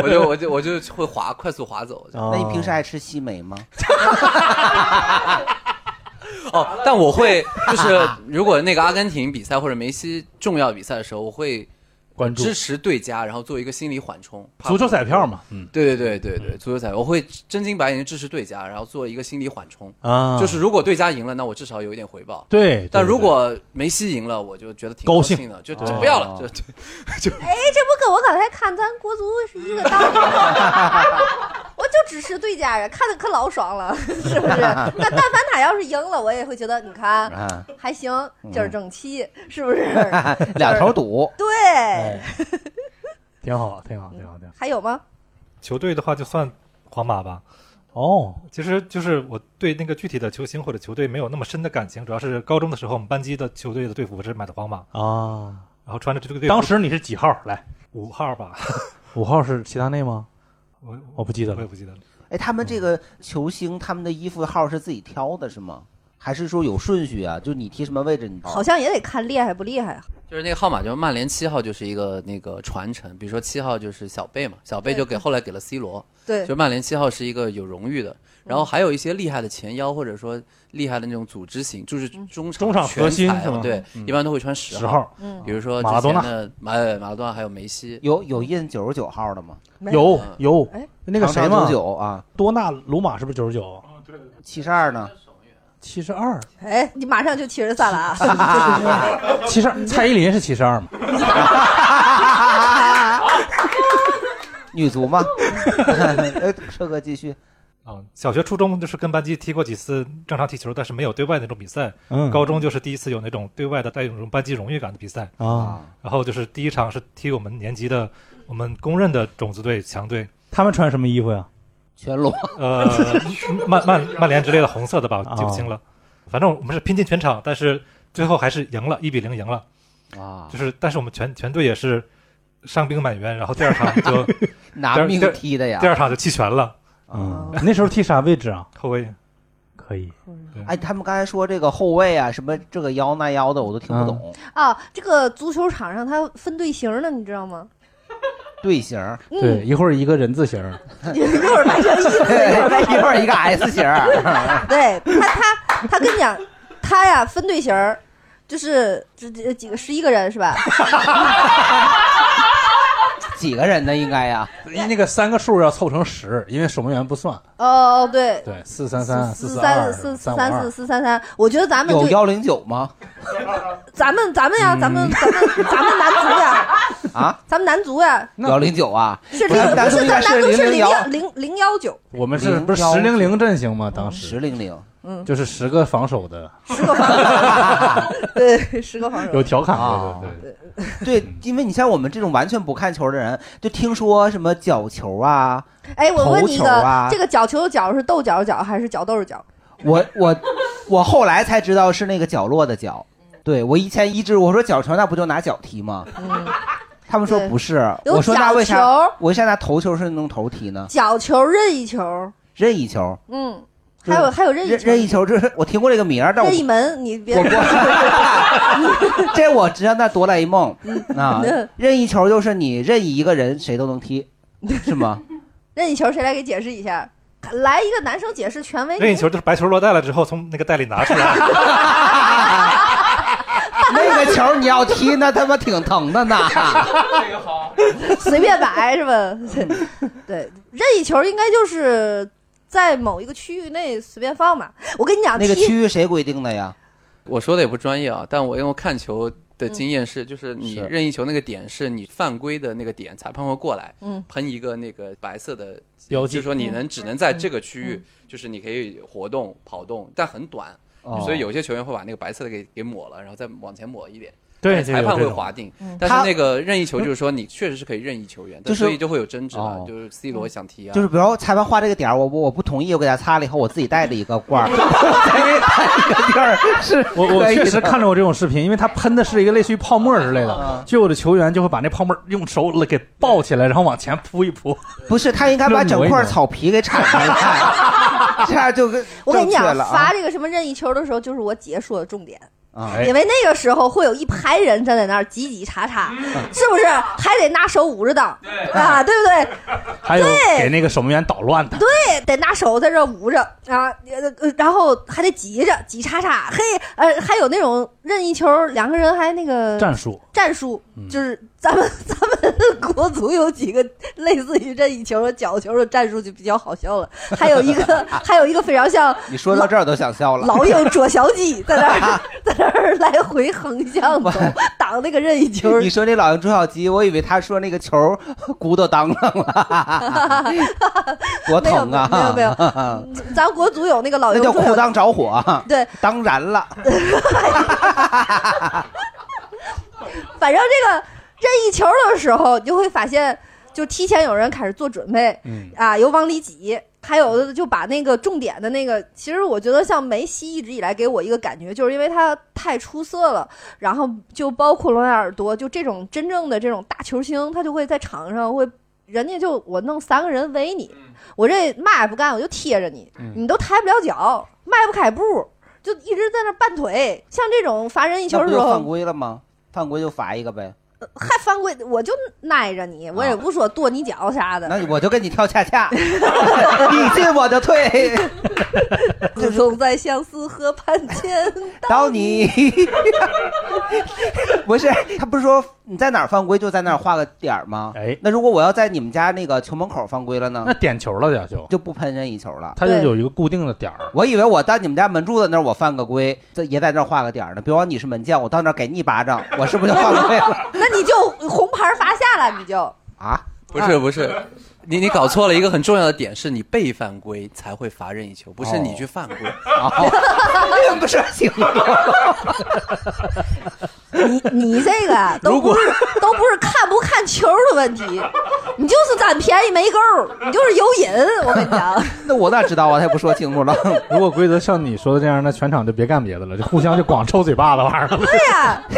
Speaker 10: 我就我就我就会滑快速滑走。
Speaker 1: 哦
Speaker 2: 那你平时爱吃西梅吗？
Speaker 10: 哦，但我会就是如果那个阿根廷比赛或者梅西重要比赛的时候，我会
Speaker 1: 关注
Speaker 10: 支持对家，然后做一个心理缓冲。怕
Speaker 1: 足球彩票嘛，嗯，
Speaker 10: 对对对对对，足球彩我会真金白银支持对家，然后做一个心理缓冲
Speaker 1: 啊
Speaker 10: 就是如果对家赢了，那我至少有一点回报。
Speaker 1: 对对
Speaker 10: 但
Speaker 1: 对
Speaker 10: 如果梅西赢了，我就觉得挺
Speaker 1: 高兴哦
Speaker 10: 兴的，就
Speaker 1: 对
Speaker 10: 就不要了，就就
Speaker 3: 哎，这不跟我刚才看咱国足是一个道理吗？ 我就只是对家人，看的可老爽了， 是不是？那但凡他要是赢了，我也会觉得，你看
Speaker 2: 啊，
Speaker 3: 还行，今儿正气，是不是？
Speaker 2: 两头堵，哎
Speaker 3: 对，
Speaker 1: 挺好，挺好，挺好，挺好。
Speaker 3: 还有吗？
Speaker 6: 球队的话就算皇马吧。
Speaker 1: 哦，
Speaker 6: 其实就是我对那个具体的球星或者球队没有那么深的感情，主要是高中的时候我们班级的球队的队服是买的皇马
Speaker 1: 啊，
Speaker 6: 然后穿着这个队服。
Speaker 1: 当时你是几号？来，
Speaker 6: 五号 吧，
Speaker 1: 五号是齐达内吗？
Speaker 6: 我
Speaker 1: 我不记得了，
Speaker 6: 我也不记得了。
Speaker 2: 哎，他们这个球星他们的衣服号是自己挑的是吗？还是说有顺序啊？就你踢什么位置你
Speaker 3: 好像也得看厉害不厉害啊。
Speaker 10: 就是那个号码，就是曼联七号就是一个那个传承，比如说七号就是小贝嘛，小贝就给后来给了 C 罗，
Speaker 3: 对嗯
Speaker 10: 就曼联七号是一个有荣誉的，然后还有一些厉害的前腰或者说厉害的那种组织型，就是中场
Speaker 1: 中场核心
Speaker 10: 全才
Speaker 1: 是吗
Speaker 10: 对，
Speaker 1: 嗯
Speaker 10: 一般都会穿十
Speaker 1: 10号
Speaker 3: 嗯
Speaker 10: 比如说
Speaker 1: 马拉多纳
Speaker 10: 之前的马哎马拉多纳还有梅西，
Speaker 2: 有有印九十九号的吗？
Speaker 3: 没
Speaker 1: 有哎有那个谁嘛，
Speaker 2: 长长99啊，
Speaker 1: 多纳鲁马是不是九十九？
Speaker 2: 七十二呢？
Speaker 1: 七十二，
Speaker 3: 哎，你马上就七十三了啊！
Speaker 1: 七十 二，蔡依林是七十二嘛？
Speaker 2: 女足 吗？ 呃，车哥继续。
Speaker 6: 啊，小学、初中就是跟班级踢过几次正常踢球，但是没有对外那种比赛。
Speaker 1: 嗯
Speaker 6: 高中就是第一次有那种对外的带有那种班级荣誉感的比赛
Speaker 1: 啊。
Speaker 6: 然后就是第一场是踢我们年级的我们公认的种子队强队，
Speaker 1: 他们穿什么衣服呀？
Speaker 2: 全裸。
Speaker 6: 呃，曼曼曼联之类的红色的吧，
Speaker 1: 啊
Speaker 6: 记不清了。反正我们是拼尽全场，但是最后还是赢了，一比零赢了。
Speaker 2: 啊，
Speaker 6: 就是但是我们全全队也是伤兵满员，然后第二场就
Speaker 2: 拿
Speaker 6: 第二
Speaker 2: 命
Speaker 6: 第二
Speaker 2: 踢的呀
Speaker 6: 第二场就弃权了，
Speaker 1: 嗯，那时候踢啥位置啊？
Speaker 6: 后卫。
Speaker 1: 可以。
Speaker 2: 哎，他们刚才说这个后卫啊，什么这个腰那腰的，我都听不懂。
Speaker 3: 啊，这个足球场上它分队形呢，你知道吗？
Speaker 2: 队形，
Speaker 3: 嗯
Speaker 1: 对，一会儿一个人字形儿，
Speaker 3: 一会 儿掰成一字，
Speaker 2: 一会儿一个 S 型儿。
Speaker 3: 对他，他他跟你讲，他呀分队形儿， 就是这这几个十一个人是吧？
Speaker 2: 几个人呢？应该呀，
Speaker 1: 那个三个数要凑成十，因为守门员不算。
Speaker 3: 哦哦，对，
Speaker 1: 对，四三三、四
Speaker 3: 四
Speaker 1: 二、
Speaker 3: 三四
Speaker 1: 三
Speaker 3: 三四四三三，我觉得咱们
Speaker 2: 有
Speaker 3: 就
Speaker 2: 幺零嗯九吗？
Speaker 3: 咱们咱们呀，咱们咱们咱们男足呀，
Speaker 1: 嗯
Speaker 2: 啊，
Speaker 3: 咱们男足呀，
Speaker 2: 幺零九啊，
Speaker 3: 是零不是咱男足是零幺零零幺九，
Speaker 1: 我们是不是
Speaker 2: 019
Speaker 1: 十零零阵型吗？当时
Speaker 2: 十零零，
Speaker 3: 嗯
Speaker 1: 就是十个防守的，
Speaker 3: 对，十个防守
Speaker 1: 有调侃
Speaker 2: 啊
Speaker 1: 过，对对
Speaker 2: 对，因为你像我们这种完全不看球的人，就听说什么角球啊，
Speaker 3: 哎，我问你一
Speaker 2: 头球
Speaker 3: 个，
Speaker 2: 啊
Speaker 3: 这个角球的角是豆角角还是角豆的角？
Speaker 2: 我我我后来才知道是那个角落的角。对我以前一直我说角球那不就拿脚踢吗？
Speaker 3: 嗯，
Speaker 2: 他们说不是，
Speaker 3: 有
Speaker 2: 我说那为
Speaker 3: 角
Speaker 2: 啥
Speaker 3: 球
Speaker 2: 我为啥拿头球是用头踢呢？
Speaker 3: 角球、任意球，
Speaker 2: 任意球，
Speaker 3: 嗯，还有还有任意
Speaker 2: 任
Speaker 3: 球、
Speaker 2: 任意球，这是我听过这个名儿，但我
Speaker 3: 任意门，你别
Speaker 2: 我 这我知道那哆啦 A 梦
Speaker 3: 嗯
Speaker 2: 啊，任意球就是你任意一个人谁都能踢，是吗？
Speaker 3: 任意球，谁来给解释一下？来一个男生解释权威，
Speaker 6: 任意球就是白球落袋了之后，从那个袋里拿出来。
Speaker 2: 那个球你要踢，那他妈挺疼的呢。啊
Speaker 3: 随便摆是吧？ 对，任意球应该就是在某一个区域内随便放吧。我跟你讲，
Speaker 10: 那个
Speaker 3: 啊踢
Speaker 10: 区
Speaker 2: 域谁规定的呀？
Speaker 10: 我说的也不专业啊，但我因为看球的
Speaker 3: 嗯
Speaker 10: 经验是，就是你任意球那个点是你犯规的那个点，裁判会过来，
Speaker 3: 嗯
Speaker 10: 喷一个那个白色的
Speaker 1: 标
Speaker 10: 记，就是说你能只能在这个
Speaker 3: 嗯
Speaker 10: 区域，就是你可以活动跑动，但很短
Speaker 2: 哦，
Speaker 10: 所以有些球员会把那个白色的给给抹了，然后再往前抹一点。
Speaker 1: 对
Speaker 10: 但是裁判
Speaker 1: 就有
Speaker 10: 会
Speaker 1: 这种
Speaker 10: 划定
Speaker 1: 嗯，
Speaker 10: 但是
Speaker 2: 他嗯
Speaker 10: 那个任意球就是说你确实是可以任意球员，但
Speaker 2: 就是
Speaker 10: 所以就会有争执了
Speaker 2: 哦，
Speaker 10: 就是 C
Speaker 3: 嗯
Speaker 10: 罗想踢啊，
Speaker 2: 就是比 如裁判画这个点儿，我我我不同意，我给他擦了以后，我自己带着一个罐 儿，这个地儿是
Speaker 1: 我我
Speaker 2: 可以的啊
Speaker 1: 确实看着过这种视频，因为他喷的是一个类似于泡沫之类的，就有的球员就会把那泡沫用手给抱起来，然后往前扑一扑。
Speaker 2: 不是，他应该把 整块草皮给铲开看，这样就跟
Speaker 3: 我跟你
Speaker 2: 正确
Speaker 3: 讲，
Speaker 2: 了啊
Speaker 3: 罚这个什么任意球的时候，就是我解说的重点。
Speaker 2: 啊
Speaker 1: 哎
Speaker 3: 因为那个时候会有一排人站在那儿挤挤查查，是不是还得拿手捂着挡啊？对不对？
Speaker 1: 还有
Speaker 3: 对
Speaker 1: 给那个守门员捣乱的，
Speaker 3: 对，得拿手在这捂着啊，呃然后还得挤着挤叉叉，嘿，呃，还有那种任意球，两个人还那
Speaker 2: 嗯
Speaker 3: 个
Speaker 1: 战术嗯
Speaker 3: 战术，就是咱们 咱们国足有几个类似于任意球、角球的战术就比较好笑了，还有一个 还有一个非常像
Speaker 2: 你说到这儿都想笑了，
Speaker 3: 老 有左小技在那儿 在那儿来回横向走挡那个任意球，
Speaker 2: 哎 你说那老鹰捉小鸡，我以为他说那个球儿骨头当上啊 了，多疼啊！
Speaker 3: 没有没有 没咱国足有那个老
Speaker 2: 那
Speaker 3: 鹰
Speaker 2: 叫
Speaker 3: 捉
Speaker 2: 裤
Speaker 3: 小
Speaker 2: 裆着火。啊
Speaker 3: 对，
Speaker 2: 当然了，
Speaker 3: 反正这个任意球的时候，你就会发现，就提前有人开始做准备，
Speaker 1: 嗯
Speaker 3: 啊，有往里挤，还有的就把那个重点的那个，其实我觉得像梅西一直以来给我一个感觉，就是因为他太出色了，然后就包括罗纳尔多，就这种真正的这种大球星，他就会在场上会。人家就我弄三个人围你，我这嘛也不干，我就贴着你，
Speaker 1: 嗯
Speaker 3: 你都抬不了脚，迈不开步，就一直在那绊腿。像这种罚任意球
Speaker 2: 那
Speaker 3: 的
Speaker 2: 不
Speaker 3: 时
Speaker 2: 就
Speaker 3: 候，
Speaker 2: 犯规了吗？犯规就罚一个呗。
Speaker 3: 还犯规，我就耐着你，我也不说跺你脚啥的。
Speaker 2: 啊那我就跟你跳恰 恰，你进我就退，
Speaker 3: 自从在相思 河畔见，
Speaker 2: 到你。 不是，他不是说你在哪儿犯规就在那儿画个点儿吗？
Speaker 1: 哎，
Speaker 2: 那如果我要在你们家那个球门口犯规了呢
Speaker 1: 那？点球了点就
Speaker 2: 就不喷任意球了，
Speaker 1: 他就有一个固定的点儿。
Speaker 2: 我以为我到你们家门柱子那儿，我犯个规，这也在那儿画个点儿呢。比方你是门将，我到那儿给你一巴掌，我是不是就犯规了
Speaker 3: 那你就红牌罚下了，你就
Speaker 2: 啊？
Speaker 10: 不是不是，你你搞错了一个很重要的点，是你被犯规才会罚任意球，不是你去犯规。
Speaker 2: 并哦 不是行
Speaker 3: 你你这个啊都不是都不是看不看球的问题，你就是占便宜没够，你就是有瘾。我跟你讲，
Speaker 2: 那我哪知道啊？他也不说清楚了。
Speaker 1: 如果规则像你说的这样，那全场就别干别的了，就互相就光抽嘴巴子玩意儿了。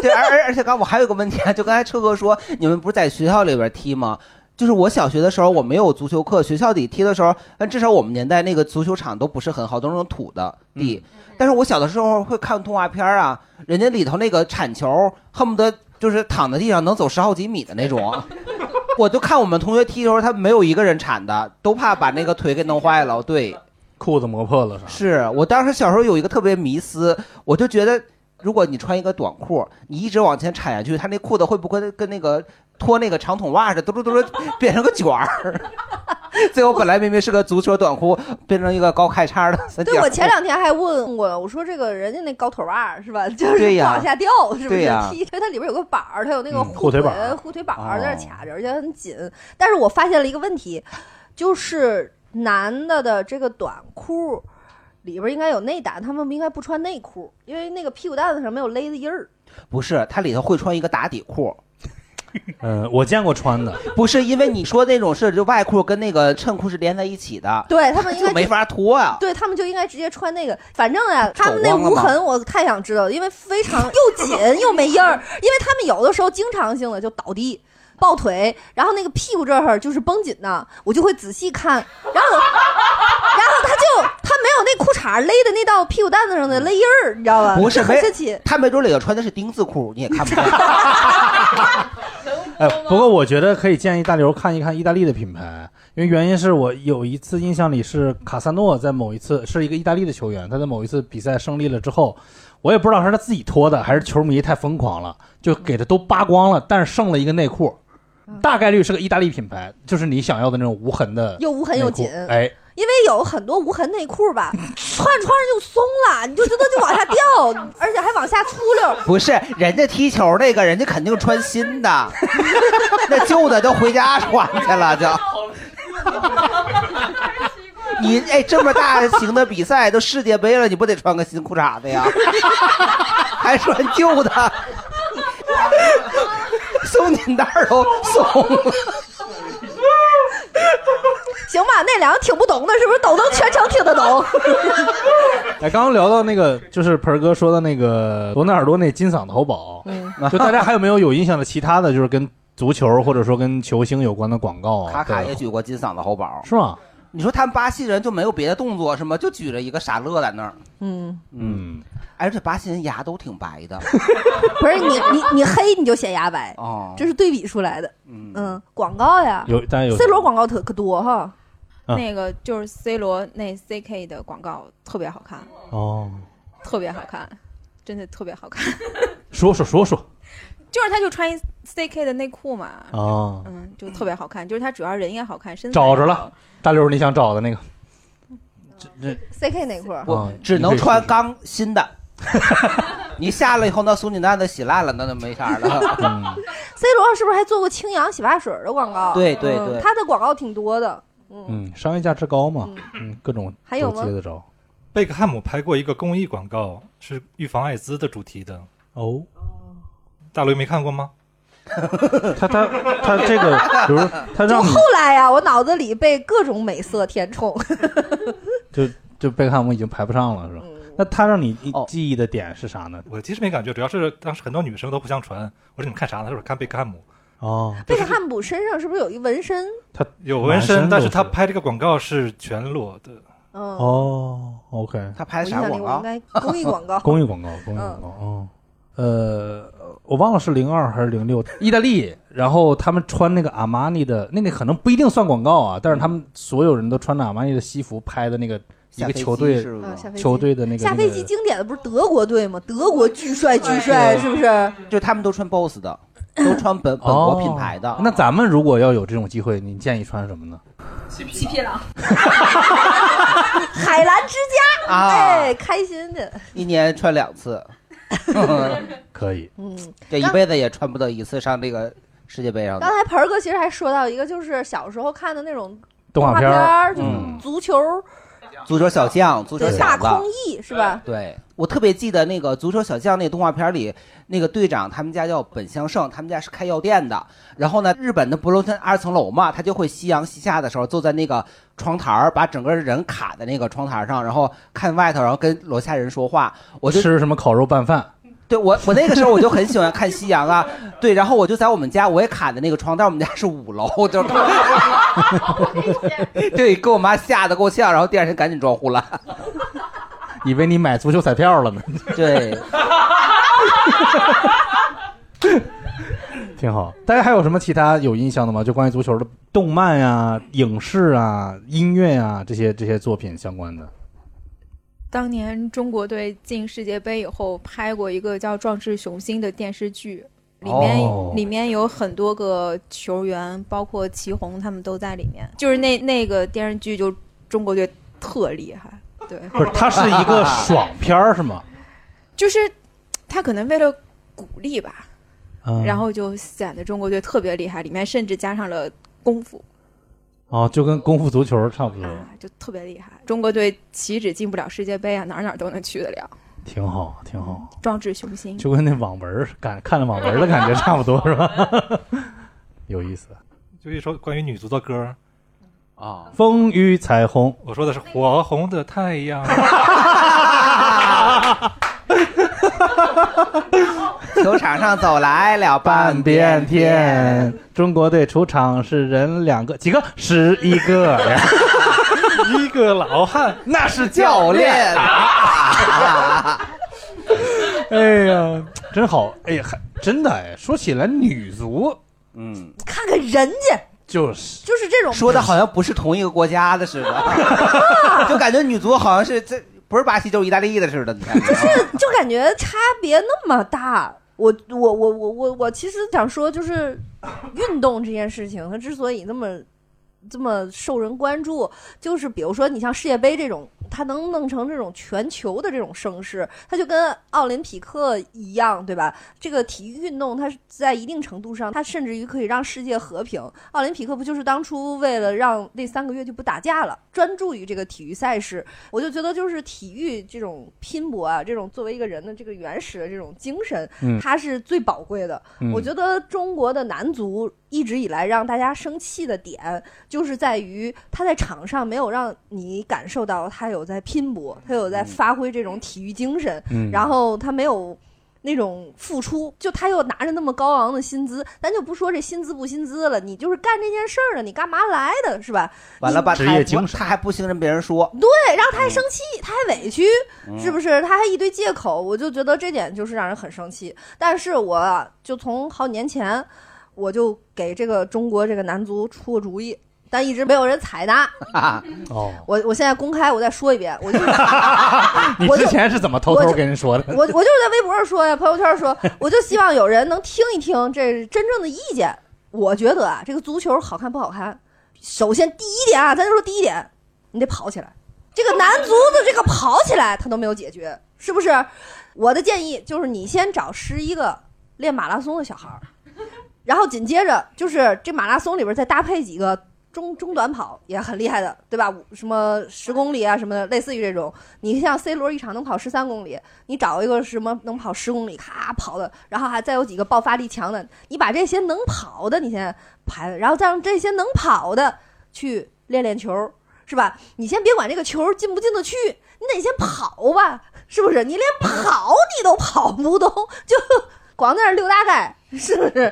Speaker 2: 对，而而而且刚我还有个问题啊，就刚才车哥说你们不是在学校里边踢吗？就是我小学的时候，我没有足球课，学校里踢的时候，但至少我们年代那个足球场都不是很好，都是那种土的地。
Speaker 1: 嗯
Speaker 2: 但是我小的时候会看动画片啊，人家里头那个铲球，恨不得就是躺在地上能走十好几米的那种。 我就看我们同学踢的时候，他没有一个人铲的，都怕把那个腿给弄坏了。对，
Speaker 1: 裤子磨破了是吧？
Speaker 2: 是我当时小时候有一个特别迷思，我就觉得如果你穿一个短裤，你一直往前踩下去，它那裤子会不会跟那个拖那个长筒袜似的，嘟噜嘟噜变成个卷儿？ 最后本来明明是个足球短裤，变成一个高开叉的三角裤。
Speaker 3: 对我前两天还问过，我说这个人家那高腿袜是吧，就是
Speaker 2: 对呀
Speaker 3: 往下掉，是不是
Speaker 2: 对呀
Speaker 3: 踢？因为它里边有个板儿，它有那个
Speaker 2: 嗯
Speaker 3: 护
Speaker 2: 护
Speaker 3: 腿
Speaker 2: 腿板儿
Speaker 3: 护腿板儿
Speaker 2: 哦
Speaker 3: 在那儿卡着，而且很紧。但是我发现了一个问题，就是男的的这个短裤里边应该有内胆，他们应该不穿内裤，因为那个屁股蛋子上没有勒的印儿。
Speaker 2: 不是，它里头会穿一个打底裤。
Speaker 1: 嗯，我见过穿的，
Speaker 2: 不是因为你说那种是就外裤跟那个衬裤是连在一起的，
Speaker 3: 对他们应该
Speaker 2: 就没法脱啊。
Speaker 3: 对他们就应该直接穿那个，反正啊，他们那
Speaker 2: 走光了
Speaker 3: 无
Speaker 2: 吗
Speaker 3: 痕我太想知道了，因为非常又 紧又没印儿，因为他们有的时候经常性的就倒地。抱腿，然后那个屁股这儿就是绷紧的，我就会仔细看，然后，然后他就他没有那裤衩勒的那道屁股蛋子上的勒印儿，你知道吧？
Speaker 2: 不是
Speaker 3: 很
Speaker 2: 没
Speaker 3: 神奇。，
Speaker 2: 他没准里头穿 的是丁字裤，你也看 不见。
Speaker 1: 哎，不过我觉得可以建议大刘看一看意大利的品牌，因为原因是我有一次印象里是卡萨诺在某一次是一个意大利的球员，他在某一次比赛胜利了之后，我也不知道是他自己脱的还是球迷太疯狂了，就给他都扒光了，但是剩了一个内裤，
Speaker 3: 嗯
Speaker 1: 大概率是个意大利品牌，就是你想要的那种无痕的内裤，
Speaker 3: 又无痕又紧
Speaker 1: 哎，
Speaker 3: 因为有很多无痕内裤吧，穿着穿着就松了，你就觉得就往下掉，而且还往下出溜。
Speaker 2: 不是，人家踢球那个，人家肯定穿新的， 那旧的都回家穿去了就。你哎，这么大型的比赛都世界杯了，你不得穿个新裤衩子呀？ 还穿旧的， 松紧带儿都松了。
Speaker 3: 行吧，那两个挺不懂的，是不是抖能全程听得懂？
Speaker 1: 哎，刚刚聊到那个，就是盆儿哥说的那个罗纳尔多那金嗓子喉宝，
Speaker 3: 嗯
Speaker 1: 就大家还有没有有印象的其他的，就是跟足球或者说跟球星有关的广告啊？
Speaker 2: 卡卡
Speaker 1: 对
Speaker 2: 也举过金嗓子喉宝，
Speaker 1: 是吗？
Speaker 2: 你说他们巴西人就没有别的动作是吗？就举着一个傻乐在那儿，
Speaker 3: 嗯，
Speaker 1: 嗯，
Speaker 2: 而且巴西人牙都挺白 的。
Speaker 3: 不是你你你黑你就显牙白，
Speaker 2: 哦，
Speaker 3: 这是对比出来的。嗯，广告呀，
Speaker 1: 有当然有
Speaker 3: C 罗广告特可多哈。
Speaker 1: 啊
Speaker 11: 那个就是 C 罗那 CK 的广告特别好看，
Speaker 1: 哦，
Speaker 11: 特别好看，真的特别好看。
Speaker 1: 说说说说
Speaker 11: 就是他就穿一 CK 的内裤嘛，
Speaker 1: 哦，
Speaker 11: 嗯，就特别好看。就是他主要人也好看，身材
Speaker 1: 找着了，大刘你想找的那个，这
Speaker 3: CK 内裤，
Speaker 1: 我
Speaker 2: 只能穿刚新的。啊 你下了以后，那松紧带子洗烂了，那就没啥 了。
Speaker 3: C 罗是不是还做过清扬洗发水的广告？
Speaker 2: 对对
Speaker 3: 嗯
Speaker 2: 对
Speaker 3: 他的广告挺多的。
Speaker 1: 嗯，商业价值高嘛，嗯，各种
Speaker 3: 还有吗
Speaker 1: 都接得着。
Speaker 6: 贝克汉姆拍过一个公益广告，是预防艾滋的主题的。
Speaker 1: 哦，
Speaker 6: 大刘没看过吗？
Speaker 1: 他他他这 个，比如他
Speaker 3: 就
Speaker 1: 让你
Speaker 3: 后来呀、我脑子里被各种美色填充。
Speaker 1: 就就贝克汉姆已经排不上了是吧？
Speaker 2: 嗯
Speaker 1: 那他让你
Speaker 2: 哦
Speaker 1: 记忆的点是啥呢？
Speaker 6: 我其实没感觉，主要是当时很多女生都互相传，我说你们看啥呢？他说看贝克汉姆
Speaker 1: 哦，
Speaker 3: 贝克汉姆身上是不是有一纹身？
Speaker 1: 他
Speaker 6: 有纹
Speaker 1: 满身
Speaker 6: 身，但
Speaker 1: 都
Speaker 6: 是
Speaker 1: 是
Speaker 6: 他拍这个广告是全裸的。
Speaker 3: 嗯，
Speaker 1: 哦，OK，。
Speaker 2: 他拍
Speaker 3: 我印象里我应该公益广 告
Speaker 1: 公益广告，公益广
Speaker 2: 嗯
Speaker 1: 告，哦，呃，我忘了是零二还是零六，意大利，然后他们穿那个阿玛尼的，那个可能不一定算广告啊，但是他们所有人都穿着阿玛尼的西服拍的那个一个
Speaker 2: 下飞机
Speaker 1: 球队
Speaker 2: 是吧
Speaker 3: 啊下飞机
Speaker 1: 球队的那个
Speaker 3: 下飞机经典的不是德国队吗？德国巨
Speaker 2: 哎
Speaker 3: 帅巨帅，是不是？
Speaker 2: 就他们都穿 BOSS 的，都穿本本国品牌的。
Speaker 1: 哦那咱们如果要有这种机会，你建议穿什么呢？
Speaker 11: 七匹狼，
Speaker 3: 海澜之家，
Speaker 2: 啊
Speaker 3: 哎，开心的。
Speaker 2: 一年穿两 次，
Speaker 1: 可以。
Speaker 3: 嗯，
Speaker 2: 这一辈子也穿不到一次上这个世界杯上的
Speaker 3: 刚。才盆儿哥其实还说到一个，就是小时候看的那种
Speaker 2: 动画
Speaker 3: 画
Speaker 2: 片
Speaker 3: 片
Speaker 2: 儿
Speaker 3: 儿，就是
Speaker 2: 嗯
Speaker 3: 足球，
Speaker 2: 足球小将，足球
Speaker 3: 对，大
Speaker 2: 小
Speaker 3: 空
Speaker 2: 子。
Speaker 3: 翼是吧？
Speaker 2: 对，我特别记得那个《足球小将》那动画片里，那个队长他们家叫本乡胜，他们家是开药店的。然后呢，日本的不楼层二层楼嘛，他就会夕阳西下的时候坐在那个窗台儿，把整个人卡在那个窗台儿上，然后看外头，然后跟楼下人说话。我就
Speaker 1: 吃什么烤肉拌饭？
Speaker 2: 对我，我那个时候我就很喜欢看夕阳啊，对，然后我就在我们家，我也卡在那个床，但我们家是五楼，就是， 对，给我妈吓得够呛，然后第二天赶紧装护栏。
Speaker 1: 以为你买足球彩票了呢？
Speaker 2: 对，
Speaker 1: 挺好。大家还有什么其他有印象的吗？就关于足球的动漫呀、影视啊、音乐啊这些这些作品相关的。
Speaker 11: 当年中国队进世界杯以后拍过一个叫《壮志雄心》的电视剧，里面、
Speaker 15: 哦
Speaker 11: 里面有很多个球员，包括祁宏他们都在里面。就是那那个电视剧，就中国队特厉害。对，
Speaker 1: 不是，它是一 个爽片儿是吗？
Speaker 11: 就是他可能为了鼓励吧，
Speaker 1: 嗯
Speaker 11: 然后就显得中国队特别厉害，里面甚至加上了功夫，
Speaker 1: 哦，就跟功夫足球差不多，
Speaker 11: 就特别厉害。中国队岂止进不了世界杯啊，哪儿哪儿都能去得了，
Speaker 1: 挺好，挺好，
Speaker 11: 壮志雄
Speaker 2: 嗯
Speaker 11: 心。
Speaker 1: 就跟那网文儿感看了网文儿的感觉差不多是吧？ 有意思。
Speaker 6: 就一首关于女足的歌
Speaker 14: 啊，
Speaker 1: 风雨彩虹，
Speaker 6: 我说的是火红的太阳。
Speaker 2: 球场上走来了半
Speaker 1: 变
Speaker 2: 边
Speaker 1: 天，中国队出场是人两个，几个？十一个 呀！
Speaker 6: 一个老汉，
Speaker 1: 那是啊
Speaker 2: 教练。
Speaker 1: 哎呀，真好！哎呀，还真的哎，说起来女足，
Speaker 14: 嗯，
Speaker 3: 看看人家，
Speaker 1: 就是
Speaker 3: 就是这种
Speaker 2: 说的好像不是同一个国家的 似的，就感觉女足好像是这不是巴西就是意大利的似的，你看
Speaker 3: 就感觉差别那么大。我我我我我我其实想说，就是运动这件事情，它之所以那么这么受人关注，就是比如说你像世界杯这种，它能弄成这种全球的这种盛世，它就跟奥林匹克一样，对吧？这个体育运动它是在一定程度上，它甚至于可以让世界和平。奥林匹克不就是当初为了让那三个月就不打架了，专注于这个体育赛事？我就觉得就是体育这种拼搏啊，这种作为一个人的这个原始的这种精神，
Speaker 15: 嗯
Speaker 3: 它是最宝贵的。
Speaker 15: 嗯
Speaker 3: 我觉得中国的男足一直以来让大家生气的点，就是在于他在场上没有让你感受到他有在拼搏，他有在发挥这种体育精神，
Speaker 15: 嗯
Speaker 3: 然后他没有。那种付出，就他又拿着那么高昂的薪资，咱就不说这薪资不薪资了，你就是干这件事儿的，你干嘛来的是吧？
Speaker 2: 完了吧，
Speaker 1: 职
Speaker 2: 他还
Speaker 1: 业
Speaker 2: 不
Speaker 1: 精
Speaker 2: 他还不信任别人说，
Speaker 3: 对，然后他还
Speaker 1: 嗯
Speaker 3: 生气，他还委屈，
Speaker 2: 嗯
Speaker 3: 是不是？他还一堆借口，我就觉得这点就是让人很生气。但是我啊就从好几年前，我就给这个中国这个男足出过主意，但一直没有人采纳。
Speaker 2: 啊
Speaker 1: 哦，
Speaker 3: 我我现在公开，我再说一遍，我就
Speaker 1: 你
Speaker 3: 我就
Speaker 1: 之前是怎么偷
Speaker 3: 我
Speaker 1: 偷
Speaker 3: 就
Speaker 1: 跟人说的？
Speaker 3: 我我就是在微博上说呀，朋友圈儿说，我就希望有人能听一听这真正的意见。我觉得啊，这个足球好看不好看，首先第一点啊，咱就说第一点，你得跑起来。这个男足的这个跑起来，他都没有解决，是不是？我的建议就是，你先找十一个练马拉松的小孩儿，然后紧接着就是这马拉松里边再搭配几个中中短跑也很厉害的，对吧？五什么十公里啊什么的，类似于这种。你像 C 罗一场能跑十三公里，你找一个什么能跑十公里，咔跑的，然后还再有几个爆发力强的，你把这些能跑的你先排，然后再让这些能跑的去练练球，是吧？你先别管这个球进不进得去，你得先跑吧，是不是？你连跑你都跑不动，就 光在那儿溜大盖，是不是？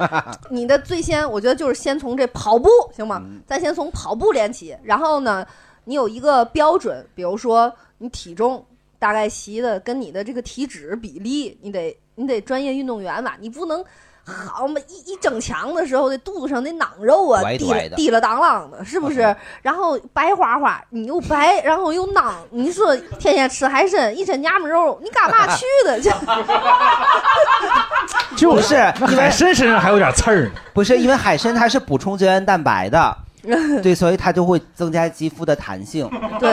Speaker 3: 你的最先，我觉得就是先从这跑步行吗？咱先从跑步练起，然后呢，你有一个标准，比如说你体重大概齐的跟你的这个体脂比例，你得你得专业运动员吧，你不能好嘛一一整墙的时候，那肚子上那囊肉啊，
Speaker 15: 拽
Speaker 3: 滴
Speaker 15: 拽
Speaker 3: 了
Speaker 15: 的
Speaker 3: 滴了当啷的，是不是？然后白花花，你又白，然后又囊，你说天天吃海参，一身鸭母肉，你干嘛去的？就
Speaker 1: 就
Speaker 2: 不是
Speaker 1: 那
Speaker 2: 因为
Speaker 1: 海参身上还有点刺儿呢，
Speaker 2: 不是因为海参它是补充胶原蛋白 的，对，所以它就会增加肌肤的弹性。
Speaker 3: 对，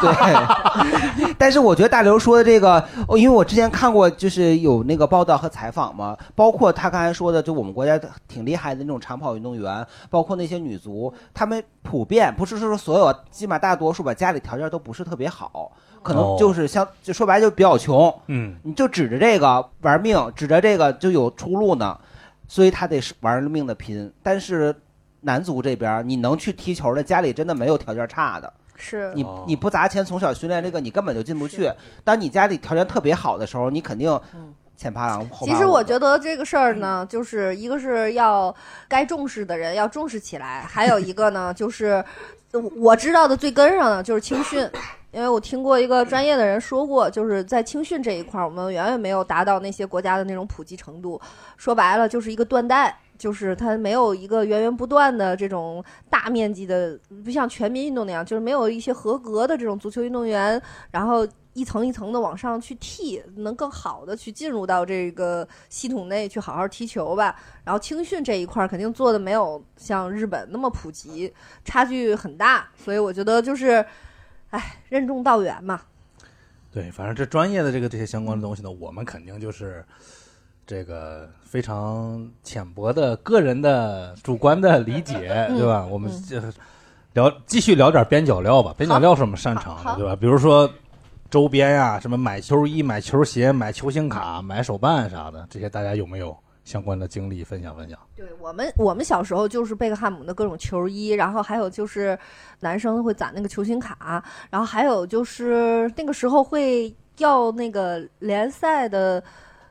Speaker 2: 对，但是我觉得大刘说的这个，哦因为我之前看过，就是有那个报道和采访嘛，包括他刚才说的，就我们国家挺厉害的那种长跑运动员，包括那些女足，他们普遍不是说所有，起码大多数吧，家里条件都不是特别好，可能就是像就说白了就比较穷，
Speaker 1: 嗯，
Speaker 2: 你就指着这个玩命，指着这个就有出路呢，所以他得是玩命的拼。但是男足这边，你能去踢球的，家里真的没有条件差的。
Speaker 3: 是
Speaker 2: 你
Speaker 1: 哦
Speaker 2: 你不砸钱，从小训练这个，你根本就进不去。当你家里条件特别好的时候，你肯定前怕狼后怕
Speaker 3: 嗯
Speaker 2: 虎
Speaker 3: 其实我觉得这个事儿呢，就是一个是要该重视的人要重视起来，还有一个呢，就是我我知道的最根上呢，就是青训。因为我听过一个专业的人说过，就是在青训这一块儿，我们远远没有达到那些国家的那种普及程度。说白了，就是一个断代，就是它没有一个源源不断的这种大面积的，不像全民运动那样，就是没有一些合格的这种足球运动员，然后一层一层的往上去替，能更好的去进入到这个系统内去好好踢球吧。然后青训这一块儿肯定做的没有像日本那么普及，差距很大。所以我觉得就是。哎，任重道远嘛。
Speaker 1: 对，反正这专业的这个这些相关的东西呢，我们肯定就是这个非常浅薄的个人的主观的理解，
Speaker 3: 嗯
Speaker 1: 对吧？
Speaker 3: 嗯
Speaker 1: 我们这聊继续聊点边角料吧，边角料是我们擅长的，对吧？比如说周边啊，什么买球衣、买球鞋、买球星卡、买手办啥的，这些大家有没有相关的经历分享分享？
Speaker 3: 对我们，我们小时候就是贝克汉姆的各种球衣，然后还有就是男生会攒那个球星卡，然后还有就是那个时候会要那个联赛的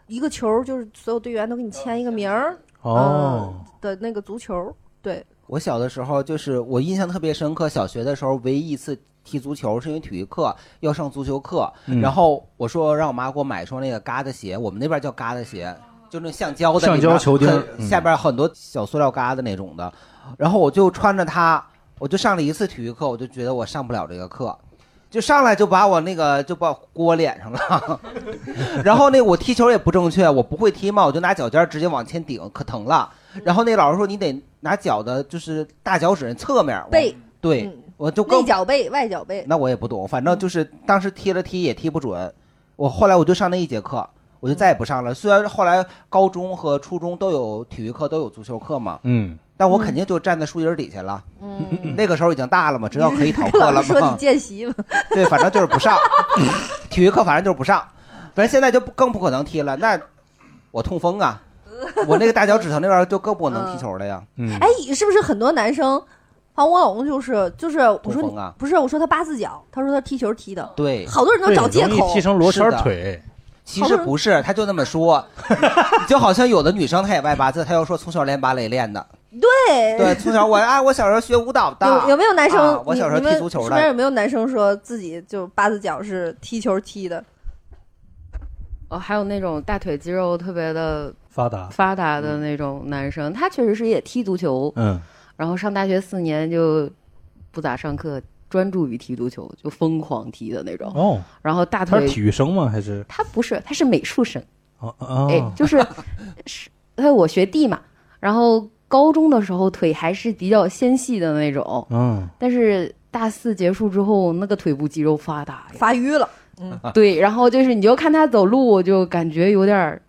Speaker 3: 一个球，就是所有队员都给你签一个名儿
Speaker 2: 哦
Speaker 3: 嗯的那个足球。对，
Speaker 2: 我小的时候就是我印象特别深刻，小学的时候唯一一次踢足球是因为体育课要上足球课，
Speaker 1: 嗯
Speaker 2: 然后我说让我妈给我买一双那个嘎的鞋，我们那边叫嘎的鞋，就那橡胶的
Speaker 1: 橡
Speaker 2: 里边
Speaker 1: 胶球钉
Speaker 2: 很
Speaker 1: 嗯
Speaker 2: 下边很多小塑料嘎的那种的，然后我就穿着它，我就上了一次体育课，我就觉得我上不了这个课。就上来就把我那个就把我锅脸上了，然后那我踢球也不正确，我不会踢嘛，我就拿脚尖儿直接往前顶，可疼了。
Speaker 3: 嗯
Speaker 2: 然后那老师说你得拿脚的，就是大脚趾侧面往
Speaker 3: 背，嗯
Speaker 2: 对，我就
Speaker 3: 内
Speaker 2: 更
Speaker 3: 脚背、外脚背。
Speaker 2: 那我也不懂，反正就是当时踢了踢也踢不准，我后来我就上那一节课，我就再也不上了。虽然后来高中和初中都有体育课，都有足球课嘛，
Speaker 1: 嗯，
Speaker 2: 但我肯定就站在树荫底下了。
Speaker 3: 嗯，
Speaker 2: 那个时候已经大了嘛，知道 可以逃课
Speaker 3: 老
Speaker 2: 了
Speaker 3: 师说你
Speaker 2: 嘛。
Speaker 3: 见习嘛，
Speaker 2: 对，反正就是 不上，体育课反正就是不上，反正现在就不更不可能踢了。那我痛风啊，我那个大脚趾头那边儿就更不能踢球了呀。
Speaker 1: 嗯
Speaker 3: 哎，是不是很多男生？啊，我老公就是就是，我说
Speaker 2: 痛
Speaker 3: 你
Speaker 2: 风啊
Speaker 3: 不是，我说他八字脚，他说他踢球踢的，
Speaker 2: 对，
Speaker 3: 好多人都找借口，
Speaker 2: 是的。。其实不是，他就那 么说，就好像有的女生她也外八字，她又说从小练芭蕾练的，
Speaker 3: 对
Speaker 2: 对，从小我啊，我小时候学舞蹈的，
Speaker 3: 有有没有男生？
Speaker 2: 啊我
Speaker 3: 你
Speaker 2: 小时候
Speaker 3: 你们
Speaker 2: 踢足球
Speaker 3: 身边有
Speaker 2: 的，
Speaker 3: 没有男生说自己就八字脚是踢球踢的？
Speaker 7: 哦，还有那种大腿肌肉特别的
Speaker 1: 发达
Speaker 7: 发达的那种男生，他确实是也踢足球，
Speaker 1: 嗯，
Speaker 7: 然后上大学四年就不咋上课，专注于踢足球，就疯狂踢的那种。
Speaker 1: 哦，
Speaker 7: 然后大
Speaker 1: 他
Speaker 7: 腿
Speaker 1: 是体育生吗？还是
Speaker 7: 他不是，他是美术生，
Speaker 1: 哦哦，
Speaker 7: 哎，就是 是，哎，我学弟嘛，然后高中的时候腿还是比较纤细的那种，
Speaker 1: 嗯，
Speaker 7: 但是大四结束之后，那个腿部肌肉发达呀，
Speaker 3: 发育了，
Speaker 2: 啊
Speaker 7: 对，然后就是你就看他走路，就感觉有点儿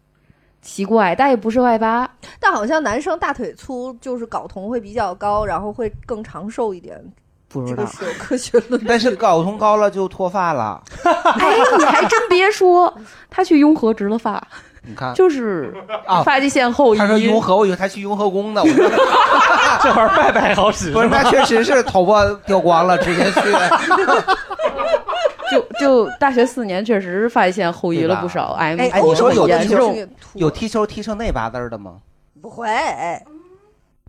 Speaker 7: 奇怪，但也不是外 八，
Speaker 3: 但好像男生大腿粗，就是睾酮会比较高，然后会更长寿一点。
Speaker 7: 不知
Speaker 3: 道这个是有科学论
Speaker 2: 但是睾酮高了就脱发了，
Speaker 7: 哎，你还真别说，他去雍和植了发，
Speaker 2: 你看
Speaker 7: 就是
Speaker 2: 啊
Speaker 7: 发际线后移。
Speaker 2: 他说雍和，我以为他去雍和宫呢，我说
Speaker 1: 这玩意儿拜拜好使，
Speaker 2: 不是，那确实是头发掉光了，直 接去。
Speaker 7: 就就大学四年，确实发际线后移
Speaker 2: 对
Speaker 7: 了
Speaker 2: 吧
Speaker 7: 不少，
Speaker 2: 哎，
Speaker 7: 癌
Speaker 2: 你说有
Speaker 7: 严
Speaker 2: 踢球
Speaker 7: 重。
Speaker 2: 有踢球踢成那八字儿的吗？
Speaker 3: 不会，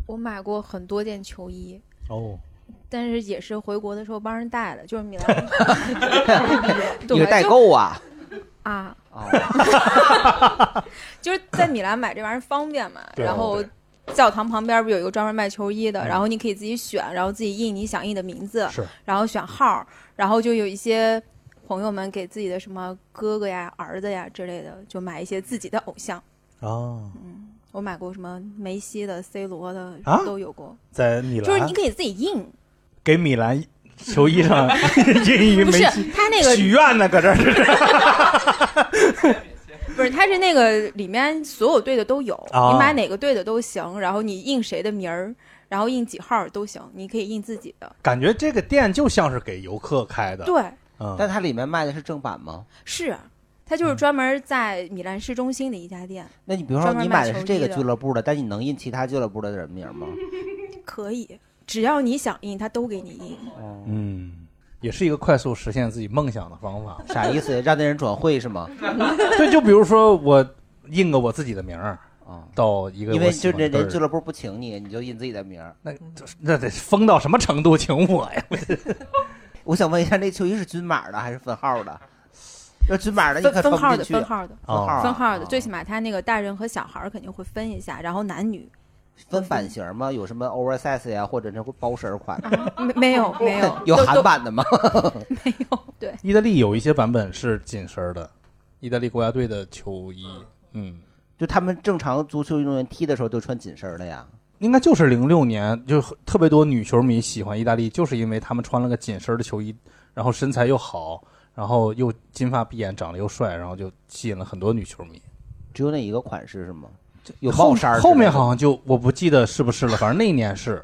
Speaker 11: 我买过很多件球衣，
Speaker 1: 哦，
Speaker 11: 但是也是回国的时候帮人带的，就是 米兰
Speaker 2: 你是代购啊？
Speaker 11: 啊，
Speaker 2: 哦
Speaker 11: 就是在米兰买这玩意儿方便嘛。
Speaker 2: 对嗯
Speaker 11: 然后教堂旁边不是有一个专门卖球衣的，然后你可以自己选，然后自己印你想印的名字
Speaker 1: 是，
Speaker 11: 然后选号，然后就有一些朋友们给自己的什么哥哥呀、儿子呀之类的，就买一些自己的偶像。
Speaker 1: 哦，
Speaker 11: 嗯我买过什么梅西的、C 罗的
Speaker 1: 啊
Speaker 11: 都有过，
Speaker 1: 在米兰
Speaker 11: 就是你可以自己印，
Speaker 1: 给米兰球 衣上印一
Speaker 11: 不
Speaker 1: 梅
Speaker 11: 是
Speaker 1: 西
Speaker 11: 他那个
Speaker 1: 许愿呢，搁这儿是
Speaker 11: 不是，它是那个里面所有队的都有，
Speaker 1: 啊
Speaker 11: 你买哪个队的都行，然后你印谁的名儿，然后印几号都行，你可以印自己的。
Speaker 1: 感觉这个店就像是给游客开的，
Speaker 11: 对，
Speaker 1: 嗯，
Speaker 2: 但它里面卖的是正版吗？
Speaker 11: 是，它就是专门在米兰市中心的一家店，
Speaker 2: 那你比如说
Speaker 11: 专门
Speaker 2: 你
Speaker 11: 卖
Speaker 2: 买的是
Speaker 11: 球
Speaker 2: 这
Speaker 11: 衣
Speaker 2: 个
Speaker 11: 的
Speaker 2: 俱乐部的，但你能印其他俱乐部的人名吗？
Speaker 11: 可以，只要你想印，它都给你印。
Speaker 1: 嗯，也是一个快速实现自己梦想的方法。
Speaker 2: 啥意思？让那人转会是吗？
Speaker 1: 对，就比如说我印个我自己的名儿到一个
Speaker 2: 哦因为
Speaker 1: 我喜
Speaker 2: 就
Speaker 1: 欢的
Speaker 2: 人
Speaker 1: 队
Speaker 2: 人
Speaker 1: 儿
Speaker 2: 俱乐部不
Speaker 11: 嗯
Speaker 2: 请你，你就印自己的名儿。
Speaker 1: 那那得疯到什么程度，请我呀？
Speaker 2: 我想问一下，那球衣是均码的还是分号的？要均码的你
Speaker 11: 分
Speaker 2: 可
Speaker 11: 分
Speaker 2: 不
Speaker 11: 号
Speaker 2: 进
Speaker 11: 的，
Speaker 2: 去
Speaker 11: 分号的，
Speaker 1: 哦
Speaker 2: 分号啊
Speaker 11: 分号的，最起码他那个大人和小孩儿肯定会分一下，然后男 女
Speaker 2: 分版型吗？有什么 oversize 呀，或者那包身款？
Speaker 11: 没没有没有
Speaker 2: 有
Speaker 11: 都
Speaker 2: 韩
Speaker 11: 都
Speaker 2: 版的吗？
Speaker 1: 意大利有一些版本是紧身儿的，意大利国家队的球衣，嗯，
Speaker 2: 就他们正常足球运动员踢的时候就穿紧身儿的呀。
Speaker 1: 应该就是零六年，就是特别多女球迷喜欢意大利，就是因为他们穿了个紧身儿的球衣，然后身材又好，然后又金发碧眼，长得又帅，然后就吸引了很多女球迷。
Speaker 2: 只有那一个款式是吗？有
Speaker 1: 后
Speaker 2: 帽衫儿之类的
Speaker 1: 后面好像就我不记得是不是了，反正那一年是，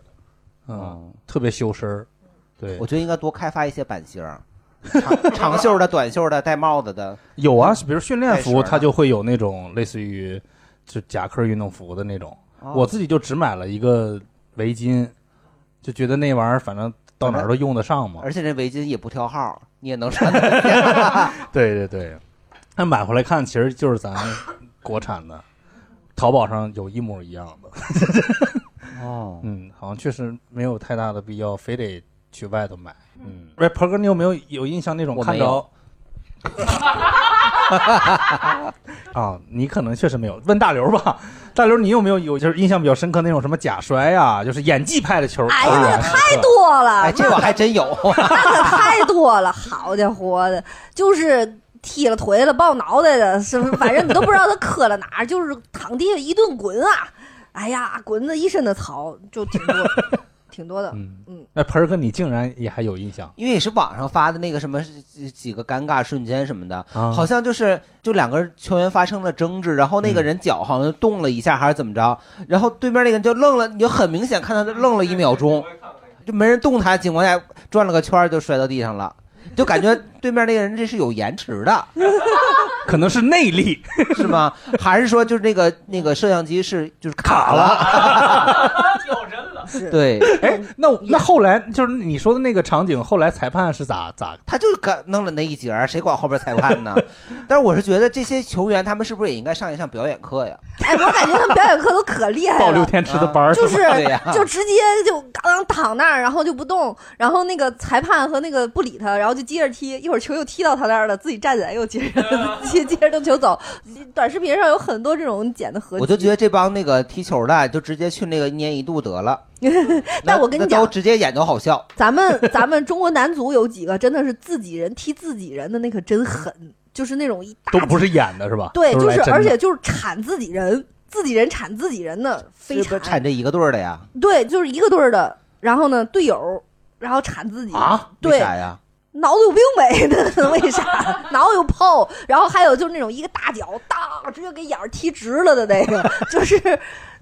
Speaker 1: 嗯，特别修身儿。对，
Speaker 2: 我觉得应该多开发一些版型儿，长 长袖的、短袖的、戴帽子的。
Speaker 1: 有啊，比如训练
Speaker 2: 带绳
Speaker 1: 服，
Speaker 2: 儿的
Speaker 1: 它就会有那种类似于就夹克运动服的那种。
Speaker 2: 哦
Speaker 1: 我自己就只买了一个围巾，就觉得那玩意儿反正到哪儿都用得上嘛。
Speaker 2: 而且这围巾也不挑号，你也能穿得
Speaker 1: 对对对，那买回来看其实就是 咱国产的，淘宝上有一模一样的。
Speaker 2: 哦，
Speaker 1: 嗯，好像确实没有太大的必要，非得去外头买。嗯，喂，鹏哥，你有没有有印象那种
Speaker 2: 我
Speaker 1: 看
Speaker 2: 没有
Speaker 1: 着？ 啊，你可能确实没有。问大刘吧， 大刘，你有没有有就是印象比较深刻那种什么假摔啊，就是演技派的球？哎呀，
Speaker 3: 太多了，
Speaker 1: 哎
Speaker 2: 这我还真有。
Speaker 3: 那可太多了，好家伙的，就是踢了腿了、抱脑袋的，是不是？反正你都不知道他磕了哪儿，就是躺地下一顿滚啊！哎呀，滚的一身的草，就挺 多，挺多的。嗯，
Speaker 1: 那盆儿哥，你竟然也还有印象？
Speaker 2: 因为也是网上发的那个什么几几个尴尬瞬间什么的，
Speaker 1: 啊
Speaker 2: 好像就是就两个球员发生了争执，然后那
Speaker 1: 嗯
Speaker 2: 个人脚好像动了一下还是怎么着，然后对面那个人就愣了，你就很明显看到他愣了一秒钟，就没人动他的情况下转了个圈儿就摔到地上了，就感觉对面那个人这是有延迟的，
Speaker 1: 可能是内力
Speaker 2: 是吗？还是说就是那个那个摄像机是就是卡了？
Speaker 3: 是
Speaker 2: 对，
Speaker 1: 哎，那那后来就是你说的那个场景，后来裁判是咋咋？
Speaker 2: 他就敢弄了那一截儿，谁管后边裁 判呢？但是我是觉得这些球员他们是不是也应该上一上表演课呀？
Speaker 3: 哎，我感觉他们表演课都可 厉害了，
Speaker 2: 报六天吃的班儿
Speaker 3: 就是
Speaker 2: 是吧 对呀
Speaker 3: 就直接就刚躺那儿，然后就不动，然后那个裁判和那个不理他，然后就接着踢，一会儿球又踢到他那儿了，自己站起来又接着
Speaker 2: 啊
Speaker 3: 接接着蹬球走。短视频上有很多这种剪的合集，
Speaker 2: 我就觉得这帮那个踢球的就直接去那个一年一度得了。
Speaker 3: 但我跟你
Speaker 2: 那都
Speaker 3: 讲，
Speaker 2: 直接演都好笑。
Speaker 3: 咱们 咱们中国男足有几个真的是自己人踢自己人的那可真狠，就是那种一
Speaker 1: 都不是演的是吧？
Speaker 3: 对，
Speaker 1: 都
Speaker 3: 就是
Speaker 1: 来真的
Speaker 3: 而且就是铲自己人，自己人铲自己人的，非
Speaker 2: 是不
Speaker 3: 常
Speaker 2: 是铲这一个队儿的呀？
Speaker 3: 对，就是一个队儿的，然后呢队友，然后铲自己
Speaker 2: 啊？为
Speaker 3: 对，
Speaker 2: 啥呀？
Speaker 3: 脑子有病呗？那 为啥？脑子有泡，然后还有就是那种一个大脚，当直接给眼儿踢直了的那个， 就是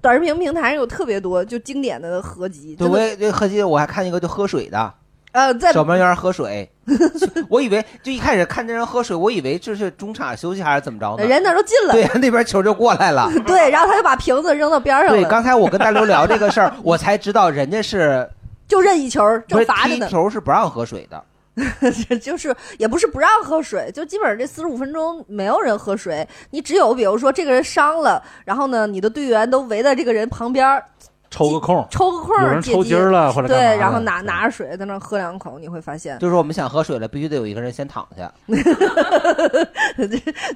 Speaker 3: 短视频平台上有特别多就经典的合集，
Speaker 2: 对，
Speaker 3: 真
Speaker 2: 我
Speaker 3: 的
Speaker 2: 也这合计我还看一个就喝水的，
Speaker 3: 呃在
Speaker 2: 守门员喝水。 我以为就一开始看这人喝水，我以为这是中场休息还是怎么着呢？
Speaker 3: 人那都进了，
Speaker 2: 对呀，那边球就过来 了。
Speaker 3: 对，然后他就把瓶子扔到边儿上了。
Speaker 2: 对，刚才我跟大刘聊这个事儿，我才知道人家是
Speaker 3: 就任意球
Speaker 2: 不
Speaker 3: 正
Speaker 2: 是
Speaker 3: 罚着
Speaker 2: 踢
Speaker 3: 呢，
Speaker 2: 球是不让喝水的。
Speaker 3: 就是也不是不让喝水，就基本上这四十五分钟没有人喝水，你只有比如说这个人伤了，然后呢，你的队员都围在这个人旁边儿
Speaker 1: 抽个空，
Speaker 3: 抽个空
Speaker 1: 有
Speaker 3: 儿
Speaker 1: 人
Speaker 3: 借
Speaker 1: 抽
Speaker 3: 机
Speaker 1: 筋儿了或者干嘛
Speaker 3: 对，
Speaker 1: 的
Speaker 3: 然后拿拿着水在那儿喝两口，你会发现，
Speaker 2: 就是我们想喝水了，必须得有一个人先躺下，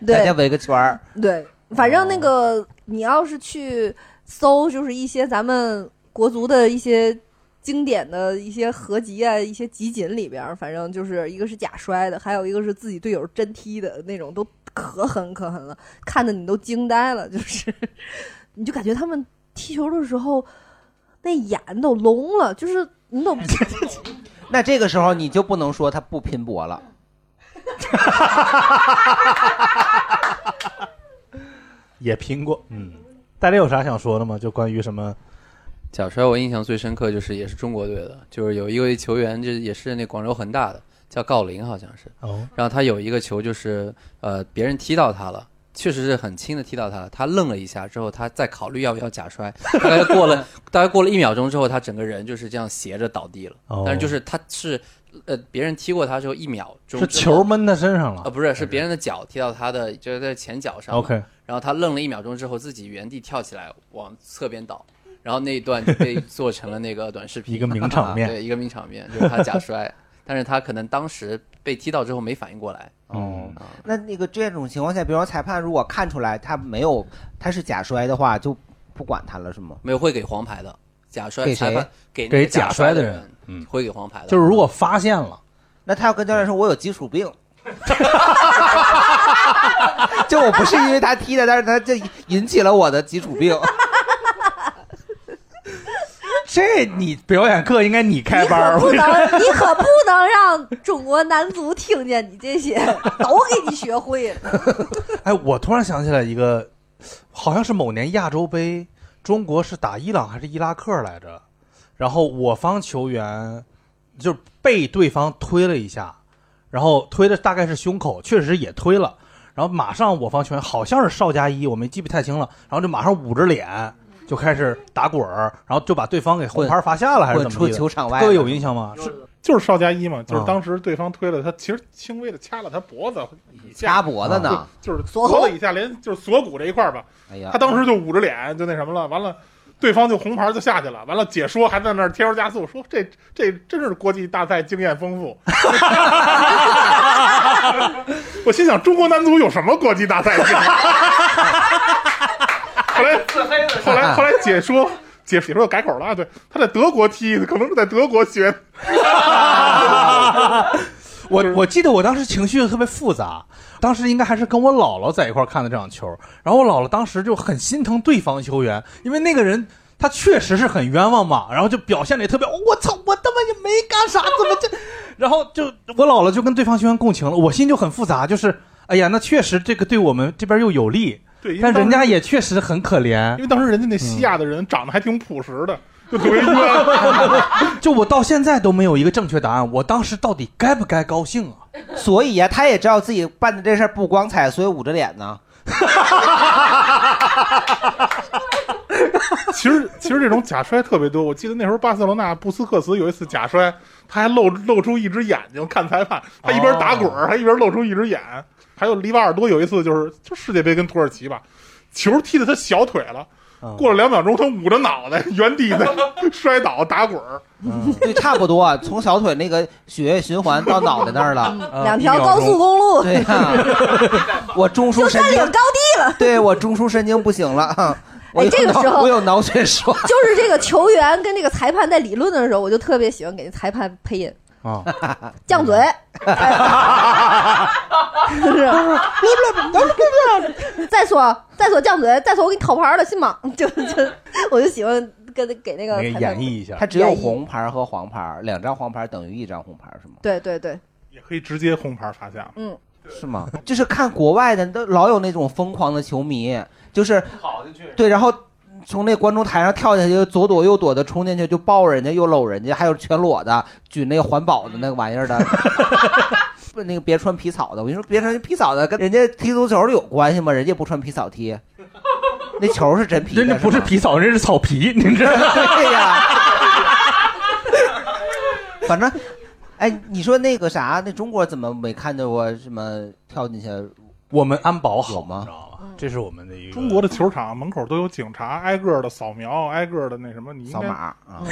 Speaker 2: 大
Speaker 3: 对
Speaker 2: 家围个圈儿。
Speaker 3: 对，反正那个、你要是去搜，就是一些咱们国足的一些。经典的一些合集啊，一些集锦里边儿，反正就是一个是假摔的，还有一个是自己队友真踢的那种，都可狠可狠了，看的你都惊呆了，就是， 你就感觉他们踢球的时候那眼都聋了，就是你 啊懂，
Speaker 2: 那这个时候你就不能说他不拼搏了。
Speaker 1: 也拼过。嗯，大家有啥想说的吗？就关于什么？
Speaker 10: 假摔我印象最深刻就是也是中国队的，就是有一位球员，这也是那广州恒大的，叫郜林好像是。
Speaker 1: 哦，
Speaker 10: 然后他有一个球就是呃别人踢到他了。确实是很轻的踢到他了，他愣了一下之后，他再考虑要不要假摔，大概过 了大概过了一秒钟之后，他整个人就是这样斜着倒地了。
Speaker 1: 哦
Speaker 10: 但是就是他是呃别人踢过他之后一秒钟
Speaker 1: 是
Speaker 10: 之
Speaker 1: 球
Speaker 10: 后
Speaker 1: 闷他身上
Speaker 10: 啊、
Speaker 1: 了。
Speaker 10: 不是，是别人的脚踢到他的，就是在前脚上嘛。
Speaker 1: OK
Speaker 10: 然后他愣了一秒钟之后，自己原地跳起来往侧边倒，然后那一段就被做成了那个短视频，
Speaker 1: 一个名场面
Speaker 10: 对，一个名场面，就是他假摔。但是他可能当时被踢到之后没反应过来。
Speaker 1: 嗯
Speaker 10: 哦，
Speaker 2: 那那个这种情况下，比如说裁判如果看出来他没有他是假摔的话，就不管他了，是吗？
Speaker 10: 没有会给黄牌的，假摔
Speaker 2: 给
Speaker 10: 裁判
Speaker 2: 谁
Speaker 10: 给
Speaker 2: 给
Speaker 10: 给
Speaker 2: 假
Speaker 10: 假
Speaker 2: 摔
Speaker 10: 的
Speaker 2: 的人
Speaker 10: 嗯，会给黄牌的。
Speaker 2: 就是如
Speaker 1: 果发现了，
Speaker 2: 那他要跟教练说：“我有基 础病。”就我不是因为他踢的，但是他就引起了我的基础病。
Speaker 1: 这你表演课应该你开班儿，
Speaker 3: 不
Speaker 1: 我跟
Speaker 3: 能，
Speaker 1: 说
Speaker 3: 你可不能让中国男足听见你这些，都给你学会了。
Speaker 1: 哎，我突然想起来一个，好像是某年亚洲杯，中国是打伊朗还是伊拉克来着？然后我方球员就是被对方推了一下，然后推的大概是胸口，确实也推了。然后马上我方球员好像是邵佳一，我没记不太清了。然后就马上捂着脸就开始打滚儿，然后就把对方给红牌罚下了，还是怎么地
Speaker 2: 滚
Speaker 1: 的
Speaker 2: 出球场外
Speaker 1: 各位
Speaker 2: 了
Speaker 1: 有印象吗？是
Speaker 13: 就是邵佳一嘛，就是
Speaker 1: 啊
Speaker 13: 当时对方推了他，其实轻微的掐了他脖子一下，
Speaker 2: 掐脖子呢
Speaker 13: 啊就是
Speaker 2: 锁
Speaker 13: 脖
Speaker 2: 骨
Speaker 13: 子一下，连就是锁骨这一块儿吧。
Speaker 2: 哎呀
Speaker 13: 他当时就捂着脸，就那什么了，完了。对方就红牌就下去了，完了解说还在那儿添油加醋，说这这真是国际大赛经验丰富。 我心想，中国男足有什么国际大赛经验？后来
Speaker 12: 自黑了
Speaker 13: 后来后来解说解解说又改口了，啊对，他在德国踢，可能是在德国学 的。
Speaker 1: 我我记得我当时情绪特别复杂，当时应该还是跟我姥姥在一块儿看的这场球，然后我姥姥当时就很心疼对方球员，因为那个人他确实是很冤枉嘛，然后就表现的也特别，哦我操，我他妈也没干啥，怎么这？然后就我姥姥就跟对方球员共情了，我心就很复杂，就是哎呀，那确实这个对我们这边又有利，
Speaker 13: 对因为
Speaker 1: 但
Speaker 13: 当时
Speaker 1: 人家也确实很可怜
Speaker 13: 因，为当时人家那西亚的人长得还挺朴实的，就特别冤。
Speaker 1: 就我到现在都没有一个正确答案，我当时到底该不该高兴啊？
Speaker 2: 所以呀、他也知道自己办的这事儿不光彩，所以捂着脸 呢。
Speaker 13: 其实其实这种假摔特别多，我记得那时候巴塞罗那布斯克茨有一次假摔，他还露露出一只眼睛看裁判，他一边打滚儿、还一边露出一只眼。还有里瓦尔多有一次就是就世界杯跟土耳其吧，球踢到他小腿了。
Speaker 2: 哦
Speaker 13: 过了两秒钟，他捂着脑袋，原地 在摔倒打滚儿。
Speaker 2: 对，差不多啊，从小腿那个血液循环到脑袋那儿了，
Speaker 3: 嗯两条高速公路
Speaker 2: 对呀、我中枢神经高
Speaker 3: 地了，
Speaker 2: 对我中枢神经不 行了。我
Speaker 3: 哎
Speaker 2: 有
Speaker 3: 这个
Speaker 2: 脑
Speaker 3: 时候
Speaker 2: 我有脑血栓，
Speaker 3: 就是这个球员跟这个裁判在理论的时候，我就特别喜欢给那裁判配音，
Speaker 1: 啊，
Speaker 3: 犟嘴，
Speaker 2: 哦
Speaker 3: 是不是？再说再说犟嘴，再说我给你讨牌了，信吗？ 就就我就喜欢跟给那个
Speaker 2: 给
Speaker 3: 裁判。
Speaker 1: 绎一下
Speaker 2: 他只有
Speaker 3: 演绎
Speaker 2: 红牌和黄牌，两张黄牌等于一张红牌是吗？
Speaker 3: 对对对，
Speaker 13: 也可以直接红牌罚下。
Speaker 3: 嗯，
Speaker 2: 是吗？就是看国外的，都老有那种疯狂的球迷，就是对，然后从那观众台上跳下去，左躲右躲的冲进去，就抱人家，又搂人家，还有全裸的，举那个环保的那个玩意儿的， 不那个别穿皮草的。我跟你说，别穿皮草的，跟人家踢足球的有关系吗？人家不穿皮草踢，那球是真皮的，
Speaker 1: 人家不是皮草，人家是草皮，你 知道吗？
Speaker 2: 对呀、 反正，哎，你说那个啥，那中国怎么没看见过什么跳进去？
Speaker 1: 我们安保好
Speaker 2: 吗？
Speaker 1: 这是我们的一个
Speaker 13: 中国的球场门口都有警察，挨个的扫描，挨个的那什么，你应该嗯
Speaker 2: 扫码啊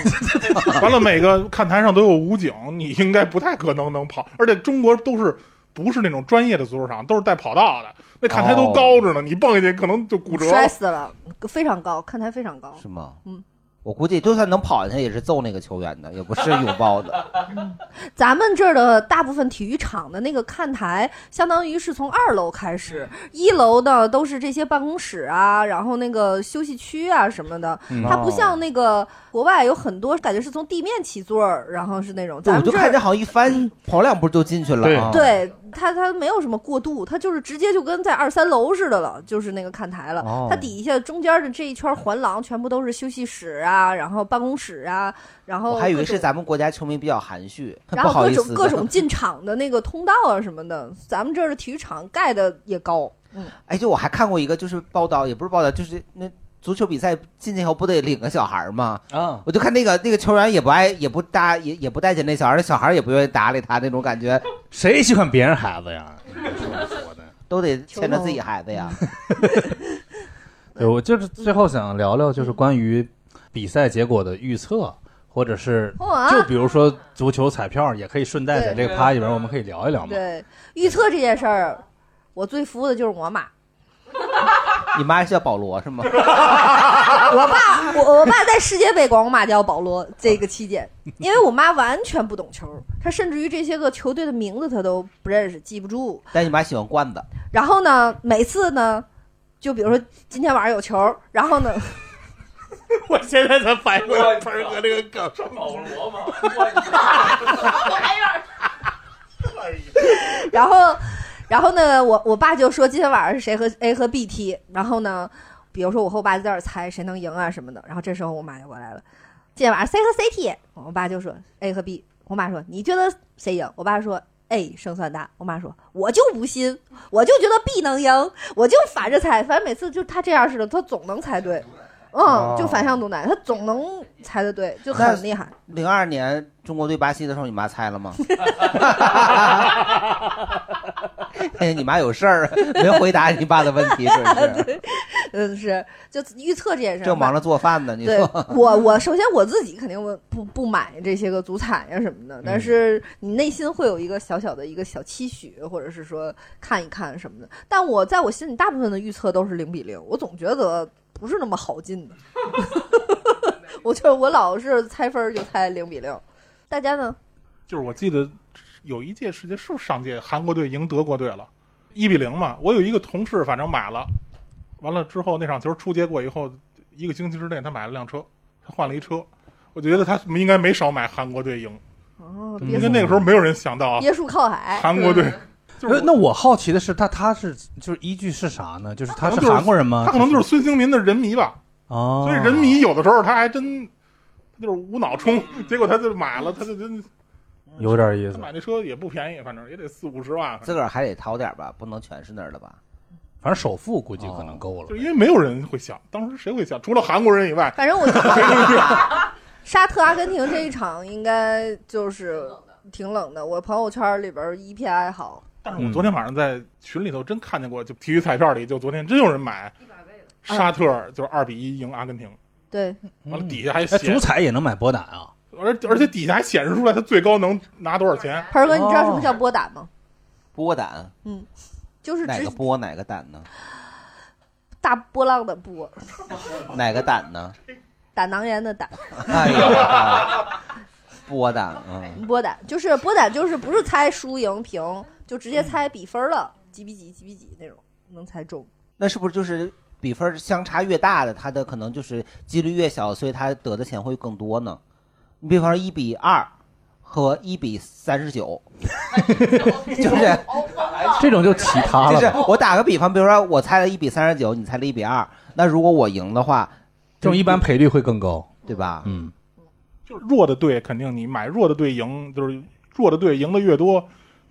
Speaker 13: 完了，每个看台上都有武警，你应该不太可能能跑。而且中国都是不是那种专业的足球场，都是带跑道的，那看台都高着呢，你蹦下去可能就骨折了。
Speaker 3: 摔 死了，非常高，看台非常高。
Speaker 2: 是吗？
Speaker 3: 嗯，
Speaker 2: 我估计就算能跑进去，也是揍那个球员的，也不是拥抱的。
Speaker 3: 咱们这儿的大部分体育场的那个看台，相当于是从二楼开始，一楼呢都是这些办公室啊，然后那个休息区啊什么的。
Speaker 2: 嗯
Speaker 3: 它不像那个国外有很多感觉是从地面起座儿，然后是那种。咱
Speaker 2: 我
Speaker 3: 们
Speaker 2: 哦就啊
Speaker 3: 这
Speaker 2: 看
Speaker 3: 儿
Speaker 2: 这好像一翻，跑两步就进去了、啊。，
Speaker 3: 对它它没有什么过渡，它就是直接就跟在二三楼似的了，就是那个看台了。
Speaker 2: 哦
Speaker 3: 它底下中间的这一圈环廊全部都是休息室啊，然后办公室啊，然后
Speaker 2: 我还以为
Speaker 3: 各种
Speaker 2: 是咱们国家球迷比较含蓄，不
Speaker 3: 然后
Speaker 2: 好
Speaker 3: 各
Speaker 2: 意
Speaker 3: 种
Speaker 2: 思。
Speaker 3: 各 种进场的那个通道啊什么的，咱们这儿的体育场盖的也高。嗯，
Speaker 2: 哎，就我还看过一个，就是报道，也不是报道，就是那足球比赛进去以后不得领个小孩儿吗？
Speaker 1: 啊，
Speaker 2: 我就看那个那个球员也不爱，也不搭，也也不待见那小孩儿，那小孩儿也不愿意搭理他，那种感觉。
Speaker 1: 谁喜欢别人孩子呀？
Speaker 2: 都得牵着自己孩 子呀。
Speaker 3: 嗯
Speaker 1: 对，我就是最后想聊聊，就是关于比赛结果的预测，或者是
Speaker 3: 哦啊
Speaker 1: 就比如说足球彩票，也可以顺带在
Speaker 3: 对
Speaker 1: 这个趴里边，我们可以聊一聊嘛。
Speaker 3: 对，预测这件事儿，我最服的就是我 妈。
Speaker 2: 你妈叫保罗是吗？
Speaker 3: 我爸，我我爸在世界杯管我妈叫保罗这个期 间，因为我妈完全不懂球，她甚至于这些个球队的名字她都不认识，记不住。
Speaker 2: 但你妈喜欢罐子，
Speaker 3: 然后呢，每次呢，就比如说今天晚上有球，然后呢，
Speaker 12: 我现在才反应过来，鹏哥这个梗是保罗吗？
Speaker 3: 然后，然后呢，我我爸就说今天晚上是谁和 A 和 B 踢，然后呢，比如说我和我爸在这儿猜谁能赢啊什么的，然后这时候我妈就过来了，今天晚上 C 和 C 踢，我爸就说 A 和 B，我妈说你觉得谁赢？我爸说。A 胜算大，我妈说我就不信，我就觉得 B 能赢，我就反着猜，反正每次就他这样似的，他总能猜对，
Speaker 2: 哦
Speaker 3: 嗯，就反向毒奶，他总能猜的对，就很厉害。
Speaker 2: 零二年中国对巴西的时候，你妈猜了吗？ 哎，你妈有事儿， 没回答你爸的问题，是不是？
Speaker 3: 对，嗯，是就预测这件事儿，
Speaker 2: 正忙着做饭呢，你
Speaker 3: 对
Speaker 2: 说
Speaker 3: 我，我首先我自己肯定不不不买这些个足彩呀、什么
Speaker 13: 嗯
Speaker 3: 的，但是你内心会有一个小小的一个小期许，或者是说看一看什么的。但我在我心里大部分的预测都是零比零，我总觉得不是那么好进 的。我就是我老是猜分儿就猜零比零，大家呢？
Speaker 13: 就是我记得有一届世界是不是上届韩国队赢德国队了，一比零嘛。我有一个同事，反正买了，完了之后那场球出结果以后，一个星期之内他买了辆车，他换了一车。我觉得他应该没少买韩国队赢，
Speaker 3: 哦，别
Speaker 13: 因嗯为那个时候没有人想到啊，
Speaker 3: 别墅靠海，
Speaker 13: 韩国队
Speaker 3: 嗯
Speaker 1: 呃那我好奇的是，他他是就是依据是啥呢？就是他
Speaker 13: 可能
Speaker 1: 是
Speaker 13: 就是
Speaker 1: 韩国人吗？
Speaker 13: 他可能就是孙兴民的人迷吧，
Speaker 1: 哦，
Speaker 13: 所以人迷有的时候他还真他就是无脑冲，结果他就买了，他就真
Speaker 1: 有点意
Speaker 13: 他
Speaker 1: 思。
Speaker 13: 买那车也不便宜，反正也得四五十万，
Speaker 2: 自个儿还得掏点儿吧，不能全是那儿的吧？哦
Speaker 1: 反正首付估计可能够了。
Speaker 13: 就因为没有人会想，当时谁会想？除了韩国人以外，
Speaker 3: 反正我觉
Speaker 13: 谁会想？
Speaker 3: 沙特、阿根廷这一场应该就是挺冷的，我朋友圈里边儿一片哀嚎。
Speaker 13: 但 是我昨天晚上在群里头真看见过，就体育彩票里，就昨天真有人买，沙特就是二比一赢阿根廷，
Speaker 3: 对，
Speaker 13: 完了底下还
Speaker 1: 哎，
Speaker 13: 写
Speaker 1: 足，彩也能买波胆啊？
Speaker 13: 而而且底下还显示出来他最高能拿多少钱。
Speaker 3: 盆儿哥，你知道什
Speaker 13: 哦
Speaker 3: 么叫波胆吗？
Speaker 2: 哦波胆，
Speaker 3: 嗯，就是
Speaker 2: 哪
Speaker 3: 直
Speaker 2: 个波哪个胆呢？
Speaker 3: 大波浪的 波，
Speaker 2: 哪个胆呢？
Speaker 3: 胆囊炎的胆，
Speaker 2: 哎呀，波胆，嗯，
Speaker 3: 波胆就是波胆，就是不是猜输赢平，就直接
Speaker 1: 嗯
Speaker 3: 猜比分了，几比几几比几那种，能猜中。
Speaker 2: 那是不是就是比分相差越大的，他的可能就是几率越小，所以他得的钱会更多呢？你比方说一比二和一比三 十九，就是
Speaker 1: 这种就奇葩了
Speaker 2: 就是
Speaker 1: 吧。
Speaker 2: 我打个比方，比如说我猜了一比三十九，你猜了一比二，那如果我赢的话，
Speaker 1: 这种一般赔率会更高，
Speaker 2: 对吧？
Speaker 1: 嗯，
Speaker 13: 就是弱的队肯定你买弱的队赢，就是弱的队赢的越多，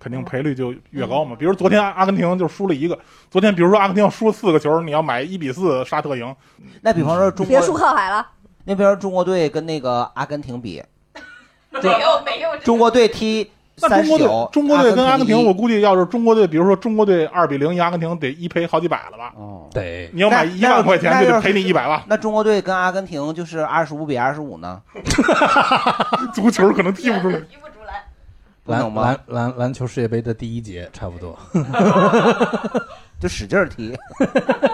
Speaker 13: 肯
Speaker 2: 嗯
Speaker 13: 定赔率就越高嘛。比如昨天阿阿根廷就输了一个，昨天比如说阿根廷输四个球，你要买一比四沙特赢，
Speaker 2: 那比方说中
Speaker 3: 别
Speaker 2: 国，
Speaker 3: 墅靠海了，
Speaker 2: 那比方说中国队跟那个阿根廷比，
Speaker 12: 没有没有
Speaker 2: 中国队踢
Speaker 13: 那中
Speaker 2: 三十
Speaker 13: 国队
Speaker 2: 九，
Speaker 13: 中国队跟阿根廷，
Speaker 2: 一
Speaker 13: 我估计要是中国队，比如说中国队二比零赢阿根廷，得一赔好几百了吧？
Speaker 2: 哦，
Speaker 1: 得
Speaker 13: 你要买一万块钱
Speaker 2: 那
Speaker 13: 就
Speaker 2: 那
Speaker 13: 得
Speaker 2: 要
Speaker 13: 赔你一百万。
Speaker 2: 那中国队跟阿根廷就是二十五比二十五呢，
Speaker 13: 足球可能踢不出来。
Speaker 2: 不能
Speaker 1: 篮
Speaker 2: 吗
Speaker 1: 篮？篮篮球世界杯的第一节差不 多。
Speaker 2: 就使劲儿踢。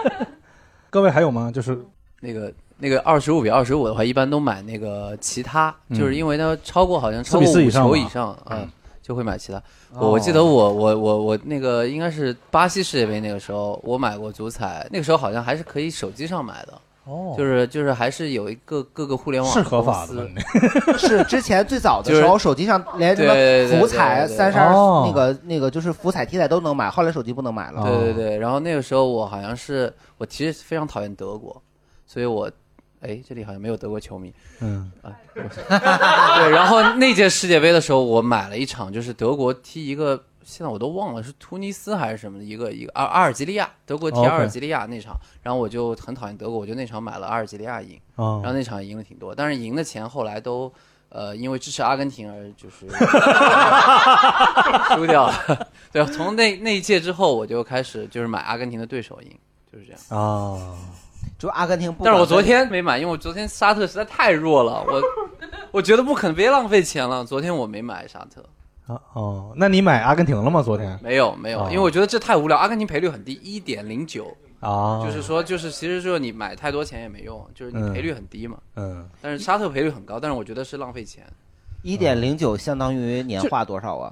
Speaker 1: 各位还有吗？就是
Speaker 10: 那个那个二十五比二十五的话，一般都买那个其他，
Speaker 1: 嗯
Speaker 10: 就是因为它超过好像超过
Speaker 1: 4比4
Speaker 10: 五
Speaker 1: 以上
Speaker 10: 球
Speaker 1: 嘛
Speaker 10: 以上，嗯，就会买其他。
Speaker 1: 哦
Speaker 10: 我我记得我我我我那个应该是巴西世界杯那个时候，我买过足彩，那个时候好像还是可以手机上买的。
Speaker 1: 哦
Speaker 10: 就是就是还是有一个各个互联网
Speaker 1: 是合法
Speaker 10: 的，
Speaker 2: 是之前最早的
Speaker 10: 就是
Speaker 2: 时候，手机上连什
Speaker 10: 对对对
Speaker 2: 么福
Speaker 10: 对
Speaker 2: 彩
Speaker 10: 对
Speaker 2: 三
Speaker 10: 对
Speaker 2: 十二
Speaker 10: 哦
Speaker 2: 那个那个就是福彩体彩都能买，后来手机不能买了。
Speaker 10: 对对对，然后那个时候我好像是我其实非常讨厌德国，所以我哎这里好像没有德国球迷，
Speaker 1: 嗯
Speaker 10: 啊，我对，然后那届世界杯的时候，我买了一场，就是德国踢一个，现在我都忘了是突尼斯还是什么的一个一个阿阿尔及利亚，德国踢
Speaker 2: 哦
Speaker 1: OK
Speaker 10: 阿尔及利亚那场，然后我就很讨厌德国，我就那场买了阿尔及利亚赢，
Speaker 1: 哦
Speaker 10: 然后那场赢了挺多，但是赢的钱后来都。呃，因为支持阿根廷而就是 输掉了。对，从那那一届之后，我就开始就是买阿根廷的对手赢，就是这样。
Speaker 1: 啊，
Speaker 2: 就阿根廷不管
Speaker 10: 但
Speaker 2: 在。
Speaker 10: 是我昨天没买，因为我昨天沙特实在太弱了，我我觉得不肯，别浪费钱了。昨天我没买沙特，
Speaker 1: 啊哦，那你买阿根廷了吗？昨天
Speaker 10: 没有没有，
Speaker 1: 哦
Speaker 10: 因为我觉得这太无聊。阿根廷赔率很低，一点零九，
Speaker 1: 啊，
Speaker 10: 就是说就是其实就是你买太多钱也没用，就是你
Speaker 2: 嗯
Speaker 10: 赔率很低嘛。
Speaker 1: 嗯，
Speaker 10: 但是沙特赔率很高，但是我觉得是浪费钱。
Speaker 2: 一点零九相当于年化多少啊？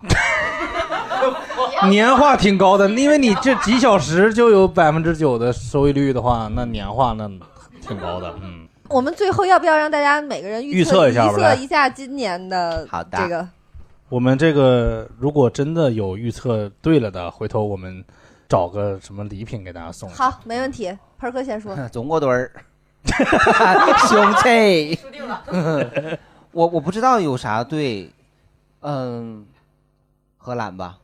Speaker 3: 哦
Speaker 1: 年化挺高的，因为你这几小时就有百分之九的收益率的话，那年化那挺高的，嗯。
Speaker 3: 我们最后要不要让大家每个人
Speaker 1: 预测
Speaker 3: 测
Speaker 1: 一下
Speaker 3: 预
Speaker 1: 吧来
Speaker 3: 一下今年的
Speaker 1: 好的
Speaker 3: 这个？
Speaker 1: 我们这个如果真的有预测对了的，回头我们找个什么礼品给大家 送一下。
Speaker 3: 好，没问题。盆儿哥 先说，
Speaker 2: 中国队儿， 兄弟， 我我不知道有啥队，嗯，荷兰吧，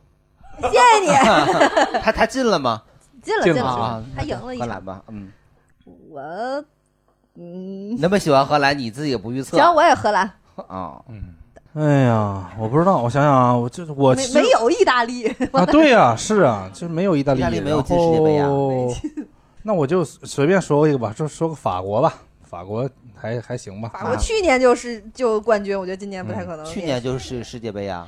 Speaker 3: 谢谢你。
Speaker 2: 他他进了吗？
Speaker 3: 进了进了
Speaker 2: 啊
Speaker 3: 他赢了一场
Speaker 2: 荷兰吧，嗯，
Speaker 3: 我，嗯，
Speaker 2: 那么喜欢荷兰，你自己也不预测
Speaker 3: 行，我也荷兰，
Speaker 2: 啊，嗯，
Speaker 1: 哎呀，我不知道，我想想啊，我这我
Speaker 3: 没
Speaker 1: 其实
Speaker 3: 没有意大利
Speaker 1: 啊，对呀、是啊，就是没有意大利，
Speaker 2: 意大利没有进
Speaker 1: 然后
Speaker 2: 世界杯啊
Speaker 1: 那我就随便说一个吧，就说个法国吧，法国还还行吧。啊
Speaker 3: 法国去年就是就冠军，我觉得今年不太
Speaker 1: 嗯
Speaker 3: 可能。
Speaker 2: 嗯去年就是世界杯啊，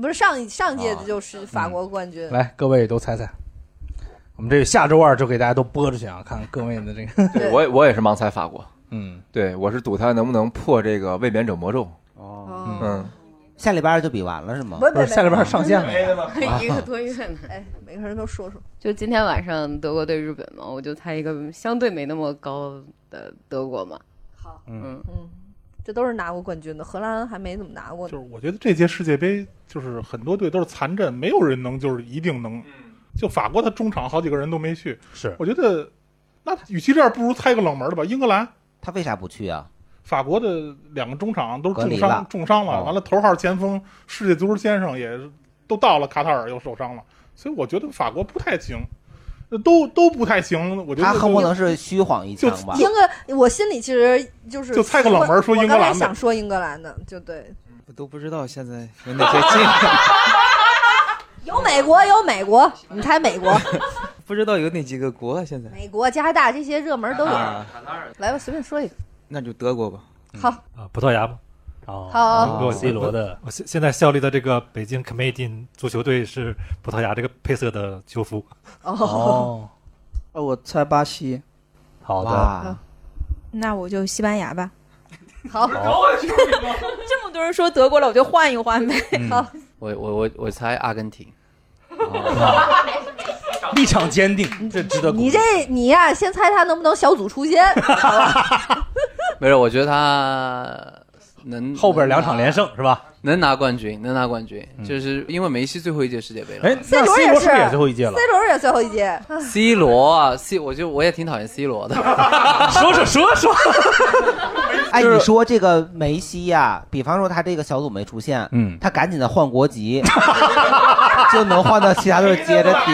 Speaker 3: 不是上一上届就是法国冠军，
Speaker 1: 啊嗯来，各位都猜猜，我们这个下周二就给大家都播出去啊，看看各位的这 个。
Speaker 14: 对我也我也是盲猜法国，
Speaker 1: 嗯，
Speaker 14: 对我是赌他能不能破这个卫冕者魔咒。哦，嗯，
Speaker 2: 下礼拜二就比完了是吗啊
Speaker 3: 不是不是下礼拜二上线了
Speaker 2: 没了
Speaker 7: 一
Speaker 1: 啊
Speaker 7: 个多月呢。
Speaker 3: 哎，每个人都说说，
Speaker 7: 就今天晚上德国对日本嘛，我就猜一个相对没那么高的德国嘛。好，嗯
Speaker 3: 嗯，这都是拿过冠军的，荷兰还没怎么拿过呢。
Speaker 13: 我觉得这届世界杯就是很多队都是残阵，没有人能就是一定能。就法国，他中场好几个人都没去。
Speaker 1: 是，
Speaker 13: 我觉得那与其这样，不如猜个冷门的吧。英格兰，
Speaker 2: 他为啥不去啊？
Speaker 13: 法国的两个中场都
Speaker 2: 隔离
Speaker 13: 重
Speaker 2: 了
Speaker 13: 伤，重伤
Speaker 2: 哦
Speaker 13: 了。完了，头号前锋世界足球先生也都到了卡塔尔又受伤了，所以我觉得法国不太行，呃都都不太行。我觉得
Speaker 2: 他
Speaker 13: 就
Speaker 2: 恨不能嗯是虚晃一枪吧？
Speaker 3: 英格，我心里其实就是
Speaker 13: 就猜个冷门儿说英格兰
Speaker 3: 我
Speaker 13: 呗
Speaker 3: 刚才想说英格兰的，就对，
Speaker 5: 我都不知道现在有哪些进，
Speaker 3: 有美国，有美国，你猜美国、
Speaker 5: 不知道有哪几个国啊？现在
Speaker 3: 美国、加拿大这些热门都有。
Speaker 5: 啊
Speaker 3: 来吧，随便说一个。
Speaker 5: 那就德国吧。
Speaker 3: 好，
Speaker 6: 啊，葡萄牙吧。
Speaker 1: 哦
Speaker 5: 啊
Speaker 3: 好
Speaker 6: 我
Speaker 1: C 罗的，
Speaker 6: 我呃现现在效力的这个北京 Canadian 足球队是葡萄牙这个配色的球服。
Speaker 1: 哦，
Speaker 4: 呃，我猜巴西。
Speaker 1: 好
Speaker 4: 的，
Speaker 11: 那我就西班牙吧。
Speaker 3: 好，
Speaker 11: 这么多人说德国了，我就换一换呗。好，
Speaker 10: 我我我我猜阿根廷，
Speaker 1: 哦 立场坚定，
Speaker 3: 嗯
Speaker 1: 这值得鼓
Speaker 3: 你
Speaker 1: 励。
Speaker 3: 这你呀、先猜他能不能小组出 线，
Speaker 10: 没有，我觉得他能
Speaker 1: 后边两场连胜是吧？嗯
Speaker 10: 能拿冠军，能拿冠军，就是因为梅西最后一届世界杯了。
Speaker 1: 哎，
Speaker 3: 那 C 罗 C 罗也是不是也最
Speaker 1: 后一届
Speaker 3: ，C 罗也最后一届。啊
Speaker 10: C 罗啊，C，我就我也挺讨厌 C 罗的。
Speaker 1: 说说说说，
Speaker 2: 哎，你说这个梅西呀、比方说他这个小组没出现，
Speaker 1: 嗯，
Speaker 2: 他赶紧的换国籍， 就能换到其他队接着 踢。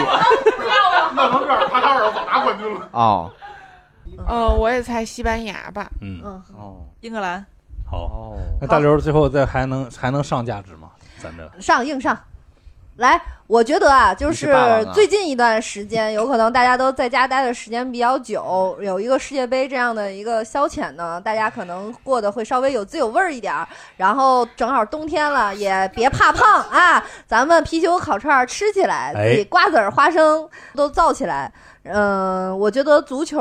Speaker 13: 那能这样，卡塔尔早拿冠军了。
Speaker 2: 哦，
Speaker 9: 呃，我也猜西班牙吧。
Speaker 1: 嗯
Speaker 2: 哦，
Speaker 11: 英格兰
Speaker 1: 好，那大刘最后再还能还能上价值吗？咱这
Speaker 3: 上硬上。来，我觉得啊，就
Speaker 1: 你是霸王啊
Speaker 3: 最近一段时间，有可能大家都在家待的时间比较久，有一个世界杯这样的一个消遣呢，大家可能过得会稍微有滋有味儿一点儿。然后正好冬天了，也别怕胖啊，咱们啤酒烤串儿吃起来，
Speaker 15: 哎
Speaker 3: 自己瓜子儿、花生都造起来。嗯、我觉得足球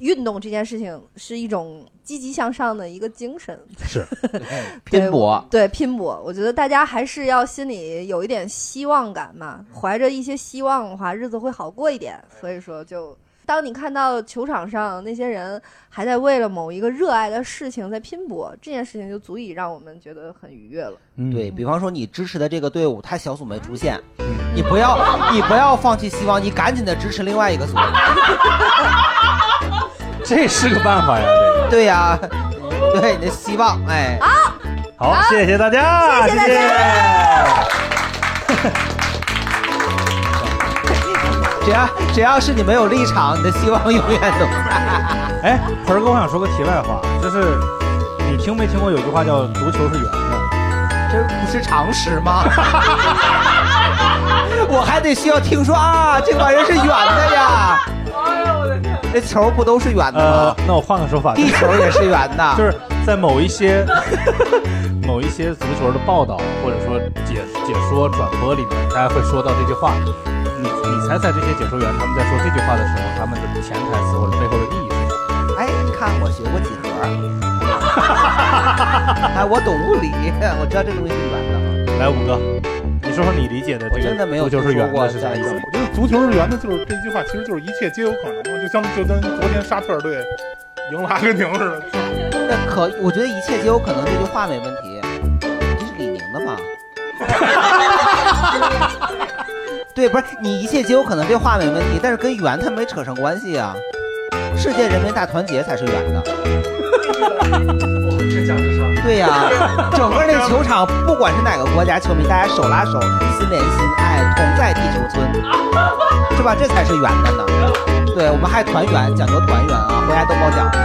Speaker 3: 运动这件事情是一种积极向上的一个精神。
Speaker 1: 是
Speaker 2: 拼搏。
Speaker 3: 对拼搏，我觉得大家还是要心里有一点希望感嘛，怀着一些希望的话，日子会好过一点。所以说就。当你看到球场上那些人还在为了某一个热爱的事情在拼搏，这件事情就足以让我们觉得很愉悦了。
Speaker 1: 嗯
Speaker 2: 对比方说你支持的这个队伍，他小组没出现，你不要你不要放弃希望，你赶紧的支持另外一个组。
Speaker 1: 这是个办法呀，这个。
Speaker 2: 对呀、对你的希望，哎，
Speaker 3: 好，
Speaker 1: 好，谢谢大家，
Speaker 3: 谢谢大家。
Speaker 2: 只要只要是你没有立场，你的希望永远都在。
Speaker 1: 哎，盆儿哥，我想说个题外话，就是你听没听过有句话叫“足球是圆的
Speaker 2: 这不是常识吗？ 我还得需要听说啊，这玩意儿是圆的呀。这球不都是
Speaker 6: 哦
Speaker 2: 圆”。的吗？
Speaker 1: 呃，那我换个说法，
Speaker 2: 地球也是圆的
Speaker 1: 就是在某一些 某一些足球的报道或者说解解说转播里面，大家会说到这句话，你你猜猜这些解说员他们在说这句话的时候，他们的潜台词或者背后的意义是什么？
Speaker 2: 哎，你看我学过几 何，哎，我懂物理，我知道这个东西是圆的。
Speaker 1: 来，五哥，你说说你理解的这
Speaker 2: 我真的没
Speaker 1: 个
Speaker 2: 有
Speaker 1: 足球是
Speaker 2: 听说
Speaker 1: 圆
Speaker 2: 过
Speaker 1: 的是啥意思
Speaker 2: 在？
Speaker 13: 我觉得足球是圆的，就是这句话，其实就是一切皆有可能嘛，就像就跟昨天沙特队赢了阿根廷似的。
Speaker 2: 那可，我觉得一切皆有可能，这句话没问题。这是李宁的吗？对，不是你一切皆有可能，这话没问题，但是跟圆它没扯上关系啊。世界人民大团结才是圆的。对呀、整个那个球场，不管是哪个国家球迷，大家手拉手，心连心，哎，同在地球村，是吧？这才是圆的呢。对，我们还团圆，讲究团圆啊，回家都包饺子。